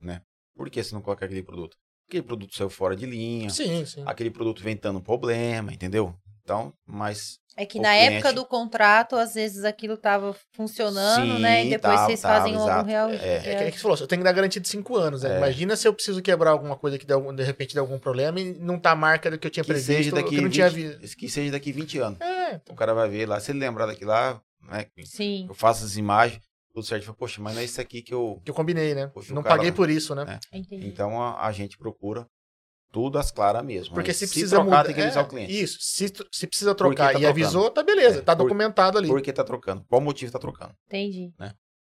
Speaker 4: né? Por que você não coloca aquele produto? Aquele produto saiu fora de linha,
Speaker 3: Sim, sim.
Speaker 4: aquele produto vem dando problema, entendeu? Então, mas
Speaker 2: É que
Speaker 4: O
Speaker 2: na
Speaker 4: cliente-
Speaker 2: época do contrato, às vezes aquilo tava funcionando,
Speaker 4: Sim,
Speaker 2: né? E depois
Speaker 4: tava,
Speaker 2: vocês
Speaker 4: tava,
Speaker 2: fazem algum
Speaker 4: exato.
Speaker 2: real.
Speaker 4: É.
Speaker 3: É que, é que você falou, eu tenho que dar garantia de 5 anos, né?
Speaker 4: É.
Speaker 3: Imagina se eu preciso quebrar alguma coisa que dê algum- de repente dê algum problema e não tá a marca do que eu tinha
Speaker 4: que seja
Speaker 3: previsto,
Speaker 4: daqui
Speaker 3: que eu não
Speaker 4: 20,
Speaker 3: tinha visto.
Speaker 4: que seja daqui 20 anos.
Speaker 3: É, então,
Speaker 4: O cara vai ver lá, se ele lembrar daqui lá, né, que
Speaker 2: Sim.
Speaker 4: eu faço as imagens, tudo certo, fala, poxa, mas não é isso aqui que eu
Speaker 3: que eu combinei, né?
Speaker 4: Puxa, o
Speaker 3: não
Speaker 4: cara
Speaker 3: paguei
Speaker 4: lá.
Speaker 3: por isso, né?
Speaker 4: É.
Speaker 2: Entendi.
Speaker 4: Então a, a gente procura tudo às claras mesmo.
Speaker 3: Porque
Speaker 4: Mas
Speaker 3: se precisa
Speaker 4: trocar,
Speaker 3: mudar.
Speaker 4: tem que
Speaker 3: é,
Speaker 4: avisar o cliente.
Speaker 3: Isso, se, tr- se precisa
Speaker 4: Por que tá
Speaker 3: trocar e
Speaker 4: trocando?
Speaker 3: avisou, tá beleza,
Speaker 4: É,
Speaker 3: tá
Speaker 4: por-
Speaker 3: documentado ali.
Speaker 4: Por que tá trocando? Qual motivo tá trocando?
Speaker 2: Entendi.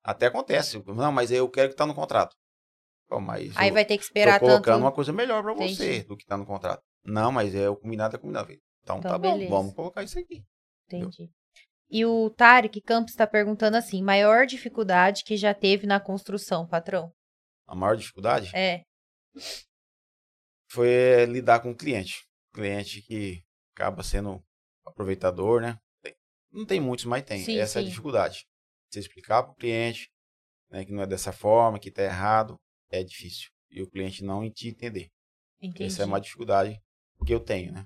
Speaker 4: Até acontece. Não, mas eu quero que tá no contrato. Bom, mas
Speaker 2: Aí
Speaker 4: eu
Speaker 2: vai ter que
Speaker 4: tô
Speaker 2: esperar
Speaker 4: colocando
Speaker 2: tanto.
Speaker 4: uma coisa melhor pra
Speaker 2: Entendi.
Speaker 4: você do que tá no contrato. Não, mas é o combinado é combinado. Então,
Speaker 2: Então,
Speaker 4: tá bom,
Speaker 2: beleza.
Speaker 4: vamos colocar isso aqui.
Speaker 2: Entendi. E o Tarek Campos está perguntando assim: maior dificuldade que já teve na construção, patrão?
Speaker 4: A maior dificuldade
Speaker 2: É.
Speaker 4: foi é, lidar com o cliente. Cliente que acaba sendo aproveitador, né? Tem- Não tem muitos, mas tem.
Speaker 2: Sim,
Speaker 4: Essa é a
Speaker 2: sim.
Speaker 4: dificuldade. Você explicar para o cliente né, que não é dessa forma, que tá errado, é difícil. E o cliente não te entender.
Speaker 2: Entendi.
Speaker 4: Essa é uma dificuldade que eu tenho, né?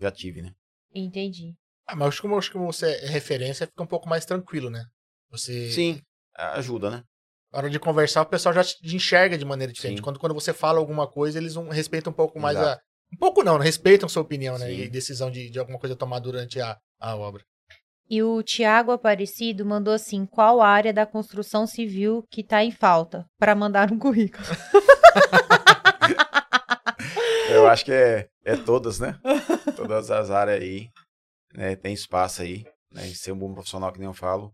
Speaker 4: Já tive, né?
Speaker 2: Entendi.
Speaker 3: Ah, mas acho que, acho que você é referência, fica um pouco mais tranquilo, né? Você.
Speaker 4: Sim, ajuda, né?
Speaker 3: Na hora de conversar, o pessoal já te enxerga de maneira diferente.
Speaker 4: Sim.
Speaker 3: Quando, quando você fala alguma coisa, eles um, respeitam um pouco mais a,
Speaker 4: Exato.
Speaker 3: Um pouco não, né? respeitam sua opinião, né?
Speaker 4: Sim.
Speaker 3: E decisão de, de alguma coisa tomar durante a, a obra.
Speaker 2: E o Tiago Aparecido mandou assim: qual área da construção civil que tá em falta? Pra mandar um currículo.
Speaker 4: Eu acho que é, é todas, né? Todas as áreas aí. né, Tem espaço aí. Né? em Ser um bom profissional, que nem eu falo.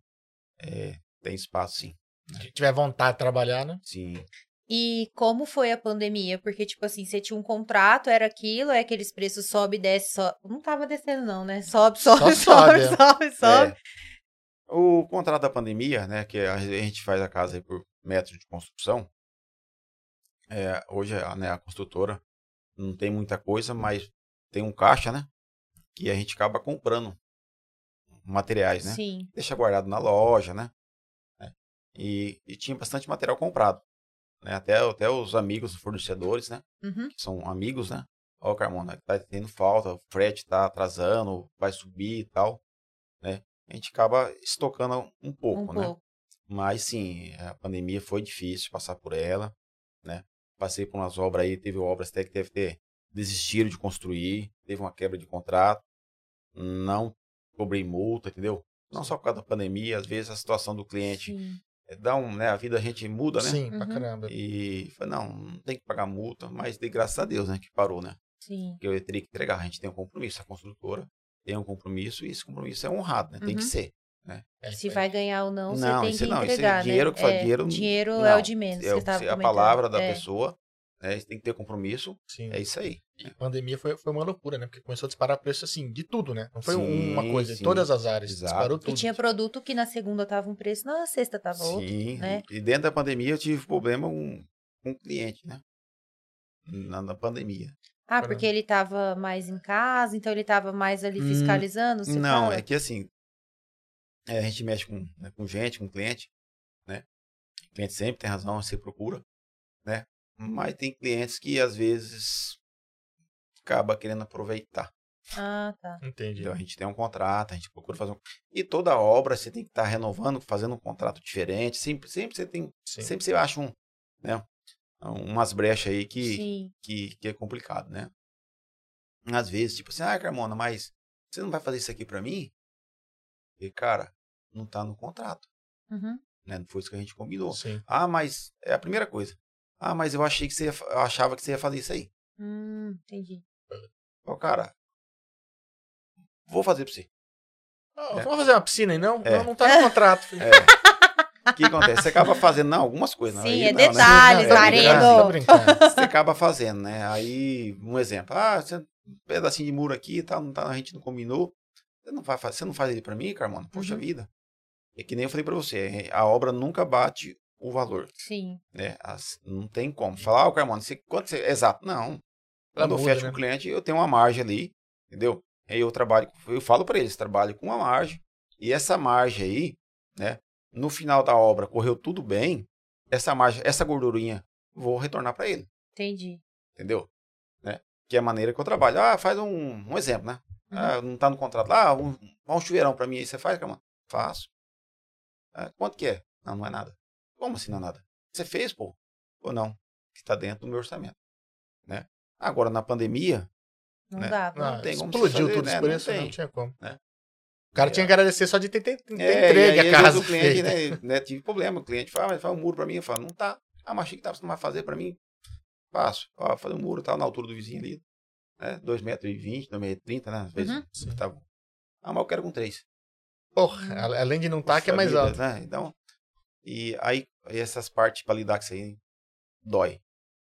Speaker 4: é, tem espaço, sim.
Speaker 3: Se tiver vontade de trabalhar, né?
Speaker 4: Sim.
Speaker 2: E como foi a pandemia? Porque, tipo assim, você tinha um contrato, era aquilo, é aqueles preços sobe, desce, sobe. Não tava descendo, não, né? Sobe, sobe, sobe,
Speaker 3: sobe,
Speaker 2: sobe, sobe,
Speaker 4: É. O contrato da pandemia, né? Que a gente faz a casa aí por metro de construção. é, hoje a, né, a construtora não tem muita coisa, mas tem um caixa, né? Que a gente acaba comprando materiais, né?
Speaker 2: Sim.
Speaker 4: deixa guardado na loja, né? É. E, e tinha bastante material comprado. Né? Até, até os amigos, os fornecedores, né?
Speaker 2: Uhum.
Speaker 4: Que são amigos, né? Ó, Carmona, tá tendo falta, o frete tá atrasando, vai subir e tal. Né? A gente acaba estocando um pouco,
Speaker 2: um
Speaker 4: né?
Speaker 2: pouco.
Speaker 4: Mas sim, a pandemia foi difícil passar por ela, né? Passei por umas obras aí, teve obras até que deve ter desistiram de construir, teve uma quebra de contrato, não cobrei multa, entendeu? Não só por causa da pandemia, às vezes a situação do cliente
Speaker 2: Sim.
Speaker 4: eh, dá um, né, a vida a gente muda, né?
Speaker 3: Sim, pra
Speaker 2: Uhum.
Speaker 3: caramba.
Speaker 4: E falei, não, não tem que pagar multa, mas de graças a Deus, né, que parou, né?
Speaker 2: Sim.
Speaker 4: Porque eu teria que entregar, a gente tem um compromisso, a construtora tem um compromisso e esse compromisso é honrado, né? Tem que
Speaker 2: Uhum.
Speaker 4: ser.
Speaker 3: É,
Speaker 2: Se
Speaker 3: é.
Speaker 2: vai ganhar ou não, você
Speaker 4: Não,
Speaker 2: tem
Speaker 4: isso
Speaker 2: que
Speaker 4: não, isso é
Speaker 2: entregar, né?
Speaker 4: dinheiro que fala- dinheiro-
Speaker 2: dinheiro
Speaker 4: não,
Speaker 2: é o de menos.
Speaker 4: É,
Speaker 2: você
Speaker 4: o-
Speaker 2: tava
Speaker 4: a
Speaker 2: comentando.
Speaker 4: palavra da
Speaker 2: É.
Speaker 4: pessoa, né? Tem que ter compromisso,
Speaker 3: Sim.
Speaker 4: É isso aí.
Speaker 3: E a pandemia foi, foi uma loucura, né? Porque começou a disparar preço assim, de tudo, né? Não foi
Speaker 4: Sim,
Speaker 3: uma coisa,
Speaker 4: sim.
Speaker 3: em todas as áreas.
Speaker 4: Exato.
Speaker 3: Disparou
Speaker 2: E
Speaker 3: tudo.
Speaker 2: tinha produto que na segunda tava um preço, na sexta tava outro.
Speaker 4: Sim.
Speaker 2: né?
Speaker 4: E dentro da pandemia eu tive problema com, com o cliente, né? Na, na pandemia.
Speaker 2: Ah,
Speaker 3: Caramba.
Speaker 2: porque ele tava mais em casa, então ele tava mais ali
Speaker 4: Hum,
Speaker 2: fiscalizando? você
Speaker 4: Não,
Speaker 2: fala?
Speaker 4: é que assim, é, a gente mexe com, né, com gente, com cliente, né? O cliente sempre tem razão, você procura, né? Mas tem clientes que às vezes acaba querendo aproveitar.
Speaker 2: Ah, tá.
Speaker 3: Entendi.
Speaker 4: Entendeu? A gente tem um contrato, a gente procura fazer um... E toda obra você tem que estar renovando, fazendo um contrato diferente. Sempre, sempre você tem
Speaker 3: Sim.
Speaker 4: Sempre você acha um, né, umas brechas aí que,
Speaker 2: Sim.
Speaker 4: que, que é complicado, né? Às vezes, tipo assim, ah, Carmona, mas você não vai fazer isso aqui pra mim? E, cara, não tá no contrato,
Speaker 2: Uhum.
Speaker 4: né? Não foi isso que a gente combinou.
Speaker 3: Sim.
Speaker 4: Ah, mas é a primeira coisa. Ah, mas eu achei que você ia fa- eu achava que você ia fazer isso aí.
Speaker 2: Hum, entendi.
Speaker 4: Ó, cara, vou fazer pra você.
Speaker 3: Ah,
Speaker 4: É.
Speaker 3: Vamos fazer uma piscina aí, não?
Speaker 4: É.
Speaker 3: Não, não tá no contrato. filho.
Speaker 4: O que acontece? Você acaba fazendo não, algumas coisas.
Speaker 2: Sim,
Speaker 4: aí
Speaker 2: é
Speaker 4: não, né?
Speaker 2: detalhes,
Speaker 4: É,
Speaker 2: marido.
Speaker 4: tá
Speaker 3: Tá brincando.
Speaker 4: você acaba fazendo, né? Aí, um exemplo, ah, você- um pedacinho de muro aqui e tal, não tá, a gente não combinou. Você não, vai, fa- você não faz ele pra mim, Carmona? Poxa
Speaker 2: Uhum.
Speaker 4: vida. É que nem eu falei pra você, é, a obra nunca bate o valor,
Speaker 2: Sim.
Speaker 4: né? As- não tem como. Falar, ah, Carmona, você, quanto você. Exato, não.
Speaker 3: Ela
Speaker 4: Quando eu
Speaker 3: muda,
Speaker 4: fecho
Speaker 3: né?
Speaker 4: com o cliente, eu tenho uma margem ali, entendeu? Aí eu trabalho, com- eu falo pra eles, trabalho com uma margem. E essa margem aí, né? No final da obra correu tudo bem, essa margem, essa gordurinha, vou retornar pra ele
Speaker 2: Entendi.
Speaker 4: entendeu? Né? Que é a maneira que eu trabalho. Ah, faz um, um exemplo, né? Ah, não tá no contrato. Ah, um, faz um chuveirão pra mim aí você faz, cara? Faço. Ah, quanto que é? Não, não é nada. Como assim não é nada? Você fez, pô? Ou não? Que tá dentro do meu orçamento, né? Agora, na pandemia,
Speaker 2: Não
Speaker 4: né?
Speaker 2: dá.
Speaker 3: Ah,
Speaker 4: Não tem como
Speaker 3: explodiu
Speaker 4: você fazer,
Speaker 3: tudo
Speaker 4: né?
Speaker 3: os
Speaker 4: Não
Speaker 3: preços, não,
Speaker 4: tem.
Speaker 3: tinha como.
Speaker 4: Né?
Speaker 3: O cara tinha que agradecer só de ter, ter, ter
Speaker 4: É, e
Speaker 3: entregue
Speaker 4: aí,
Speaker 3: a
Speaker 4: às vezes,
Speaker 3: casa.
Speaker 4: o cliente,
Speaker 3: feita.
Speaker 4: né, né, tive problema. O cliente fala, ah, mas faz um muro pra mim. Eu falo, não tá. Ah, mas achei que tá, você não vai fazer pra mim. Faço. Ó, fazer um muro, tá na altura do vizinho ali. Né? 2,20m, 2,30m, né? Às vezes
Speaker 2: Uhum.
Speaker 4: Sim. tá bom. Ah, mas eu quero com 3.
Speaker 3: Porra, a- além de não tá, que é mais alto.
Speaker 4: Né? Então, e aí, aí essas partes pra lidar com isso aí, dói.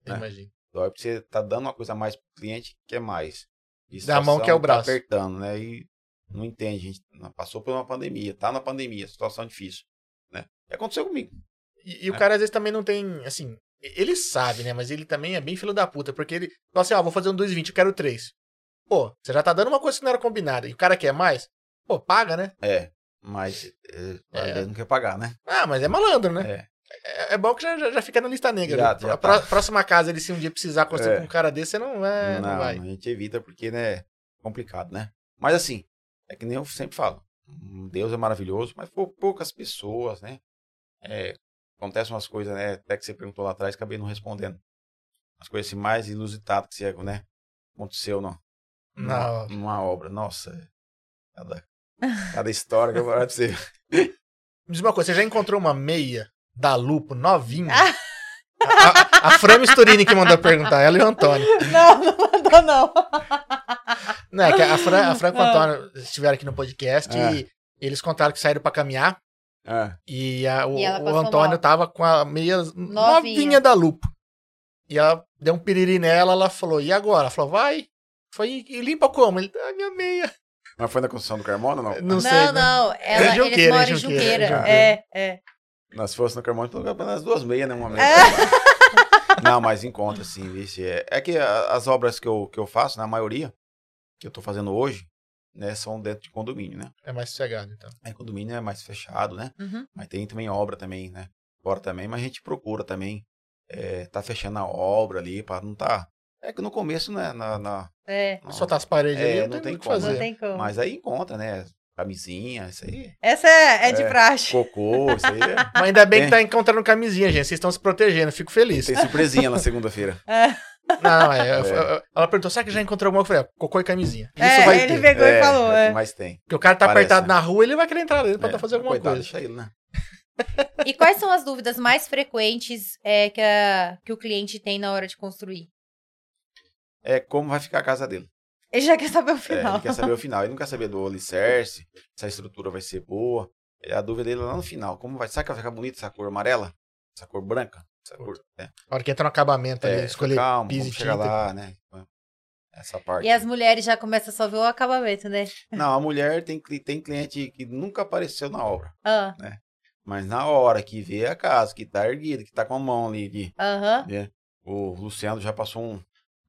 Speaker 4: né?
Speaker 3: Imagina.
Speaker 4: Dói porque você tá dando uma coisa a mais pro cliente, que é mais. E a
Speaker 3: Da mão
Speaker 4: situação
Speaker 3: que é o
Speaker 4: tá
Speaker 3: braço.
Speaker 4: apertando, né? E não entende, a gente passou por uma pandemia, tá na pandemia, situação difícil, né? E aconteceu comigo.
Speaker 3: E, e o
Speaker 4: É.
Speaker 3: cara às vezes também não tem, assim, ele sabe, né? Mas ele também é bem filho da puta, porque ele fala assim, ó, vou fazer um 2,20, eu quero 3. Pô, você já tá dando uma coisa que não era combinada e o cara quer mais? Pô, paga, né?
Speaker 4: É, mas é, às
Speaker 3: É.
Speaker 4: vezes não quer pagar, né?
Speaker 3: Ah, mas é malandro, né?
Speaker 4: É.
Speaker 3: É, é bom que já, já, já fica na lista negra.
Speaker 4: Já-
Speaker 3: né?
Speaker 4: já
Speaker 3: a
Speaker 4: tá.
Speaker 3: pró- próxima casa, ele se um dia precisar construir
Speaker 4: É.
Speaker 3: com um cara desse, você não, é, não,
Speaker 4: não,
Speaker 3: vai.
Speaker 4: a gente evita porque, né, é complicado, né? Mas assim, é que nem eu sempre falo, hum, Deus é maravilhoso, mas pou- poucas pessoas, né? É, acontecem umas coisas, né? Até que você perguntou lá atrás, acabei não respondendo. As coisas assim, mais inusitadas que você, né? aconteceu na,
Speaker 3: Na obra.
Speaker 4: numa obra. Nossa, é- cada, cada história que eu vou falar pra você.
Speaker 3: Me diz uma coisa, você já encontrou uma meia da Lupo novinha?
Speaker 2: Ah.
Speaker 3: a, a, a Fran Misturini que mandou perguntar, ela e o Antônio.
Speaker 2: Não, não mandou, não.
Speaker 3: Não, é que
Speaker 2: Ah.
Speaker 3: a Fran, a Fran e o Antônio estiveram aqui no podcast
Speaker 4: Ah.
Speaker 3: e eles contaram que saíram pra caminhar
Speaker 4: Ah,
Speaker 3: E, a- o,
Speaker 2: E ela
Speaker 3: o
Speaker 2: passou
Speaker 3: Antônio
Speaker 2: mal.
Speaker 3: tava com a meia novinha da lupa. E ela deu um piriri nela, ela falou, e agora? Ela falou, vai. Foi, e limpa como? Ele, ah, minha meia.
Speaker 4: mas foi na construção do Carmona ou não?
Speaker 3: Não,
Speaker 2: Não,
Speaker 3: sei, né?
Speaker 2: não. Ela, eles
Speaker 3: Junqueira,
Speaker 2: moram
Speaker 3: é
Speaker 2: em
Speaker 3: Junqueira,
Speaker 2: Junqueira.
Speaker 3: é Junqueira.
Speaker 2: É, é. Ah,
Speaker 4: Nas forças no Carmona, pelo nas duas meias, né? Uma meia.
Speaker 3: É.
Speaker 4: Não, mas encontra, sim, vixe. É, é que a- as obras que eu, que eu faço, na maioria, que eu tô fazendo hoje, né, são dentro de condomínio, né?
Speaker 3: É mais sossegado, então.
Speaker 4: Aí condomínio é mais fechado, né?
Speaker 2: Uhum.
Speaker 4: Mas tem também obra também, né? Fora também, mas a gente procura também é, tá fechando a obra ali para não tá. É que no começo, né? Na, na,
Speaker 2: É.
Speaker 4: na-
Speaker 3: Só tá as paredes
Speaker 4: É,
Speaker 3: ali,
Speaker 4: não
Speaker 3: não tem
Speaker 4: tem
Speaker 3: o que
Speaker 4: como,
Speaker 3: fazer.
Speaker 2: Não tem como.
Speaker 4: Mas aí encontra, né? Camisinha, isso aí.
Speaker 2: Essa é, é de
Speaker 4: É.
Speaker 2: praxe.
Speaker 4: Cocô, isso aí. é-
Speaker 3: Mas ainda bem que
Speaker 4: É.
Speaker 3: tá encontrando camisinha, gente. Vocês estão se protegendo, fico feliz.
Speaker 4: Tem surpresinha na segunda-feira.
Speaker 3: Não, é, eu-
Speaker 4: É.
Speaker 3: eu- ela perguntou, será que já encontrou alguma? Eu falei, "Ah, cocô e camisinha. Isso
Speaker 2: É,
Speaker 3: vai
Speaker 2: ele
Speaker 3: ter.
Speaker 2: pegou e
Speaker 4: É,
Speaker 2: falou.
Speaker 4: é o
Speaker 2: É.
Speaker 4: que mais tem.
Speaker 3: Porque o cara tá
Speaker 4: Parece,
Speaker 3: apertado
Speaker 4: né?
Speaker 3: na rua, ele vai querer entrar dentro pra
Speaker 4: É,
Speaker 3: tá fazer alguma
Speaker 4: coitado,
Speaker 3: coisa.
Speaker 4: Deixa ele, né?
Speaker 2: E quais são as dúvidas mais frequentes é, que, a- que o cliente tem na hora de construir?
Speaker 4: É como vai ficar a casa dele.
Speaker 2: Ele já quer saber o
Speaker 4: É,
Speaker 2: final.
Speaker 4: ele quer saber o final. Ele não quer saber do alicerce, se a estrutura vai ser boa. É, A dúvida dele é lá no final. Como vai? Será que vai ficar bonito essa cor amarela? Essa cor branca? Essa cor. É,
Speaker 3: A hora que entra no acabamento ali,
Speaker 4: é,
Speaker 3: escolher
Speaker 4: calma,
Speaker 3: piso
Speaker 4: vamos
Speaker 3: e
Speaker 4: chegar
Speaker 3: tinta.
Speaker 4: lá, né? Essa parte.
Speaker 2: E as mulheres já começam só ver o acabamento, né?
Speaker 4: Não, a mulher tem, cli- tem cliente que nunca apareceu na obra.
Speaker 2: Ah,
Speaker 4: Mas na hora que vê a casa, que tá erguida, que tá com a mão ali, que-
Speaker 2: Aham.
Speaker 4: o Luciano já passou um,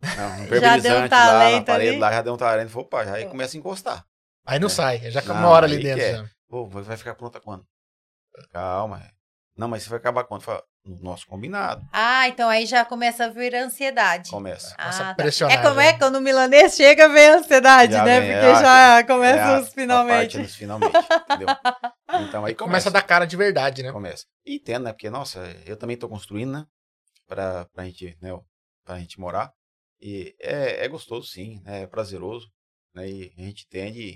Speaker 4: um
Speaker 2: Ah. deu um
Speaker 4: impermeabilizante lá na
Speaker 2: talento
Speaker 4: parede,
Speaker 2: ali.
Speaker 4: lá já deu um talento. Falou, opa, já aí começa a encostar.
Speaker 3: Aí não
Speaker 4: É.
Speaker 3: sai, já fica uma
Speaker 4: Não,
Speaker 3: hora ali
Speaker 4: aí
Speaker 3: dentro.
Speaker 4: que é.
Speaker 3: já.
Speaker 4: Pô, vai vai ficar pronta quando? Calma. é. Não, mas você vai acabar quando? Fala, no nosso combinado.
Speaker 2: Ah, então aí já começa a vir a ansiedade.
Speaker 4: Começa.
Speaker 3: Começa a
Speaker 2: Ah, tá.
Speaker 3: pressionar, né?
Speaker 2: É como
Speaker 3: já.
Speaker 2: é que quando o milanês chega, vem a ansiedade,
Speaker 4: Já
Speaker 2: né?
Speaker 4: vem,
Speaker 2: Porque
Speaker 4: ah,
Speaker 2: já
Speaker 4: É
Speaker 2: começa
Speaker 4: a-
Speaker 2: os
Speaker 4: A parte
Speaker 2: finalmente.
Speaker 4: dos finalmente, entendeu? Então aí
Speaker 3: Aí começa
Speaker 4: começa.
Speaker 3: a dar cara de verdade, né?
Speaker 4: Começa. E entendo, né? Porque, nossa, eu também tô construindo, né? Pra, pra gente, né? Pra gente morar. E é, é gostoso, sim. né, É prazeroso. Né? E a gente entende,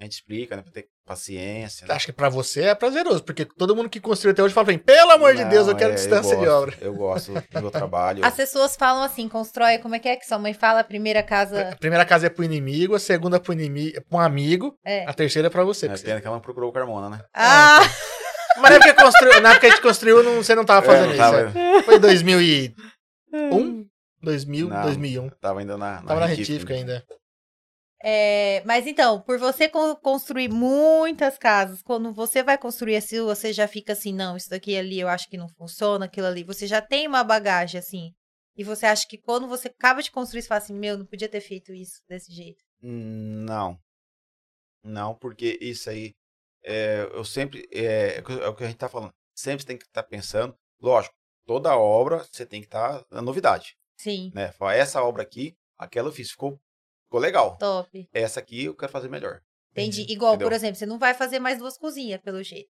Speaker 4: a gente explica, né? Pra ter paciência. né?
Speaker 3: Acho que pra você é prazeroso, porque todo mundo que construiu até hoje fala pra mim, pelo amor de
Speaker 4: Não,
Speaker 3: Deus, eu quero
Speaker 4: é,
Speaker 3: distância de
Speaker 4: gosto,
Speaker 3: obra.
Speaker 4: Eu gosto do meu trabalho.
Speaker 2: As pessoas falam assim, constrói, como é que é que sua mãe fala? A primeira
Speaker 3: A
Speaker 2: casa
Speaker 3: primeira casa é pro inimigo, a segunda é pro, inimigo, pro amigo,
Speaker 2: é.
Speaker 3: a terceira é pra você.
Speaker 4: É pena que ela não procurou o Carmona, né?
Speaker 2: Ah,
Speaker 3: Mas na época, que construiu, na época que a gente construiu, não- você não tava
Speaker 4: É,
Speaker 3: fazendo
Speaker 4: não tava-
Speaker 3: isso. né? Foi 2001, 2000,
Speaker 4: Não.
Speaker 3: 2001.
Speaker 4: Tava ainda na, na
Speaker 3: Tava na
Speaker 4: retífica
Speaker 3: retífica ainda.
Speaker 2: É, mas então, por você con- construir muitas casas, quando você vai construir assim, você já fica assim, não, isso daqui ali eu acho que não funciona, aquilo ali. Você já tem uma bagagem assim. E você acha que quando você acaba de construir, você fala assim, meu, não podia ter feito isso desse jeito.
Speaker 4: Hum, Não. Não, porque isso aí é, eu sempre é, é o que- é o que a gente tá falando. Sempre você tem que estar pensando, lógico, toda obra você tem que estar na novidade,
Speaker 2: Sim,
Speaker 4: né? Fala, essa obra aqui, aquela eu fiz, ficou, ficou legal.
Speaker 2: top.
Speaker 4: Essa aqui eu quero fazer melhor.
Speaker 2: Entendi. Igual, por
Speaker 4: Entendeu?
Speaker 2: exemplo, você não vai fazer mais duas cozinhas, pelo jeito.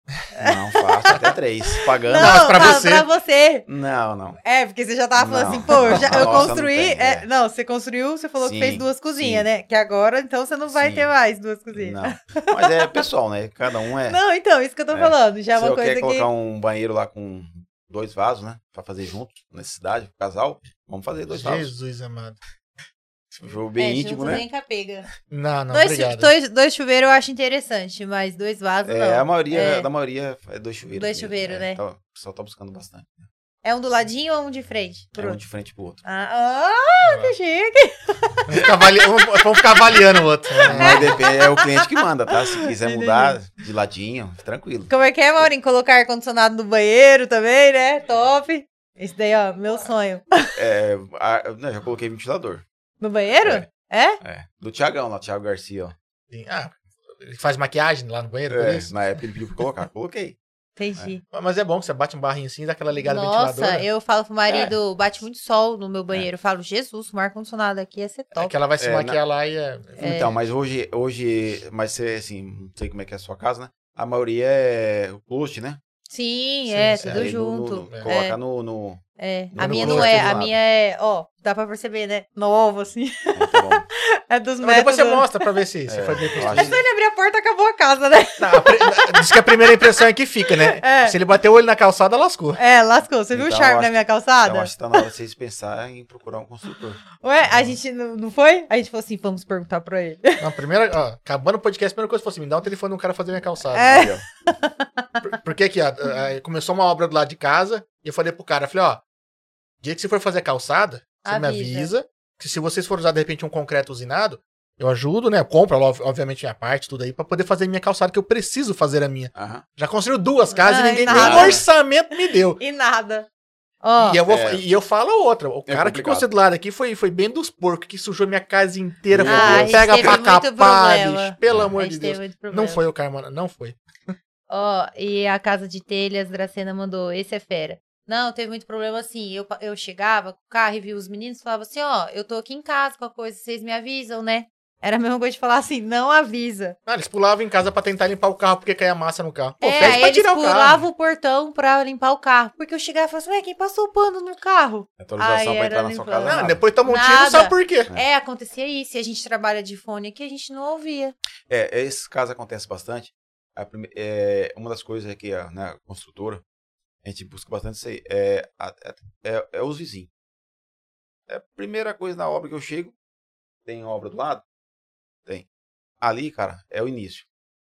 Speaker 4: Não faço até três, pagando.
Speaker 3: mas pra
Speaker 2: tá,
Speaker 3: você-
Speaker 2: pra você.
Speaker 4: Não, não.
Speaker 2: É, porque você já tava falando
Speaker 4: Não.
Speaker 2: assim, pô, eu, já- eu
Speaker 4: Nossa, não
Speaker 2: construí.
Speaker 4: tem,
Speaker 2: é,
Speaker 4: é.
Speaker 2: não, você construiu, você falou que
Speaker 4: Sim,
Speaker 2: fez duas cozinhas,
Speaker 4: sim.
Speaker 2: né? Que agora, então, você não vai
Speaker 4: Sim.
Speaker 2: ter mais duas cozinhas.
Speaker 4: Não. Mas é pessoal, né? Cada um é.
Speaker 2: Não, então, isso que eu tô
Speaker 4: É.
Speaker 2: falando. Já é
Speaker 4: Se
Speaker 2: uma
Speaker 4: eu
Speaker 2: coisa
Speaker 4: quer
Speaker 2: que.
Speaker 4: colocar um banheiro lá com dois vasos, né? Pra fazer junto, necessidade, casal, vamos fazer dois vasos.
Speaker 3: Jesus amado.
Speaker 4: Um jogo bem
Speaker 2: é,
Speaker 4: íntimo,
Speaker 2: junto
Speaker 4: né?
Speaker 2: bem capega.
Speaker 3: Não, não,
Speaker 2: dois, chu-
Speaker 3: obrigado.
Speaker 2: dois, dois chuveiros eu acho interessante, mas dois vasos
Speaker 4: É, a
Speaker 2: não.
Speaker 4: maioria,
Speaker 2: É.
Speaker 4: da maioria é dois chuveiros.
Speaker 2: Dois
Speaker 4: mesmo,
Speaker 2: chuveiros,
Speaker 4: é,
Speaker 2: né?
Speaker 4: Tá, o pessoal tá buscando bastante.
Speaker 2: É um do ladinho ou um de frente?
Speaker 4: É
Speaker 2: Pro...
Speaker 4: um de frente pro outro.
Speaker 2: Ah, ah, que chique.
Speaker 3: Vamos ficar, avali... vamos- vamos ficar avaliando o outro. É.
Speaker 4: Mas depende, é o cliente que manda, tá? Se quiser
Speaker 2: Entendi.
Speaker 4: mudar de ladinho, tranquilo.
Speaker 2: Como é que é, Maurinho? Colocar ar-condicionado no banheiro também, né? Top. Esse daí, ó, meu sonho.
Speaker 4: É, a- não, já coloquei ventilador.
Speaker 2: No banheiro? É?
Speaker 4: É. Do Tiagão lá, Thiago Garcia, ó.
Speaker 3: Ah, ele faz maquiagem lá no banheiro, por
Speaker 4: É,
Speaker 3: isso?
Speaker 4: na época ele pediu pra colocar, coloquei.
Speaker 2: Entendi.
Speaker 3: Mas é bom que você bate um barrinho assim, dá aquela ligada né?
Speaker 2: Nossa,
Speaker 3: ventiladora. É.
Speaker 2: eu falo pro marido, bate muito sol no meu banheiro. Eu falo, Jesus, um ar-condicionado aqui ia ser
Speaker 3: É
Speaker 2: top.
Speaker 3: que ela vai se
Speaker 4: É,
Speaker 3: maquiar lá e é.
Speaker 4: Então, mas hoje, hoje, mas você, assim, não sei como é que é a sua casa, né? A maioria é o post, né?
Speaker 2: Sim,
Speaker 3: Sim,
Speaker 2: é,
Speaker 3: sim,
Speaker 2: tudo
Speaker 4: Aí no- no-
Speaker 2: junto.
Speaker 4: no-
Speaker 3: É.
Speaker 4: Coloca no, no,
Speaker 2: É,
Speaker 4: Não
Speaker 2: a
Speaker 4: é
Speaker 2: minha
Speaker 4: no
Speaker 2: não
Speaker 4: gosto
Speaker 2: é,
Speaker 4: do
Speaker 2: a
Speaker 4: lado.
Speaker 2: minha é, ó, dá pra perceber, né? Nova, assim.
Speaker 4: Então, tá bom.
Speaker 2: É dos
Speaker 3: Mas
Speaker 2: métodos.
Speaker 3: depois você mostra pra ver se, se
Speaker 4: É,
Speaker 3: foi bem
Speaker 4: eu acho
Speaker 3: construído.
Speaker 2: Só ele abrir a porta, acabou a casa, né?
Speaker 3: Não, a pri- Diz que a primeira impressão é que fica, né?
Speaker 2: É.
Speaker 3: Se ele bater o olho na calçada, lascou.
Speaker 2: É, lascou. Você viu o
Speaker 4: Então,
Speaker 2: charme
Speaker 4: acho
Speaker 2: da minha
Speaker 4: Então,
Speaker 2: calçada?
Speaker 4: acho que tá na hora de vocês pensarem em procurar um construtor.
Speaker 2: Ué, a gente não, não foi? A gente falou assim, vamos perguntar pra ele.
Speaker 3: Não, a primeira, ó, acabando o podcast, a primeira coisa foi assim: me dá um telefone de um cara fazer minha calçada.
Speaker 2: É.
Speaker 4: Aí, ó.
Speaker 3: Por- Porque aqui, ó, eh, começou uma obra do lado de casa, e eu falei pro cara, eu falei, ó, dia que você for fazer calçada, você me
Speaker 2: Avisa.
Speaker 3: avisa, que se vocês forem usar, de repente, um concreto usinado, eu ajudo, né, eu compro, ob- obviamente, minha parte, tudo aí, pra poder fazer minha calçada, que eu preciso fazer a minha.
Speaker 4: Aham.
Speaker 3: Já construiu duas casas
Speaker 2: Ai,
Speaker 3: e ninguém
Speaker 2: nada.
Speaker 3: nem um orçamento me deu.
Speaker 2: E nada. Ó,
Speaker 3: E eu, vou-
Speaker 4: É.
Speaker 3: e eu falo outra, o cara que
Speaker 4: complicado.
Speaker 3: construiu do lado aqui foi, foi bem dos porcos, que sujou minha casa inteira,
Speaker 4: Meu
Speaker 3: falou,
Speaker 4: Deus.
Speaker 3: pega
Speaker 2: Ah, isso
Speaker 3: pra
Speaker 2: teve muito
Speaker 3: capar,
Speaker 2: problema.
Speaker 3: bicho, pelo
Speaker 4: É.
Speaker 2: a
Speaker 3: amor
Speaker 2: gente
Speaker 3: de
Speaker 2: teve
Speaker 3: Deus.
Speaker 2: muito
Speaker 3: Não
Speaker 2: problema.
Speaker 3: foi o Carmona, não foi.
Speaker 2: Ó, e a casa de telhas, Dracena mandou, esse é fera. Não, teve muito problema assim. Eu, pa- eu chegava com o carro e vi os meninos e falava assim: ó, eu tô aqui em casa com a coisa, vocês me avisam, né? Era a mesma coisa de falar assim: não avisa.
Speaker 3: Ah, eles pulavam em casa pra tentar limpar o carro porque caía massa no carro. Pô,
Speaker 2: é,
Speaker 3: pede
Speaker 2: aí
Speaker 3: pra
Speaker 2: eles
Speaker 3: tirar o carro.
Speaker 2: pulavam o portão pra limpar o carro. Porque eu chegava e falava assim: ué, quem passou o pano no carro?
Speaker 4: Atualização
Speaker 2: Ai,
Speaker 4: pra
Speaker 2: era
Speaker 4: entrar na sua
Speaker 2: limpando.
Speaker 4: casa.
Speaker 3: Não,
Speaker 4: nada.
Speaker 3: depois toma um tiro, não
Speaker 2: Nada.
Speaker 3: sabe por quê.
Speaker 2: É. acontecia isso. E a gente trabalha de fone aqui, a gente não ouvia.
Speaker 4: É, esse caso acontece bastante. A prime- é, uma das coisas é que a né, construtora, a gente busca bastante isso aí, é, a- é- é- é os vizinhos. É a primeira coisa na obra que eu chego, tem obra do lado? Tem. Ali, cara, é o início.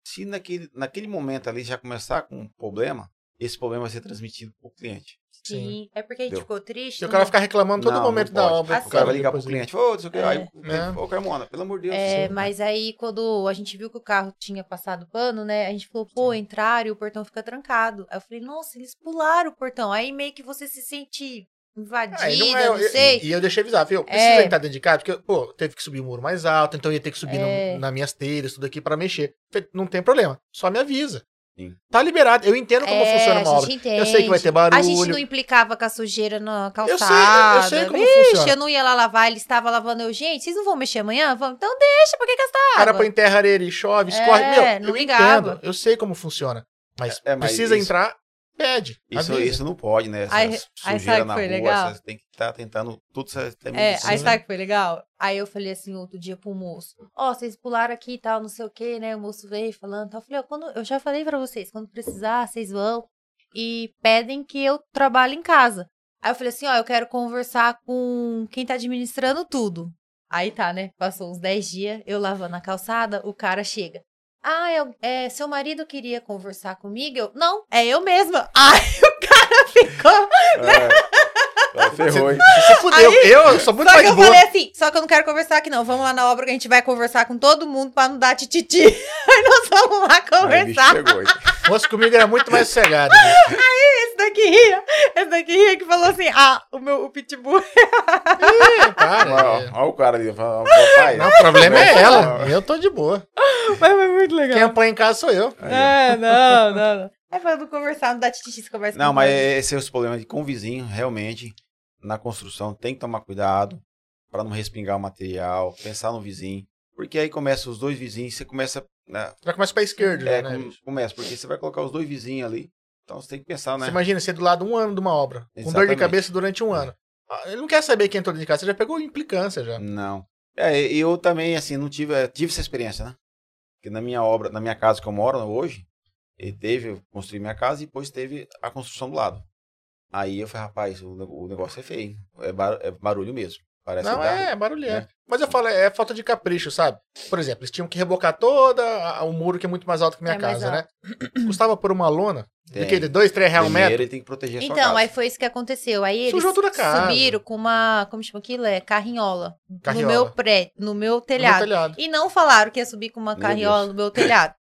Speaker 4: Se naquele, naquele momento ali já começar com um problema, esse problema vai ser transmitido para o cliente.
Speaker 3: Sim.
Speaker 2: É porque a gente
Speaker 4: Deu.
Speaker 2: ficou triste.
Speaker 3: E o
Speaker 2: não
Speaker 3: cara ficar reclamando todo
Speaker 4: Não,
Speaker 3: momento
Speaker 4: não
Speaker 3: da
Speaker 4: pode.
Speaker 3: obra.
Speaker 2: Ah,
Speaker 3: pro
Speaker 4: O cara vai ligar para
Speaker 3: depois
Speaker 4: o cliente, ô, não sei o que,
Speaker 2: É.
Speaker 4: aí, o
Speaker 3: É.
Speaker 4: cliente, ô, Carmona, pelo amor de Deus.
Speaker 2: É,
Speaker 3: Sim.
Speaker 2: mas aí quando a gente viu que o carro tinha passado pano, né? A gente falou, pô, entraram e o portão fica trancado. Aí eu falei, nossa, eles pularam o portão. Aí meio que você se sente invadida,
Speaker 3: Ah, e
Speaker 2: não,
Speaker 3: não é- eu-
Speaker 2: sei. É.
Speaker 3: E eu deixei avisar, viu? Precisa entrar dentro de casa, porque, pô, teve que subir o muro mais alto, então ia ter que subir no-
Speaker 2: É.
Speaker 3: nas minhas telhas, tudo aqui pra mexer. Falei, Não tem problema, só me avisa.
Speaker 4: Sim.
Speaker 3: Tá liberado, eu entendo como
Speaker 2: É,
Speaker 3: funciona uma
Speaker 2: a
Speaker 3: obra.
Speaker 2: gente
Speaker 3: Eu sei que vai
Speaker 2: entende.
Speaker 3: ter barulho.
Speaker 2: A gente é não implicava com a sujeira na
Speaker 3: eu,
Speaker 2: calçada.
Speaker 3: sei, eu sei como
Speaker 2: Vixe,
Speaker 3: funciona.
Speaker 2: eu não ia lá lavar, ele estava lavando eu. Gente, vocês não vão mexer amanhã? Vão. Então deixa, por que gastar
Speaker 3: O
Speaker 2: água?
Speaker 3: cara põe em terra, areia e chove, escorre.
Speaker 2: É,
Speaker 3: Meu,
Speaker 2: não
Speaker 3: eu
Speaker 2: ligava.
Speaker 3: entendo, eu sei como funciona. Mas
Speaker 4: É, mas
Speaker 3: precisa
Speaker 4: isso-
Speaker 3: entrar, pede.
Speaker 4: Isso,
Speaker 3: avisa.
Speaker 4: isso não pode, né? Essa
Speaker 2: Aí- aí
Speaker 4: sujeira
Speaker 2: sabe que
Speaker 4: na
Speaker 2: foi
Speaker 4: rua,
Speaker 2: legal?
Speaker 4: você tem que estar tentando tudo certo.
Speaker 2: É, aí
Speaker 4: né?
Speaker 3: Sim.
Speaker 2: sabe o que foi legal? Aí eu falei assim outro dia pro moço, ó, vocês pularam aqui e tal, não sei o que, né? O moço veio falando e tal. Eu falei, ó, quando, eu já falei pra vocês, quando precisar, vocês vão e pedem que eu trabalhe em casa. Aí eu falei assim, ó, eu quero conversar com quem tá administrando tudo. Aí tá, né? Passou uns 10 dias, eu lavando a calçada, o cara chega. Ah, eu- é, seu marido queria conversar comigo? Eu, não, é eu mesma. Aí o cara ficou
Speaker 4: É, ferrou, hein?
Speaker 3: Você fudeu. eu, eu sou muito
Speaker 2: Só que
Speaker 3: mais
Speaker 2: eu
Speaker 3: boa.
Speaker 2: falei assim, só que eu não quero conversar aqui não. Vamos lá na obra que a gente vai conversar com todo mundo pra não dar tititi. Aí nós vamos lá
Speaker 4: Aí o bicho
Speaker 2: conversar.
Speaker 4: pegou, hein?
Speaker 3: Se fosse comigo era muito mais sossegado. né?
Speaker 2: Esse daqui ria, esse daqui ria que falou assim, ah, o meu o pitbull.
Speaker 3: Ih, para. é.
Speaker 4: Olha o cara ali, fala, papai.
Speaker 3: Não, o problema é ela. Eu tô de boa.
Speaker 2: Mas foi muito
Speaker 3: Quem
Speaker 2: legal.
Speaker 3: apanha em casa sou eu.
Speaker 4: Aí, ó.
Speaker 2: É, não, não, não. É falando conversar, não dá tititi, se conversa
Speaker 4: Não,
Speaker 2: com
Speaker 4: mas
Speaker 2: todo mundo.
Speaker 4: esse é os problemas de com o vizinho, realmente, na construção, tem que tomar cuidado para não respingar o material, pensar no vizinho. Porque aí começa os dois vizinhos, você começa. Né,
Speaker 3: Já começa pra esquerda,
Speaker 4: é,
Speaker 3: né?
Speaker 4: com-
Speaker 3: bicho?
Speaker 4: começa, porque você vai colocar os dois vizinhos ali. Então você tem que pensar, né?
Speaker 3: Você imagina, você é do lado um ano de uma obra. Com dor de
Speaker 4: Exatamente.
Speaker 3: cabeça durante um ano. Ah, Ele não quer saber quem entrou dentro de casa. Você já pegou implicância já.
Speaker 4: Não. É, e eu também, assim, não tive, eh, tive essa experiência, né? Porque na minha obra, na minha casa que eu moro hoje, ele teve, eu construí minha casa e depois teve a construção do lado. Aí eu falei, rapaz, o, ne- o negócio é feio, hein? É, bar- é barulho mesmo. Parece
Speaker 3: não,
Speaker 4: um carro.
Speaker 3: é, é barulhento.
Speaker 4: né?
Speaker 3: Mas eu falo, é, é falta de capricho, sabe? Por exemplo, eles tinham que rebocar toda a- o muro que é muito mais alto que minha
Speaker 2: É mais
Speaker 3: casa, né? Custava por uma lona,
Speaker 4: Tem.
Speaker 3: de dois, três reais um
Speaker 4: Primeiro
Speaker 3: metro.
Speaker 4: ele tem que proteger a é sua
Speaker 2: Então,
Speaker 4: casa.
Speaker 2: aí foi isso que aconteceu. Aí eles
Speaker 3: Sujou toda a casa.
Speaker 2: subiram com uma, como chama aquilo? É, carrinhola. No
Speaker 3: Carriola.
Speaker 2: meu prédio, no meu
Speaker 3: no
Speaker 2: telhado.
Speaker 3: telhado.
Speaker 2: E não falaram que ia subir com uma
Speaker 4: Meu
Speaker 2: carriola
Speaker 4: Deus.
Speaker 2: no meu telhado.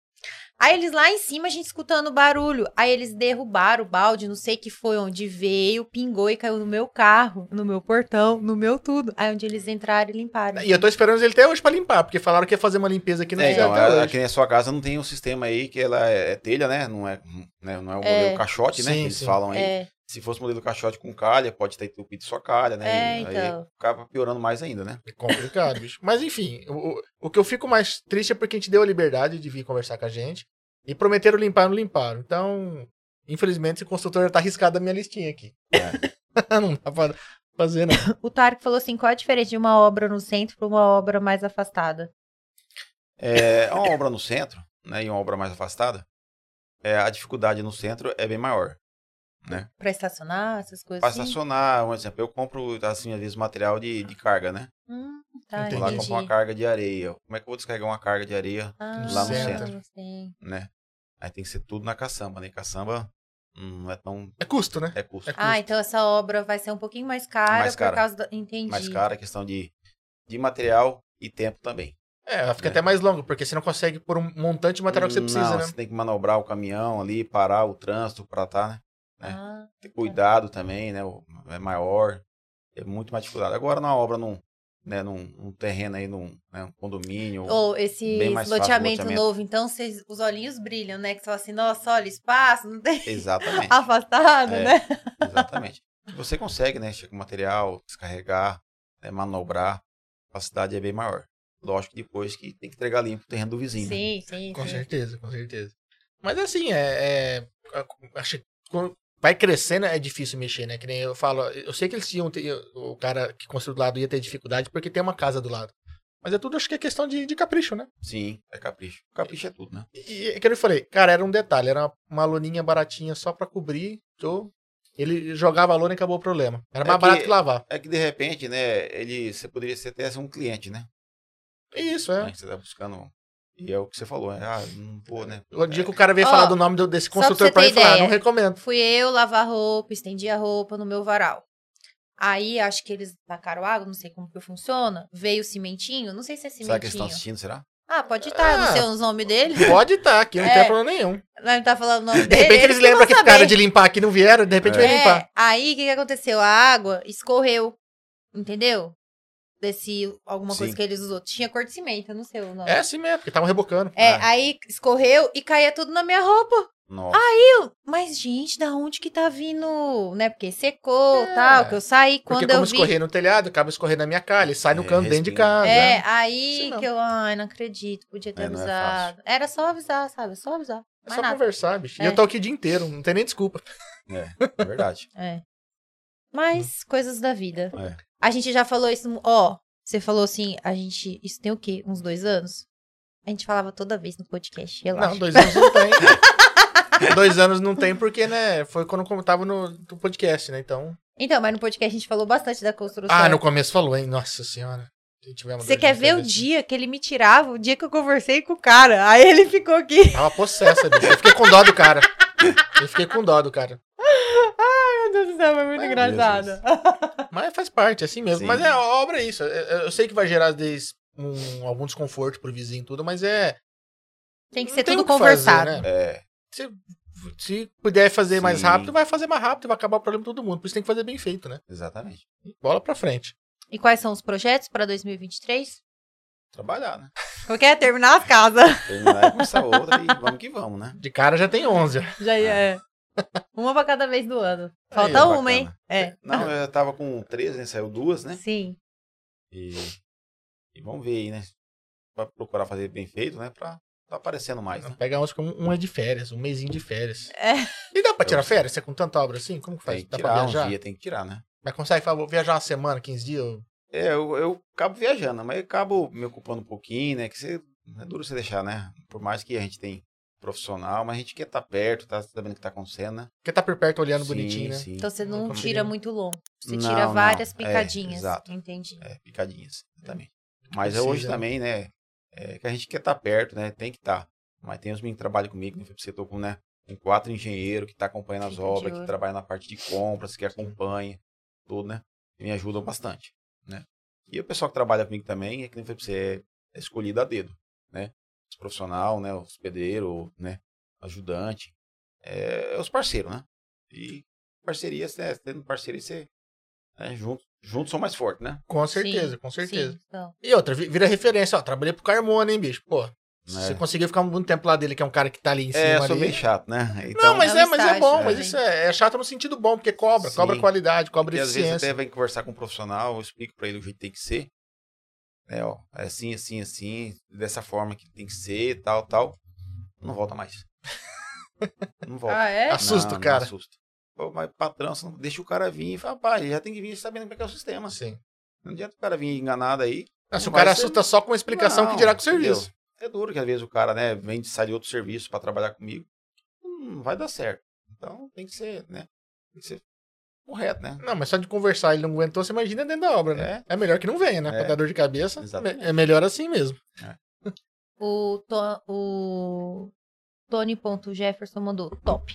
Speaker 2: Aí eles lá em cima, a gente escutando barulho. Aí eles derrubaram o balde, não sei que foi onde veio, pingou e caiu no meu carro, no meu portão, no meu tudo. Aí onde eles entraram e limparam.
Speaker 3: E eu tô esperando ele até hoje pra limpar, porque falaram que ia fazer uma limpeza aqui no
Speaker 4: É,
Speaker 3: fizeram
Speaker 4: então,
Speaker 3: até
Speaker 4: a,
Speaker 3: hoje.
Speaker 4: aqui na sua casa não tem um sistema aí que ela é, é telha, né? Não é, né? Não é o
Speaker 2: É.
Speaker 4: modelo caixote, né?
Speaker 3: Sim,
Speaker 4: que eles
Speaker 3: sim.
Speaker 4: falam aí.
Speaker 2: É,
Speaker 4: Se fosse modelo caixote com calha, pode ter entupido sua calha, né?
Speaker 2: É,
Speaker 4: E
Speaker 2: então.
Speaker 4: Aí acaba piorando mais ainda, né?
Speaker 3: É complicado, bicho. Mas enfim, o, o- o que eu fico mais triste é porque a gente deu a liberdade de vir conversar com a gente e
Speaker 4: É.
Speaker 3: prometeram limpar e não limparam. Então, infelizmente, esse construtor já tá arriscado da minha listinha aqui. não dá pra fazer, não.
Speaker 2: O Tarek falou assim: qual a diferença de uma obra no centro para uma obra mais afastada?
Speaker 4: É uma obra no centro, né? E uma obra mais afastada. É, a dificuldade no centro é bem maior.
Speaker 2: Para estacionar, essas coisas
Speaker 4: Para
Speaker 2: assim?
Speaker 4: estacionar, um exemplo, eu compro, assim, às vezes, material de, de carga, né?
Speaker 2: Hum, tá,
Speaker 3: Entendi.
Speaker 4: Vou lá comprar uma
Speaker 2: entendi.
Speaker 4: carga de areia. Como é que eu vou descarregar uma carga de areia,
Speaker 2: Ah,
Speaker 3: lá no
Speaker 4: centro.
Speaker 2: sim.
Speaker 4: né? Aí tem que ser tudo na caçamba, né? Caçamba hum, não é tão.
Speaker 3: É custo, né?
Speaker 4: É custo.
Speaker 3: É custo.
Speaker 2: Ah, então essa obra vai ser um pouquinho mais cara
Speaker 4: Mais
Speaker 2: por
Speaker 4: cara.
Speaker 2: causa da. Entendi.
Speaker 4: mais caro, é questão de, de material e tempo também.
Speaker 3: É, ela fica
Speaker 4: É.
Speaker 3: até mais longo, porque você não consegue pôr um montante de material que você precisa,
Speaker 4: Não,
Speaker 3: né?
Speaker 4: Você tem que manobrar o caminhão ali, parar o trânsito para tá, né? né?
Speaker 2: Ah,
Speaker 4: Ter cuidado também, né? O- É maior, é muito mais dificuldade. Agora numa obra num, né, num, num terreno aí, num né, um condomínio.
Speaker 2: Ou esse
Speaker 4: Bem mais
Speaker 2: loteamento,
Speaker 4: fácil o loteamento.
Speaker 2: novo, então vocês- os olhinhos brilham, né? Que você fala assim, nossa, olha, espaço, não tem
Speaker 4: Exatamente.
Speaker 2: afastado,
Speaker 4: É,
Speaker 2: né?
Speaker 4: Exatamente. Você consegue, né? Chegar com material, descarregar, né, manobrar. A capacidade é bem maior. Lógico que depois que tem que entregar limpo o terreno do vizinho. né?
Speaker 2: Sim, sim,
Speaker 3: Com
Speaker 2: sim.
Speaker 3: certeza, com certeza. Mas assim, é. é a- acho que quando vai crescendo é difícil mexer, né? Que nem eu falo, eu sei que eles iam ter. O cara que construiu do lado ia ter dificuldade porque tem uma casa do lado. Mas é tudo, acho que é questão de, de capricho, né?
Speaker 4: Sim, é capricho. Capricho é tudo, né?
Speaker 3: E é que eu falei, cara, era um detalhe, era uma, uma loninha baratinha só pra cobrir, tô. Ele jogava a lona e acabou o problema. Era
Speaker 4: É
Speaker 3: mais
Speaker 4: que-
Speaker 3: barato que lavar.
Speaker 4: É que de repente, né, ele, você poderia ser até um cliente, né?
Speaker 3: É Isso, é.
Speaker 4: Né, que Você tá buscando. E é o que você falou, né? Ah, não vou, né?
Speaker 3: O dia que
Speaker 4: É,
Speaker 3: o cara veio
Speaker 2: Ó,
Speaker 3: falar do nome do- desse
Speaker 2: só pra
Speaker 3: construtor
Speaker 2: você
Speaker 3: pra
Speaker 2: ter
Speaker 3: ele falar, "Ah,
Speaker 2: ideia.
Speaker 3: não recomendo.
Speaker 2: Fui eu lavar roupa, estendi a roupa no meu varal. Aí, acho que eles tacaram água, não sei como que funciona. Veio o cimentinho, não sei se é
Speaker 4: Será que eles estão
Speaker 2: cimentinho.
Speaker 4: assistindo, será?
Speaker 2: Ah, pode estar,
Speaker 3: Ah.
Speaker 2: não sei os nomes dele.
Speaker 3: Pode estar, aqui não
Speaker 2: É.
Speaker 3: tem problema nenhum.
Speaker 2: Nós não tá falando o nome
Speaker 3: De
Speaker 2: dele.
Speaker 3: repente eles
Speaker 2: que
Speaker 3: lembram
Speaker 2: vão
Speaker 3: que
Speaker 2: saber.
Speaker 3: ficaram de limpar aqui e não vieram, de repente
Speaker 4: É.
Speaker 3: veio limpar.
Speaker 2: É, aí o que, que aconteceu? A água escorreu, entendeu? Desse alguma coisa
Speaker 4: Sim.
Speaker 2: que eles usou. Tinha cor de cimento, eu não sei o nome.
Speaker 3: É assim mesmo, porque estavam rebocando.
Speaker 2: É,
Speaker 4: Ah.
Speaker 2: aí escorreu e caía tudo na minha roupa.
Speaker 4: Nossa.
Speaker 2: Eu, mas gente, da onde que tá vindo, né? Porque secou,
Speaker 3: É.
Speaker 2: tal, que eu saí
Speaker 3: Porque
Speaker 2: quando eu
Speaker 3: como
Speaker 2: vi.
Speaker 3: escorrer no telhado, acaba escorrendo na minha calha, e sai no
Speaker 4: É,
Speaker 3: canto dentro de
Speaker 4: respinga.
Speaker 3: casa.
Speaker 2: É,
Speaker 3: né? Sei
Speaker 2: aí
Speaker 3: não.
Speaker 2: que eu, ai, não acredito, podia ter
Speaker 4: É, não é
Speaker 2: avisado. Era só avisar, sabe? Só avisar.
Speaker 3: É
Speaker 2: Mais
Speaker 3: só
Speaker 2: nada.
Speaker 3: conversar, bicho. E
Speaker 2: É.
Speaker 3: eu tô aqui o dia inteiro, não tem nem desculpa.
Speaker 4: É verdade.
Speaker 2: É. Mas coisas da vida.
Speaker 4: É.
Speaker 2: A gente já falou isso, ó. Você falou assim, a gente. Isso tem o quê? Uns dois anos? A gente falava toda vez no podcast, relaxa.
Speaker 3: Não, dois anos não tem. dois anos não tem porque, né, foi quando eu tava no, no podcast, né, então...
Speaker 2: Então, mas no podcast a gente falou bastante da construção.
Speaker 3: Ah, no começo falou, hein, nossa senhora. Se tivermos
Speaker 2: Você
Speaker 3: dois
Speaker 2: quer
Speaker 3: anos,
Speaker 2: ver o
Speaker 3: talvez-
Speaker 2: dia que ele me tirava, o dia que eu conversei com o cara. Aí ele ficou aqui.
Speaker 3: Tava possessa, bicho. Eu fiquei com dó do cara. Eu fiquei com dó do cara.
Speaker 2: Meu Deus do céu, foi muito
Speaker 4: Meu
Speaker 2: engraçado.
Speaker 3: Mas faz parte, é assim mesmo.
Speaker 4: Sim.
Speaker 3: Mas é, a obra é isso. Eu, eu sei que vai gerar, às vezes, um, algum desconforto pro vizinho e tudo, mas é...
Speaker 2: Tem que
Speaker 3: não
Speaker 2: ser
Speaker 3: o
Speaker 2: tudo
Speaker 3: que
Speaker 2: conversado.
Speaker 3: fazer, né?
Speaker 4: É,
Speaker 3: se, se puder fazer mais
Speaker 4: Sim.
Speaker 3: rápido, vai fazer mais rápido e vai acabar o problema de todo mundo. Por isso tem que fazer bem feito, né?
Speaker 4: exatamente.
Speaker 3: Bola pra frente.
Speaker 2: E quais são os projetos para 2023?
Speaker 4: Trabalhar, né?
Speaker 2: Qualquer é? terminar as casas.
Speaker 4: Terminar e começar outra e vamos que vamos, né?
Speaker 3: De cara já tem 11.
Speaker 2: Já é. Uma pra cada vez do ano. Falta
Speaker 4: Aí,
Speaker 3: Tá
Speaker 2: uma,
Speaker 4: bacana.
Speaker 2: hein? É.
Speaker 4: Não, eu já tava com três, né? Saiu duas, né?
Speaker 2: Sim.
Speaker 4: E, e vamos ver aí, né? Pra procurar fazer bem feito, né? Pra tá aparecendo mais, né?
Speaker 3: Pega 11 como um é de férias, um mesinho de férias.
Speaker 2: É.
Speaker 3: E dá pra tirar férias? Você com tanta obra assim? Como que faz?
Speaker 4: Tem que
Speaker 3: Dá pra
Speaker 4: tirar
Speaker 3: viajar?
Speaker 4: um dia, tem que tirar, né?
Speaker 3: Mas consegue favor, viajar uma semana, 15 dias? ou-
Speaker 4: É, eu, eu acabo viajando, mas eu acabo me ocupando um pouquinho, né? Que você, é duro você deixar, né? Por mais que a gente tem profissional, mas a gente quer estar perto, tá sabendo o que tá acontecendo, né?
Speaker 3: Porque tá por perto olhando
Speaker 4: Sim,
Speaker 3: bonitinho, né?
Speaker 4: Sim,
Speaker 2: Então você não
Speaker 3: Não
Speaker 2: tira
Speaker 3: conseguiu.
Speaker 2: muito longo. Você
Speaker 4: Não,
Speaker 2: tira
Speaker 4: não.
Speaker 2: várias
Speaker 4: É,
Speaker 2: picadinhas.
Speaker 4: exato.
Speaker 2: Entendi.
Speaker 4: é, picadinhas, exatamente. Mas é
Speaker 3: Precisa,
Speaker 4: hoje
Speaker 3: né?
Speaker 4: também, né? É que a gente quer estar perto, né? Tem que estar. Mas tem os meninos que trabalham comigo, né? Você tô com, né? Com quatro engenheiros que tá acompanhando as
Speaker 2: Fica de
Speaker 4: obras,
Speaker 2: olho.
Speaker 4: que trabalha na parte de compras, que acompanha, tudo, né? E me ajudam bastante, né? E o pessoal que trabalha comigo também, é que nem eu falei pra você, é escolhido a dedo, né? Os profissional, né? Os pedreiros, né? Ajudante. É, é os parceiros, né? E parcerias, né? Tendo parceria, você... Né? Juntos, juntos são mais fortes, né?
Speaker 3: Com certeza, com certeza.
Speaker 2: Sim, então.
Speaker 3: E outra, vi- vira referência, ó. Trabalhei pro Carmona, hein, bicho? Pô, se
Speaker 4: É.
Speaker 3: você conseguir ficar muito tempo lá dele, que é um cara que tá ali em cima
Speaker 4: É, eu
Speaker 3: ali.
Speaker 4: sou meio chato, né?
Speaker 3: Não, mas
Speaker 2: É um
Speaker 3: é, mas é
Speaker 2: estágio,
Speaker 3: bom,
Speaker 4: né?
Speaker 3: mas isso é, é chato no sentido bom, porque cobra,
Speaker 4: Sim.
Speaker 3: cobra qualidade, cobra
Speaker 4: Porque às vezes
Speaker 3: eficiência.
Speaker 4: até vem conversar com um profissional, eu explico pra ele o jeito que tem que ser. É, ó, é assim, assim, assim, dessa forma que tem que ser, tal, tal. Não volta mais. não volta.
Speaker 2: Ah, é?
Speaker 3: Assusta o
Speaker 4: Não, não
Speaker 3: cara.
Speaker 4: assusta. Pô, mas patrão, você não deixa o cara vir e fala, pá, ele já tem que vir sabendo como é que é o sistema.
Speaker 3: Sim.
Speaker 4: Não adianta o cara vir enganado aí.
Speaker 3: Ah, se o
Speaker 4: Vai
Speaker 3: cara
Speaker 4: ser-
Speaker 3: assusta só com uma explicação
Speaker 4: Não,
Speaker 3: que dirá com o
Speaker 4: entendeu?
Speaker 3: serviço.
Speaker 4: É duro que às vezes o cara, né, vem de sair de outro serviço pra trabalhar comigo. Não vai dar certo. Então tem que ser, né? Tem que ser correto, né?
Speaker 3: Não, mas só de conversar ele não aguentou, você imagina dentro da obra, né? É, melhor que não venha, né?
Speaker 4: É.
Speaker 3: Pra dar dor de cabeça,
Speaker 4: Exatamente.
Speaker 3: é melhor assim mesmo.
Speaker 2: O, to, o Tony.Jefferson mandou top.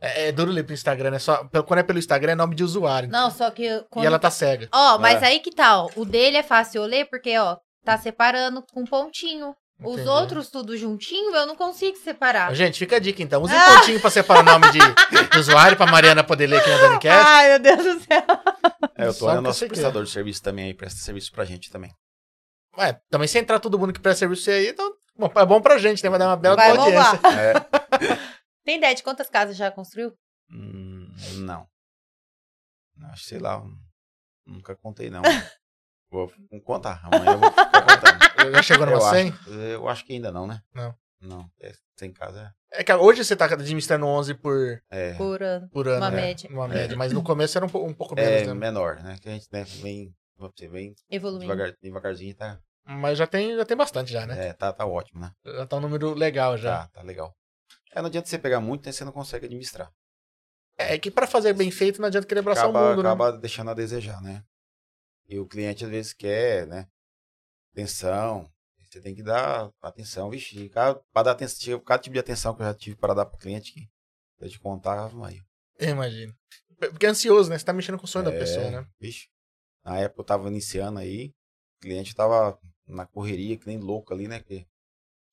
Speaker 3: É, é duro ler pro Instagram, né? Só, pelo- quando é pelo Instagram é nome de usuário.
Speaker 2: Não, só que.
Speaker 3: E ela tá cega.
Speaker 2: Ó, mas
Speaker 4: É.
Speaker 2: aí que tal? O dele é fácil eu ler, porque, ó, tá separando com pontinho. Os
Speaker 3: Entendi.
Speaker 2: outros tudo juntinho, eu não consigo separar.
Speaker 3: Gente, fica a dica então. Use
Speaker 2: Ah.
Speaker 3: um pontinho pra separar o nome de, de usuário, pra Mariana poder ler aqui na Danicast.
Speaker 2: Ai, meu Deus do céu.
Speaker 4: É, o
Speaker 3: Só
Speaker 4: Tony é
Speaker 3: que
Speaker 4: nosso
Speaker 3: você quer.
Speaker 4: prestador de serviço também aí, presta serviço pra gente também.
Speaker 3: Ué, também se entrar todo mundo que presta serviço aí, então bom, é bom pra gente, né? Vai dar uma bela
Speaker 2: Vai
Speaker 3: audiência.
Speaker 2: bombar.
Speaker 4: É,
Speaker 2: Tem ideia de quantas casas já construiu?
Speaker 4: hum, não. Acho, sei lá, hum, nunca contei, não. Vou contar. Amanhã eu vou ficar contando.
Speaker 3: Já chegou numa
Speaker 4: Eu
Speaker 3: 100?
Speaker 4: acho, eu acho que ainda não, né?
Speaker 3: Não.
Speaker 4: Não, é, sem casa
Speaker 3: É que hoje você tá administrando 11 por,
Speaker 4: é, é,
Speaker 2: Por ano.
Speaker 3: por ano.
Speaker 2: Uma
Speaker 3: né?
Speaker 2: média.
Speaker 3: Uma média. Mas no começo era um, po- um pouco
Speaker 4: é
Speaker 3: menos, né?
Speaker 4: menor, né? Que a gente né, vem, você vem
Speaker 2: Evoluindo.
Speaker 4: devagar, devagarzinho, tá,
Speaker 3: Mas já tem, já tem bastante já, né?
Speaker 4: é, tá, tá ótimo, né?
Speaker 3: Já tá um número legal já.
Speaker 4: Tá, tá legal. É, não adianta você pegar muito, né? Você não consegue administrar.
Speaker 3: É que pra fazer bem feito não adianta querer abraçar
Speaker 4: acaba,
Speaker 3: o mundo, né?
Speaker 4: acaba deixando a desejar, né? E o cliente às vezes quer, né? Atenção. Você tem que dar atenção. Vixe, cada, pra dar atenção, chega- cada tipo de atenção que eu já tive para dar para o cliente, que se eu te contar, aí.
Speaker 3: Eu imagino. P- Porque é ansioso, né? Você tá mexendo com o
Speaker 4: É.
Speaker 3: sonho da pessoa, né?
Speaker 4: Vixe. Na época eu tava iniciando aí, o cliente tava na correria, que nem louco ali, né? Que,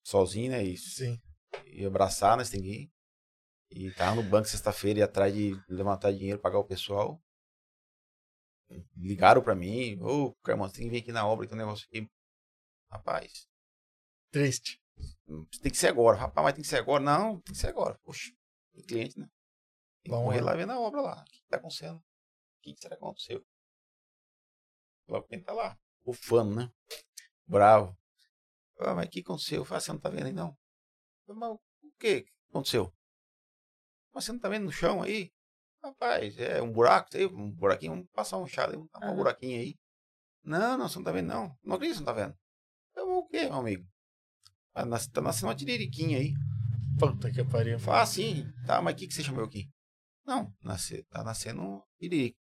Speaker 4: sozinho, né? E,
Speaker 3: Sim.
Speaker 4: e abraçar, né? Você tem que ir. E tava no banco sexta-feira e atrás de levantar dinheiro, pagar o pessoal. Ligaram pra mim, ô, Carmão, você tem que vir aqui na obra, que o negócio aqui. Rapaz,
Speaker 3: Triste.
Speaker 4: "Hum, tem que ser agora. Rapaz, mas tem que ser agora. Não, tem que ser agora. Poxa, tem cliente, né? Tem que
Speaker 3: Bom,
Speaker 4: correr
Speaker 3: né?
Speaker 4: lá ver na obra lá. O que que tá acontecendo? O que que será que aconteceu? Logo quem tá lá. Ufano, né? Bravo. Ah, mas o que aconteceu? Eu falei, "Ah, você não tá vendo aí não? Eu falei, Mas o que que aconteceu? Mas você não tá vendo no chão aí? Rapaz, é um buraco, sei, um buraquinho, vamos passar um chá, vamos tapar um
Speaker 2: Aham.
Speaker 4: buraquinho aí. Não, não, você não tá vendo não. Não acredito que você não tá vendo. Eu vou o quê, meu amigo? Ah, nas- Tá nascendo uma tiririquinha aí.
Speaker 3: Puta que pariu.
Speaker 4: Eu falo, ah, sim, tá, mas o que, que você chamou aqui? Não, nasce, tá nascendo um piririca.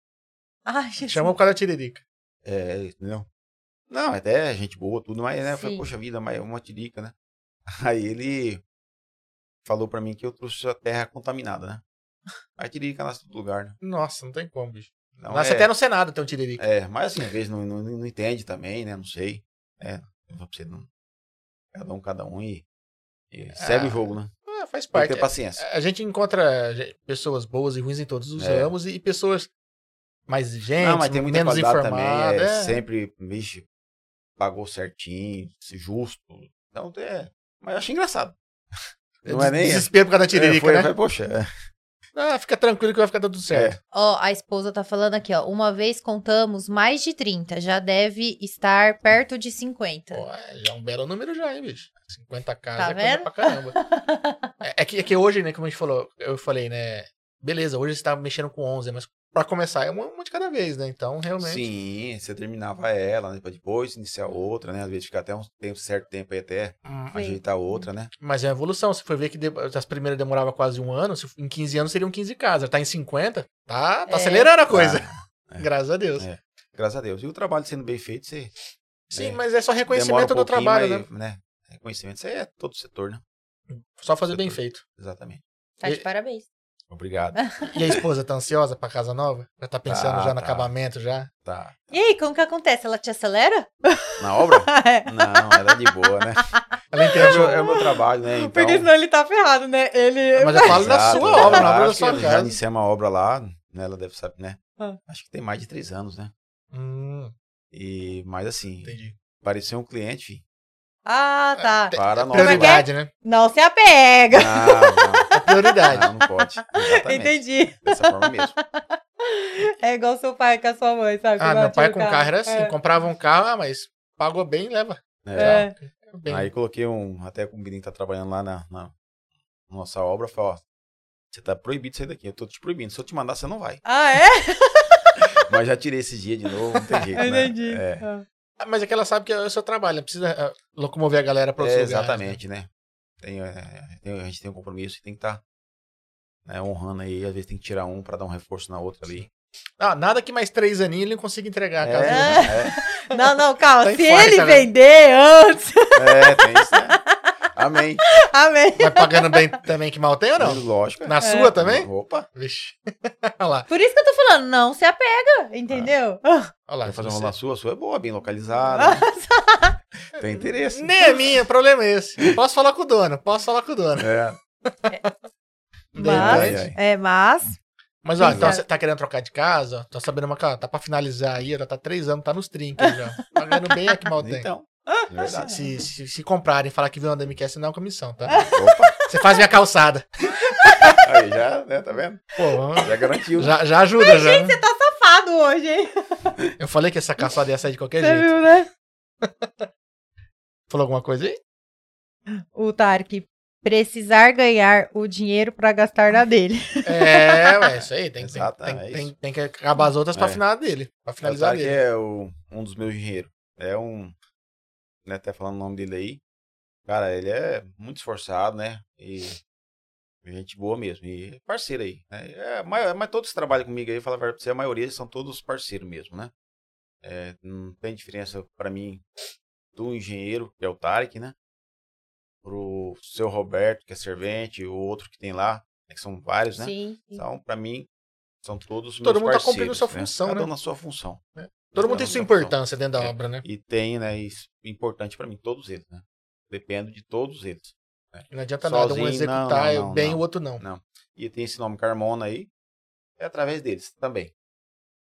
Speaker 2: Ai, Jesus.
Speaker 3: Chama o cara da tiririca.
Speaker 4: É, entendeu? Não, é até gente boa, tudo, mas, né, eu falei,
Speaker 2: Sim.
Speaker 4: poxa vida, mas é uma tirica, né? Aí ele falou pra mim que eu trouxe a terra contaminada, né? A tirica nasce em todo lugar, né?
Speaker 3: Nossa, não tem como, bicho.
Speaker 4: Então,
Speaker 3: Nasce
Speaker 4: é,
Speaker 3: até no Senado tem um tiririca.
Speaker 4: É, mas assim, às vezes não, não, não entende também, né? Não sei. É, eu falo pra você, não. Cada um, cada um e, e segue
Speaker 3: Ah,
Speaker 4: o jogo, né?
Speaker 3: Ah, faz
Speaker 4: Tem que
Speaker 3: parte.
Speaker 4: ter paciência.
Speaker 3: A gente encontra ge- pessoas boas e ruins em todos os
Speaker 4: É.
Speaker 3: ramos e pessoas mais gente,
Speaker 4: não, Ah, mas tem muita
Speaker 3: menos
Speaker 4: qualidade
Speaker 3: informada.
Speaker 4: também. É,
Speaker 3: é.
Speaker 4: Sempre, vixe, pagou certinho, se justo. Então, é. Mas eu acho engraçado. Não é nem-
Speaker 3: Desespero por causa da tiririca,
Speaker 4: É, foi,
Speaker 3: né?
Speaker 4: foi, É. poxa, é.
Speaker 3: Ah, fica tranquilo que vai ficar tudo certo.
Speaker 2: Ó, a esposa tá falando aqui, ó. Uma vez contamos mais de 30, já deve estar perto de 50.
Speaker 3: Pô, é, já é um belo número já, hein, bicho? 50 casas
Speaker 2: Tá
Speaker 3: é coisa
Speaker 2: vendo?
Speaker 3: pra caramba. é, é que, é que hoje, né, como a gente falou, eu falei, né, beleza, hoje você tá mexendo com 11, mas pra começar é um, um de cada vez, né? Então, realmente...
Speaker 4: Sim, você terminava ela, né, pra depois iniciar outra, né? Às vezes fica até um tempo, certo tempo aí até
Speaker 3: Hum,
Speaker 2: Sim.
Speaker 4: ajeitar outra, né?
Speaker 3: Mas é uma evolução. Você foi ver que de- as primeiras demoravam quase um ano, se- em 15 anos seriam 15 casas. Tá em 50, tá, tá
Speaker 2: É.
Speaker 3: acelerando a coisa.
Speaker 4: É.
Speaker 3: Graças a Deus.
Speaker 4: É. Graças a Deus. E o trabalho sendo bem feito, você
Speaker 3: Sim,
Speaker 4: É.
Speaker 3: mas é só
Speaker 4: demora um
Speaker 3: reconhecimento do
Speaker 4: pouquinho,
Speaker 3: trabalho, né?
Speaker 4: mas, né? Reconhecimento, isso aí é todo setor, né?
Speaker 3: Só fazer bem feito.
Speaker 4: Exatamente.
Speaker 2: Tá de
Speaker 3: E-
Speaker 2: parabéns.
Speaker 4: Obrigado.
Speaker 3: E a esposa tá ansiosa pra casa nova? Já tá pensando
Speaker 4: Tá,
Speaker 3: já no
Speaker 4: tá.
Speaker 3: acabamento já?
Speaker 4: Tá.
Speaker 2: E aí, como que acontece? Ela te acelera?
Speaker 4: Na obra? Não, era de boa, né?
Speaker 3: Ela
Speaker 4: É o meu,
Speaker 3: entendeu.
Speaker 4: é o meu trabalho, né? Então...
Speaker 2: Porque senão ele tá ferrado, né? Ele...
Speaker 3: Ah, Mas eu falo da
Speaker 4: Exato,
Speaker 3: sua
Speaker 4: exato.
Speaker 3: obra, na obra da
Speaker 4: Acho que
Speaker 3: sua
Speaker 4: Já
Speaker 3: casa.
Speaker 4: iniciamos a obra lá, né? Ela deve saber, né?
Speaker 2: Ah.
Speaker 4: Acho que tem mais de três anos, né?
Speaker 3: Hum,
Speaker 4: E, mas assim,
Speaker 3: entendi.
Speaker 4: apareceu um cliente, filho,
Speaker 2: Ah,
Speaker 3: é,
Speaker 2: tá.
Speaker 4: para nós.
Speaker 3: Prioridade, né?
Speaker 2: Não se apega.
Speaker 4: Não, não,
Speaker 3: Prioridade.
Speaker 4: não, não pode. Exatamente.
Speaker 2: Entendi.
Speaker 4: Dessa forma mesmo.
Speaker 2: É igual seu pai com a sua mãe, sabe?
Speaker 3: Ah,
Speaker 2: Quando ela
Speaker 3: meu pai
Speaker 2: tinha
Speaker 3: com
Speaker 2: um
Speaker 3: carro era assim.
Speaker 2: É.
Speaker 3: Comprava um carro, ah, mas pagou bem, leva.
Speaker 4: É.
Speaker 2: É.
Speaker 3: Bem.
Speaker 4: Aí coloquei um, até com o menino que tá trabalhando lá na, na nossa obra, falei, ó, Você tá proibido de sair daqui. Eu tô te proibindo. Se eu te mandar, você não vai.
Speaker 2: Ah, é?
Speaker 4: Mas já tirei esse dia de novo, não tem jeito,
Speaker 2: Eu
Speaker 4: né?
Speaker 2: entendi.
Speaker 4: É.
Speaker 2: Ah.
Speaker 3: Ah, Mas é que ela sabe que é o seu trabalho, não precisa ah, locomover a galera para
Speaker 4: É,
Speaker 3: outros lugares,
Speaker 4: exatamente, né? Tem, é, tem- a gente tem um compromisso e tem que estar honrando aí. Às vezes tem que tirar um pra dar um reforço na outra ali.
Speaker 3: né? Ah, nada que mais três aninhos ele não consiga entregar a casa. dele.
Speaker 4: É,
Speaker 2: Não, não, calma.
Speaker 3: Tá em
Speaker 2: Se
Speaker 3: farta,
Speaker 2: ele
Speaker 3: né?
Speaker 2: vender antes.
Speaker 4: é, é, tem isso, né? Amém.
Speaker 2: Amém.
Speaker 3: Vai pagando bem também que mal tem ou não?
Speaker 4: Lógico. é.
Speaker 3: Na sua também?
Speaker 4: Opa.
Speaker 3: Vixe. Olha lá.
Speaker 2: Por isso que eu tô falando, não se apega, entendeu?
Speaker 3: Olha lá.
Speaker 4: Quer fazer
Speaker 3: se
Speaker 4: uma
Speaker 3: você-
Speaker 4: na sua? A sua é boa, bem
Speaker 3: Ah,
Speaker 4: localizada.
Speaker 3: né?
Speaker 4: tem interesse.
Speaker 3: Nem é minha, o problema é esse. Posso falar com o dono, posso falar com o dono.
Speaker 4: É.
Speaker 2: Mas,
Speaker 4: Ai, ai.
Speaker 2: é, mas.
Speaker 3: Mas ó,
Speaker 2: Pois
Speaker 3: então
Speaker 2: é.
Speaker 3: você tá querendo trocar de casa? Tô sabendo uma cara, tá pra finalizar aí, ela tá três anos, tá nos trinques já. Pagando bem é que mal tem.
Speaker 4: Então. É
Speaker 3: Se,
Speaker 4: verdade.
Speaker 3: se, se, se comprarem e falar que viu uma DMQS, não é uma comissão, tá?
Speaker 4: Opa.
Speaker 3: Você faz minha calçada.
Speaker 4: Aí já, né? Tá vendo?
Speaker 3: Pô,
Speaker 4: Já garantiu.
Speaker 3: já, já ajuda, já. né?
Speaker 2: Safado hoje, hein?
Speaker 3: Eu falei que essa calçada ia sair de qualquer
Speaker 2: Você
Speaker 3: jeito.
Speaker 2: viu, né?
Speaker 3: Falou alguma coisa aí?
Speaker 2: O Tark. Precisar ganhar o dinheiro pra gastar na dele.
Speaker 3: É, ué, isso aí. Tem, que- tem,
Speaker 4: Exato,
Speaker 3: tem,
Speaker 4: é
Speaker 3: tem, tem que acabar as outras pra
Speaker 4: É.
Speaker 3: final dele. Pra
Speaker 4: O
Speaker 3: finalizar
Speaker 4: cara que
Speaker 3: dele.
Speaker 4: é o- um dos meus engenheiros. É um. Né, até falando o nome dele aí. Cara, ele é muito esforçado, né? E. Gente boa mesmo. E é parceiro aí. Né? É, mas, mas todos que trabalham comigo aí, fala a verdade pra você, a maioria são todos parceiros mesmo, né? É, não tem diferença pra mim do engenheiro, que é o Tarek, né? Pro seu Roberto, que é servente, o outro que tem lá, né, que são vários, né?
Speaker 2: Sim.
Speaker 4: Então, pra mim, são todos
Speaker 3: Todo
Speaker 4: meus
Speaker 3: mundo tá cumprindo
Speaker 4: parceiros,
Speaker 3: sua função,
Speaker 4: Cada
Speaker 3: né?
Speaker 4: um na sua função.
Speaker 3: É.
Speaker 4: Cada
Speaker 3: Todo
Speaker 4: um
Speaker 3: mundo tem sua
Speaker 4: na função.
Speaker 3: importância dentro da
Speaker 4: É.
Speaker 3: obra, né?
Speaker 4: E tem, né? Isso, importante pra mim, todos eles, né? Dependo de todos eles.
Speaker 3: Não adianta nada um
Speaker 4: Sozinho,
Speaker 3: executar
Speaker 4: não, não, não,
Speaker 3: bem
Speaker 4: não.
Speaker 3: o outro não.
Speaker 4: E tem esse nome Carmona aí, é através deles também,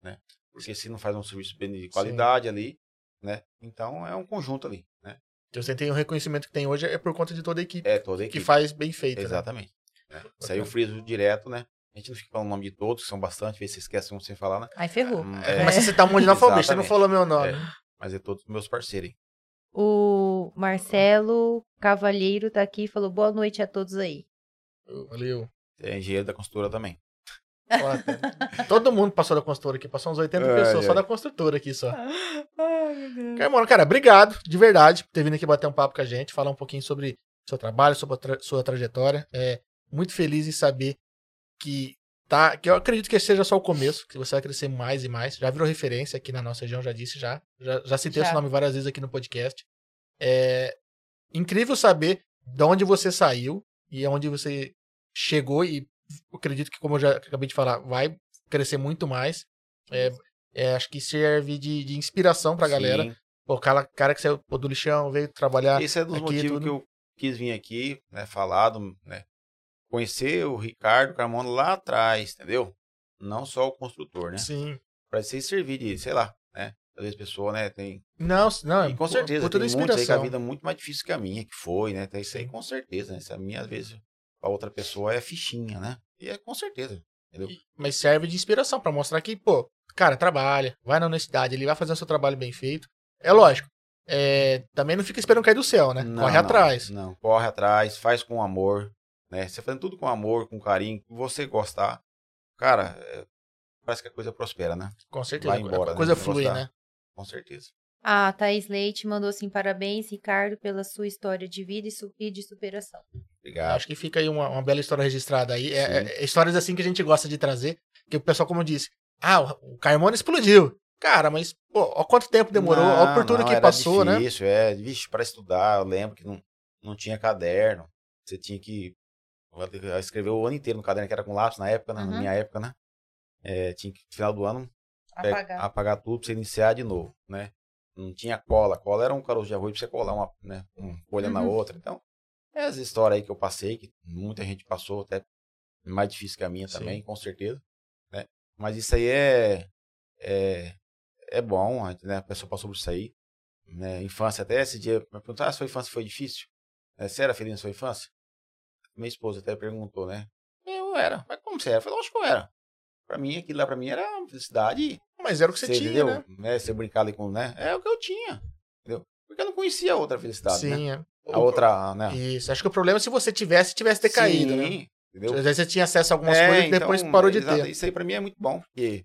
Speaker 4: né? Porque se não faz um serviço bem de qualidade ali, né? Então é um conjunto ali, né?
Speaker 3: Então você tem o reconhecimento que tem hoje é por conta de toda a equipe
Speaker 4: É toda a equipe.
Speaker 3: que faz bem feito. né?
Speaker 4: Exatamente. né? Isso aí eu friso direto, né? A gente não fica falando o nome de todos, que são bastante, às vezes você esquece um sem falar, né?
Speaker 2: Aí ferrou.
Speaker 4: Hum,
Speaker 3: É, né?"
Speaker 4: É.
Speaker 3: Mas se você tá um monte de alfabeto, você não
Speaker 4: Exatamente.
Speaker 3: falou meu nome.
Speaker 4: Mas é todos meus parceiros aí.
Speaker 2: O Marcelo Cavalheiro tá aqui e falou boa noite a todos aí.
Speaker 3: Valeu.
Speaker 4: É engenheiro da construtora também.
Speaker 3: Ó, tá- Todo mundo passou da construtora aqui, passou uns 80
Speaker 4: Ai,
Speaker 3: pessoas só
Speaker 4: ai.
Speaker 3: da construtora aqui só.
Speaker 2: Ai, meu Deus.
Speaker 3: Carmona, cara, obrigado, de verdade, por ter vindo aqui bater um papo com a gente, falar um pouquinho sobre seu trabalho, sobre a tra- sua trajetória. É muito feliz em saber que tá, que eu acredito que seja só o começo, que você vai crescer mais e mais. Já virou referência aqui na nossa região, já disse já. Já, já citei
Speaker 2: Já.
Speaker 3: esse nome várias vezes aqui no podcast. É incrível saber de onde você saiu e aonde você chegou e eu acredito que como eu já acabei de falar, vai crescer muito mais. É, é, acho que serve de, de inspiração pra galera.
Speaker 4: Sim.
Speaker 3: Pô, o cara, cara que saiu pô, do lixão, veio trabalhar.
Speaker 4: Esse é dos
Speaker 3: aqui
Speaker 4: motivos
Speaker 3: tudo.
Speaker 4: que eu quis vir aqui, né? Falar, do- né? Conhecer o Ricardo Carmona lá atrás, entendeu? Não só o construtor, né?
Speaker 3: Sim.
Speaker 4: Pra vocês servir de, sei lá, né? Às vezes a pessoa, né, tem.
Speaker 3: Não, s- não,
Speaker 4: e com certeza,
Speaker 3: Por toda
Speaker 4: tem muitos aí que a
Speaker 3: inspiração.
Speaker 4: vida é muito mais difícil que a minha, que foi, né? Tem isso aí
Speaker 3: Sim.
Speaker 4: com certeza, né? Isso a minha, às vezes, pra outra pessoa é fichinha, né? E é com certeza.
Speaker 3: Mas serve de inspiração pra mostrar que, pô, cara, trabalha, vai na universidade, ele vai fazer o seu trabalho bem feito. É lógico. é, também não fica esperando cair do céu, né?
Speaker 4: Não,
Speaker 3: Corre
Speaker 4: não,
Speaker 3: atrás.
Speaker 4: Não, corre atrás, faz com amor, né? Você fazendo tudo com amor, com carinho, que você gostar, cara, é, parece que a coisa prospera, né?
Speaker 3: Com certeza.
Speaker 4: Vai embora,
Speaker 3: a coisa
Speaker 4: né?
Speaker 3: flui,
Speaker 4: Gostar.
Speaker 3: né?
Speaker 4: Com certeza.
Speaker 2: A Thaís Leite mandou assim: parabéns, Ricardo, pela sua história de vida e, su- e de superação.
Speaker 4: Obrigado.
Speaker 3: Acho que fica aí uma, uma bela história registrada aí. É-
Speaker 4: É. Sim.
Speaker 3: é- é histórias assim que a gente gosta de trazer. Que o pessoal, como eu disse, ah, o o Carmona explodiu. Cara, mas, pô, ó quanto tempo demorou, ó por tudo
Speaker 4: não,
Speaker 3: que
Speaker 4: era
Speaker 3: passou, né?
Speaker 4: difícil, é. Vixe, pra estudar, eu lembro que não, não tinha caderno. Você tinha que escrever o ano inteiro no caderno, que era com lápis na época, né? na
Speaker 2: Uhum.
Speaker 4: minha época, né? É, tinha que, no final do ano, pe-
Speaker 2: Apagar.
Speaker 4: apagar tudo pra você iniciar de novo, né? Não tinha cola. Cola era um caroço de arroz pra você colar uma, né, uma folha na
Speaker 2: Uhum.
Speaker 4: outra. Então, é as histórias aí que eu passei, que muita gente passou, até mais difícil que a minha
Speaker 3: Sim.
Speaker 4: também, com certeza. Né? Mas isso aí é, é, é bom, né? A pessoa passou por isso aí. Né? Infância, até esse dia, me perguntaram, ah, sua infância foi difícil? É, você era feliz na sua infância? Minha esposa até perguntou, né? Eu era. Mas como você era? Eu falei, lógico que eu era. Pra mim, aquilo lá pra mim era uma felicidade
Speaker 3: Mas era o que você, tinha,
Speaker 4: entendeu?
Speaker 3: né?
Speaker 4: Né, Você brincar ali com, né? É o que eu tinha. Entendeu? Porque eu não conhecia a outra felicidade, né?
Speaker 3: Sim, é.
Speaker 4: A outra, né?
Speaker 3: Isso. Acho que o problema é se você tivesse, tivesse decaído, né?
Speaker 4: Sim, Entendeu? É,
Speaker 3: Às vezes você tinha acesso a algumas coisas que depois
Speaker 4: então,
Speaker 3: parou de
Speaker 4: exato,
Speaker 3: ter.
Speaker 4: Isso aí pra mim é muito bom, porque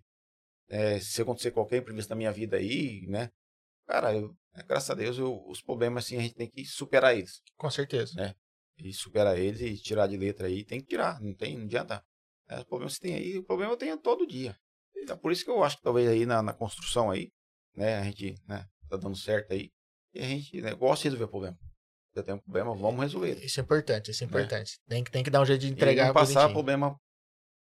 Speaker 4: é, se acontecer qualquer imprevisto na minha vida aí, né? Cara, eu, é, graças a Deus, eu- os problemas assim, a gente tem que superar eles.
Speaker 3: Com certeza.
Speaker 4: E superar eles e tirar de letra aí, tem que tirar, não tem, não adianta. É, o problema que você tem aí, o problema eu tenho todo dia. Então, por isso que eu acho que talvez aí na, na construção aí, né, a gente, né, tá dando certo aí. E a gente né, gosta de resolver problema. Se eu tenho um problema, vamos resolver. ele.
Speaker 3: Isso é importante, isso é importante. Tem, que, tem que dar um jeito de
Speaker 4: e
Speaker 3: entregar
Speaker 4: não passar
Speaker 3: bonitinho.
Speaker 4: problema,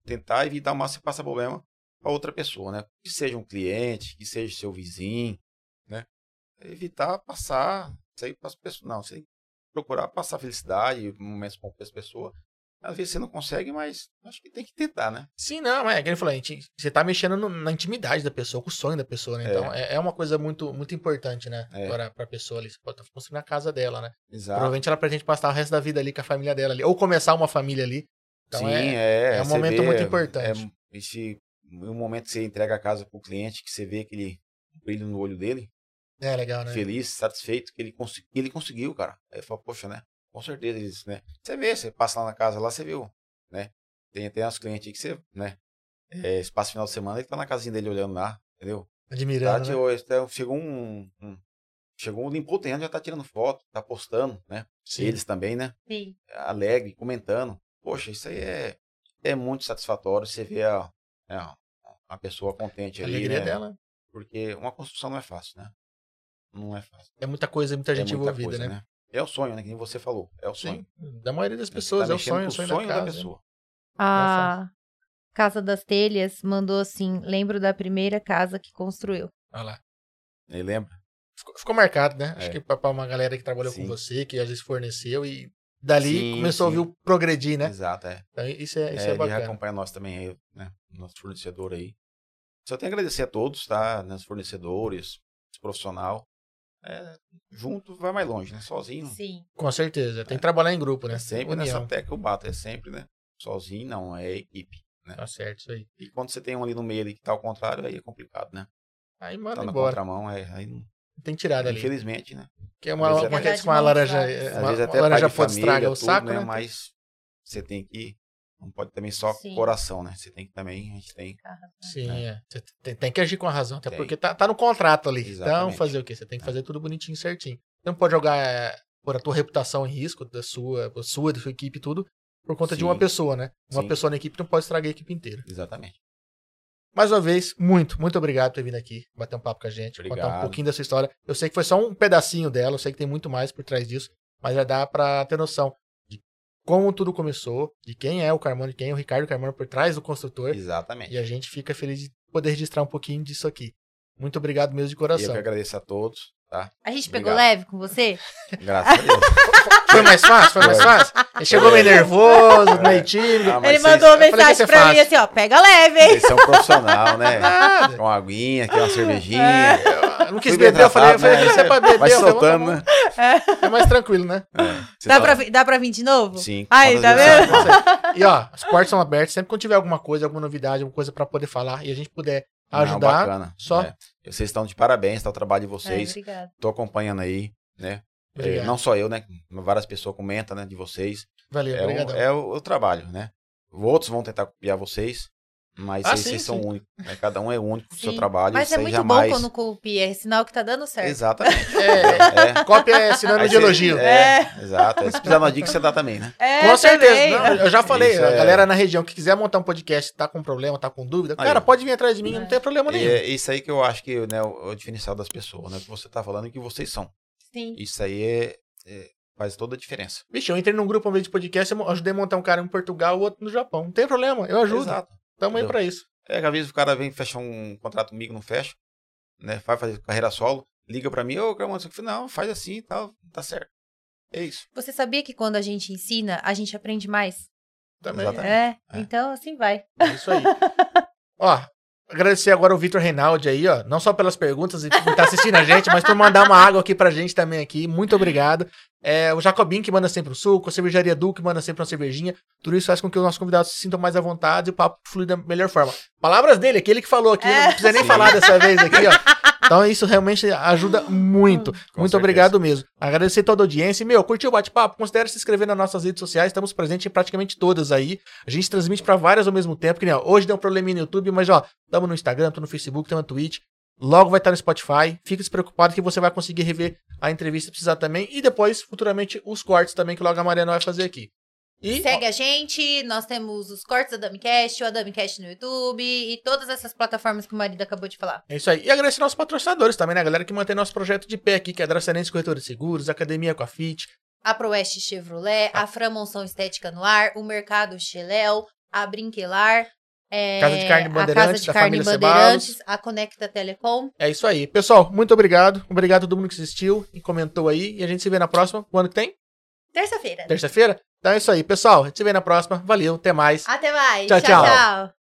Speaker 4: tentar evitar ao máximo passar problema para outra pessoa, né? Que seja um cliente, que seja seu vizinho, né? Evitar passar, isso aí para as pessoas, não, você tem que procurar passar felicidade, momentos bons para as pessoas. Às vezes você não consegue, mas acho que tem que tentar, né?
Speaker 3: Sim, não, é, que ele falou, a gente- você tá mexendo no- na intimidade da pessoa, com o sonho da pessoa, né?
Speaker 4: É.
Speaker 3: Então, é, é uma coisa muito, muito importante, né?
Speaker 4: É.
Speaker 3: Para pra pessoa ali, você pode estar construindo a casa dela, né?
Speaker 4: Exato.
Speaker 3: Provavelmente ela pretende passar o resto da vida ali com a família dela ali, ou começar uma família ali. Então,
Speaker 4: Sim,
Speaker 3: é,
Speaker 4: é,
Speaker 3: é um
Speaker 4: você
Speaker 3: momento
Speaker 4: vê,
Speaker 3: muito importante.
Speaker 4: É, esse um momento que você entrega a casa para o cliente, que você vê aquele brilho no olho dele,
Speaker 3: é legal, né?
Speaker 4: feliz, satisfeito, que ele, consegui- que ele conseguiu, cara. Aí eu falo, poxa, né? Com certeza eles, né? Você vê, você passa lá na casa, lá você viu, né? Tem até uns clientes aí que você, né? É, espaço final de semana, ele tá na casinha dele olhando lá, entendeu? Tá,
Speaker 3: Admirando, né?
Speaker 4: tipo, até chegou um, um- Chegou um, limpou o terreno, já tá tirando foto, tá postando, né?
Speaker 3: Sim.
Speaker 4: Eles também, né?
Speaker 2: Sim.
Speaker 4: alegre, comentando. Poxa, isso aí é, é muito satisfatório. Você vê a, a, a pessoa contente
Speaker 3: A
Speaker 4: ali,
Speaker 3: alegria
Speaker 4: né?
Speaker 3: dela.
Speaker 4: Porque uma construção não é fácil, né? Não é fácil.
Speaker 3: É muita coisa, muita gente
Speaker 4: é muita
Speaker 3: envolvida,
Speaker 4: coisa,
Speaker 3: né?
Speaker 4: É o sonho, né? Que nem você falou. É o sonho.
Speaker 3: Sim. Da maioria das
Speaker 4: Você
Speaker 3: pessoas, é
Speaker 4: tá
Speaker 3: o
Speaker 4: mexendo
Speaker 3: sonho,
Speaker 4: com
Speaker 3: o sonho da, casa, né?
Speaker 4: pessoa.
Speaker 2: A Casa das Telhas mandou assim: lembro da primeira casa que construiu.
Speaker 3: Olha lá.
Speaker 4: Ele Né, lembra?
Speaker 3: Ficou, ficou marcado, né? Acho
Speaker 4: É.
Speaker 3: que pra, pra uma galera que trabalhou com
Speaker 4: Sim.
Speaker 3: você, que às vezes forneceu e dali
Speaker 4: Sim,
Speaker 3: começou
Speaker 4: sim.
Speaker 3: a ouvir o progredir, né?
Speaker 4: Exato, é.
Speaker 3: Então, isso é, isso é,
Speaker 4: É, ele
Speaker 3: bacana.
Speaker 4: acompanha nós também, aí, né? Nosso fornecedor aí. Só tenho a agradecer a todos, tá? Né? Os fornecedores, os profissional. É, junto vai mais longe, né? Sozinho.
Speaker 2: Sim.
Speaker 3: Com certeza. Tem que trabalhar em grupo, né?
Speaker 4: É sempre
Speaker 3: União.
Speaker 4: nessa tecla que eu bato, é sempre, né? Sozinho não, é equipe.
Speaker 3: Tá certo, isso aí.
Speaker 4: E quando você tem um ali no meio ali que tá ao contrário, aí é complicado, né?
Speaker 3: Aí
Speaker 4: Tá
Speaker 3: manda
Speaker 4: na
Speaker 3: embora.
Speaker 4: contramão, é, aí não-
Speaker 3: Tem tirada ali.
Speaker 4: infelizmente, né?
Speaker 3: Que é uma,
Speaker 4: às vezes
Speaker 3: uma,
Speaker 4: é
Speaker 3: uma,
Speaker 2: verdade,
Speaker 3: uma
Speaker 2: mão
Speaker 3: laranja,
Speaker 2: fraca.
Speaker 3: é,
Speaker 4: Às
Speaker 3: uma,
Speaker 4: vezes
Speaker 3: uma
Speaker 4: até pai
Speaker 3: laranja
Speaker 4: de
Speaker 3: podre estraga
Speaker 4: família,
Speaker 3: o
Speaker 4: tudo,
Speaker 3: saco,
Speaker 4: né?
Speaker 3: né?
Speaker 4: Mas você tem que, não pode também só
Speaker 2: Sim.
Speaker 4: coração, né? Você tem que também, a gente tem,
Speaker 3: Sim,
Speaker 4: né?
Speaker 3: é. Você tem, tem que agir com a razão, até
Speaker 4: Tem.
Speaker 3: porque tá, tá no contrato ali. Então,
Speaker 4: Exatamente. É.
Speaker 3: fazer o quê? Você tem que fazer tudo bonitinho, certinho. Você não pode jogar é, por a tua reputação em risco, da sua, da sua, da sua equipe e tudo, por conta de
Speaker 4: Sim.
Speaker 3: uma pessoa, né? Uma
Speaker 4: Sim.
Speaker 3: pessoa na equipe não pode estragar a equipe inteira.
Speaker 4: exatamente.
Speaker 3: Mais uma vez, muito, muito obrigado por ter vindo aqui, bater um papo com a gente, contar um
Speaker 4: Obrigado.
Speaker 3: pouquinho da sua história. Eu sei que foi só um pedacinho dela, eu sei que tem muito mais por trás disso, mas já dá pra ter noção de como tudo começou, de quem é o Carmona, de quem é o Ricardo Carmona por trás do construtor.
Speaker 4: Exatamente.
Speaker 3: E a gente fica feliz de poder registrar um pouquinho disso aqui. Muito obrigado mesmo de
Speaker 4: E eu
Speaker 3: coração.
Speaker 4: que agradeço a todos, tá?
Speaker 2: A gente pegou
Speaker 4: Obrigado.
Speaker 2: leve com você?
Speaker 4: Graças a Deus.
Speaker 3: Foi mais fácil? Foi mais
Speaker 4: É.
Speaker 3: fácil? Ele chegou meio nervoso,
Speaker 4: É.
Speaker 3: meio tímido.
Speaker 4: Ah, mas
Speaker 2: Ele
Speaker 4: vocês-
Speaker 2: mandou uma
Speaker 3: falei que ia
Speaker 2: mensagem
Speaker 3: ser
Speaker 2: pra mim
Speaker 3: fácil.
Speaker 2: assim: ó, pega leve, hein?
Speaker 4: Vocês são um profissional, né?
Speaker 3: Nada. Ah,
Speaker 4: Com uma aguinha, aqui uma cervejinha.
Speaker 3: Eu não quis
Speaker 4: Fui bem
Speaker 3: beber, eu falei, eu
Speaker 4: tratado,
Speaker 3: falei,
Speaker 4: né?
Speaker 3: você é pra beber.
Speaker 4: Vai
Speaker 3: eu falei,
Speaker 4: soltando,
Speaker 3: "Tá
Speaker 4: né?
Speaker 3: bom." É mais tranquilo, né?
Speaker 4: É. Você
Speaker 2: Dá,
Speaker 4: tá-
Speaker 2: pra, vir- dá pra vir de novo?
Speaker 4: Sim.
Speaker 2: Aí,
Speaker 4: quantas
Speaker 2: tá
Speaker 4: vezes
Speaker 2: vendo?
Speaker 4: você fala?
Speaker 3: E ó, as portas são abertas. Sempre que tiver alguma coisa, alguma novidade, alguma coisa pra poder falar e a gente puder
Speaker 4: Não,
Speaker 3: ajudar.
Speaker 4: bacana.
Speaker 3: só-
Speaker 4: É. Vocês estão de parabéns, tá o trabalho de vocês.
Speaker 2: obrigada.
Speaker 4: Tô acompanhando aí, né? É,
Speaker 3: Obrigado.
Speaker 4: não só eu, né? Várias pessoas comentam, né? De vocês.
Speaker 3: Valeu,
Speaker 4: É, um-
Speaker 3: obrigadão.
Speaker 4: é o, o trabalho, né? Outros vão tentar copiar vocês, mas
Speaker 3: Ah,
Speaker 4: vocês,
Speaker 3: sim,
Speaker 4: vocês são
Speaker 3: sim.
Speaker 4: únicos. né? Cada um é único pro seu
Speaker 2: Sim,
Speaker 4: trabalho.
Speaker 2: Mas é
Speaker 4: vocês
Speaker 2: muito
Speaker 4: jamais...
Speaker 2: bom quando copia, é sinal que tá dando certo.
Speaker 4: Exatamente.
Speaker 3: É,
Speaker 4: é.
Speaker 3: cópia é sinônimo
Speaker 4: Aí
Speaker 3: de
Speaker 4: cê-
Speaker 3: elogio.
Speaker 4: É, exato. Se precisar de uma dica, você dá também, né?
Speaker 2: É,
Speaker 3: Com certeza.
Speaker 2: também.
Speaker 3: Não, eu já falei,
Speaker 4: Isso
Speaker 3: a
Speaker 4: é-
Speaker 3: galera na região que quiser montar um podcast, tá com problema, tá com dúvida,
Speaker 4: Aí,
Speaker 3: cara,
Speaker 4: ó.
Speaker 3: pode vir atrás de mim,
Speaker 2: É.
Speaker 3: não tem problema
Speaker 4: E
Speaker 3: nenhum.
Speaker 4: é isso aí que eu acho que né, o, o diferencial das pessoas, né? O que você tá falando e o que vocês são.
Speaker 2: Sim.
Speaker 4: Isso aí é- é, faz toda a diferença.
Speaker 3: Vixe, eu entrei num grupo uma vez de podcast, eu mo- ajudei a montar um cara em Portugal, o outro no Japão. Não tem problema, eu ajudo.
Speaker 4: Exato.
Speaker 3: Tamo aí
Speaker 4: Entendeu?
Speaker 3: pra isso.
Speaker 4: É que às vezes o cara vem fechar um contrato comigo, não fecha, né? Vai fazer carreira solo, liga pra mim, ô, Carmona, não, faz assim e tal, tá certo. É isso.
Speaker 2: Você sabia que quando a gente ensina, a gente aprende mais?
Speaker 3: Também.
Speaker 4: Exatamente.
Speaker 2: É,
Speaker 4: É.
Speaker 2: então assim vai.
Speaker 3: É isso aí. ó, agradecer agora o Vitor Reinaldi aí, ó, não só pelas perguntas e por estar assistindo a gente, mas por mandar uma água aqui pra gente também aqui. Muito obrigado. É, o Jacobinho que manda sempre um suco, a cervejaria Du que manda sempre uma cervejinha. Tudo isso faz com que os nossos convidados se sintam mais à vontade e o papo flui da melhor forma. Palavras dele, aquele que falou aqui,
Speaker 2: É.
Speaker 3: não precisa nem
Speaker 4: Sim.
Speaker 3: falar dessa vez aqui, ó. Então isso realmente ajuda muito.
Speaker 4: Ah, Com
Speaker 3: muito
Speaker 4: certeza.
Speaker 3: obrigado mesmo. Agradecer toda a audiência. E, meu, curtiu o bate-papo? Considere se inscrever nas nossas redes sociais. Estamos presentes em praticamente todas aí. A gente transmite pra várias ao mesmo tempo. Que nem, ó, hoje deu um probleminha no YouTube, mas ó, estamos no Instagram, estamos no Facebook, estamos no Twitch. Logo vai estar no Spotify. Fica despreocupado que você vai conseguir rever a entrevista se precisar também. E depois, futuramente, os cortes também que logo a Mariana vai fazer aqui. E
Speaker 2: Segue a gente, nós temos os cortes da Damecast, o Adamecast no YouTube e todas essas plataformas que o marido acabou de falar.
Speaker 3: É isso aí. E agradecer nossos patrocinadores também, né? A galera que mantém nosso projeto de pé aqui, que é a Dracenense Corretora de Seguros, Academia com a Fit,
Speaker 2: A Proeste Chevrolet,
Speaker 3: Tá.
Speaker 2: a Framonção Estética no Ar, o Mercado Cheléu, a Brinquelar, é,
Speaker 3: Casa de Carne
Speaker 2: a
Speaker 3: Bandeirantes,
Speaker 2: Casa de
Speaker 3: da
Speaker 2: Carne
Speaker 3: família
Speaker 2: Bandeirantes, a Conecta Telecom.
Speaker 3: É isso aí. Pessoal, muito obrigado. Obrigado a todo mundo que assistiu e comentou aí. E a gente se vê na próxima. Quando que tem?
Speaker 2: Terça-feira.
Speaker 3: Terça-feira? Então é isso aí, pessoal. A gente se vê na próxima. Valeu, até mais.
Speaker 2: Até mais.
Speaker 3: Tchau,
Speaker 2: tchau.
Speaker 3: tchau.
Speaker 2: tchau.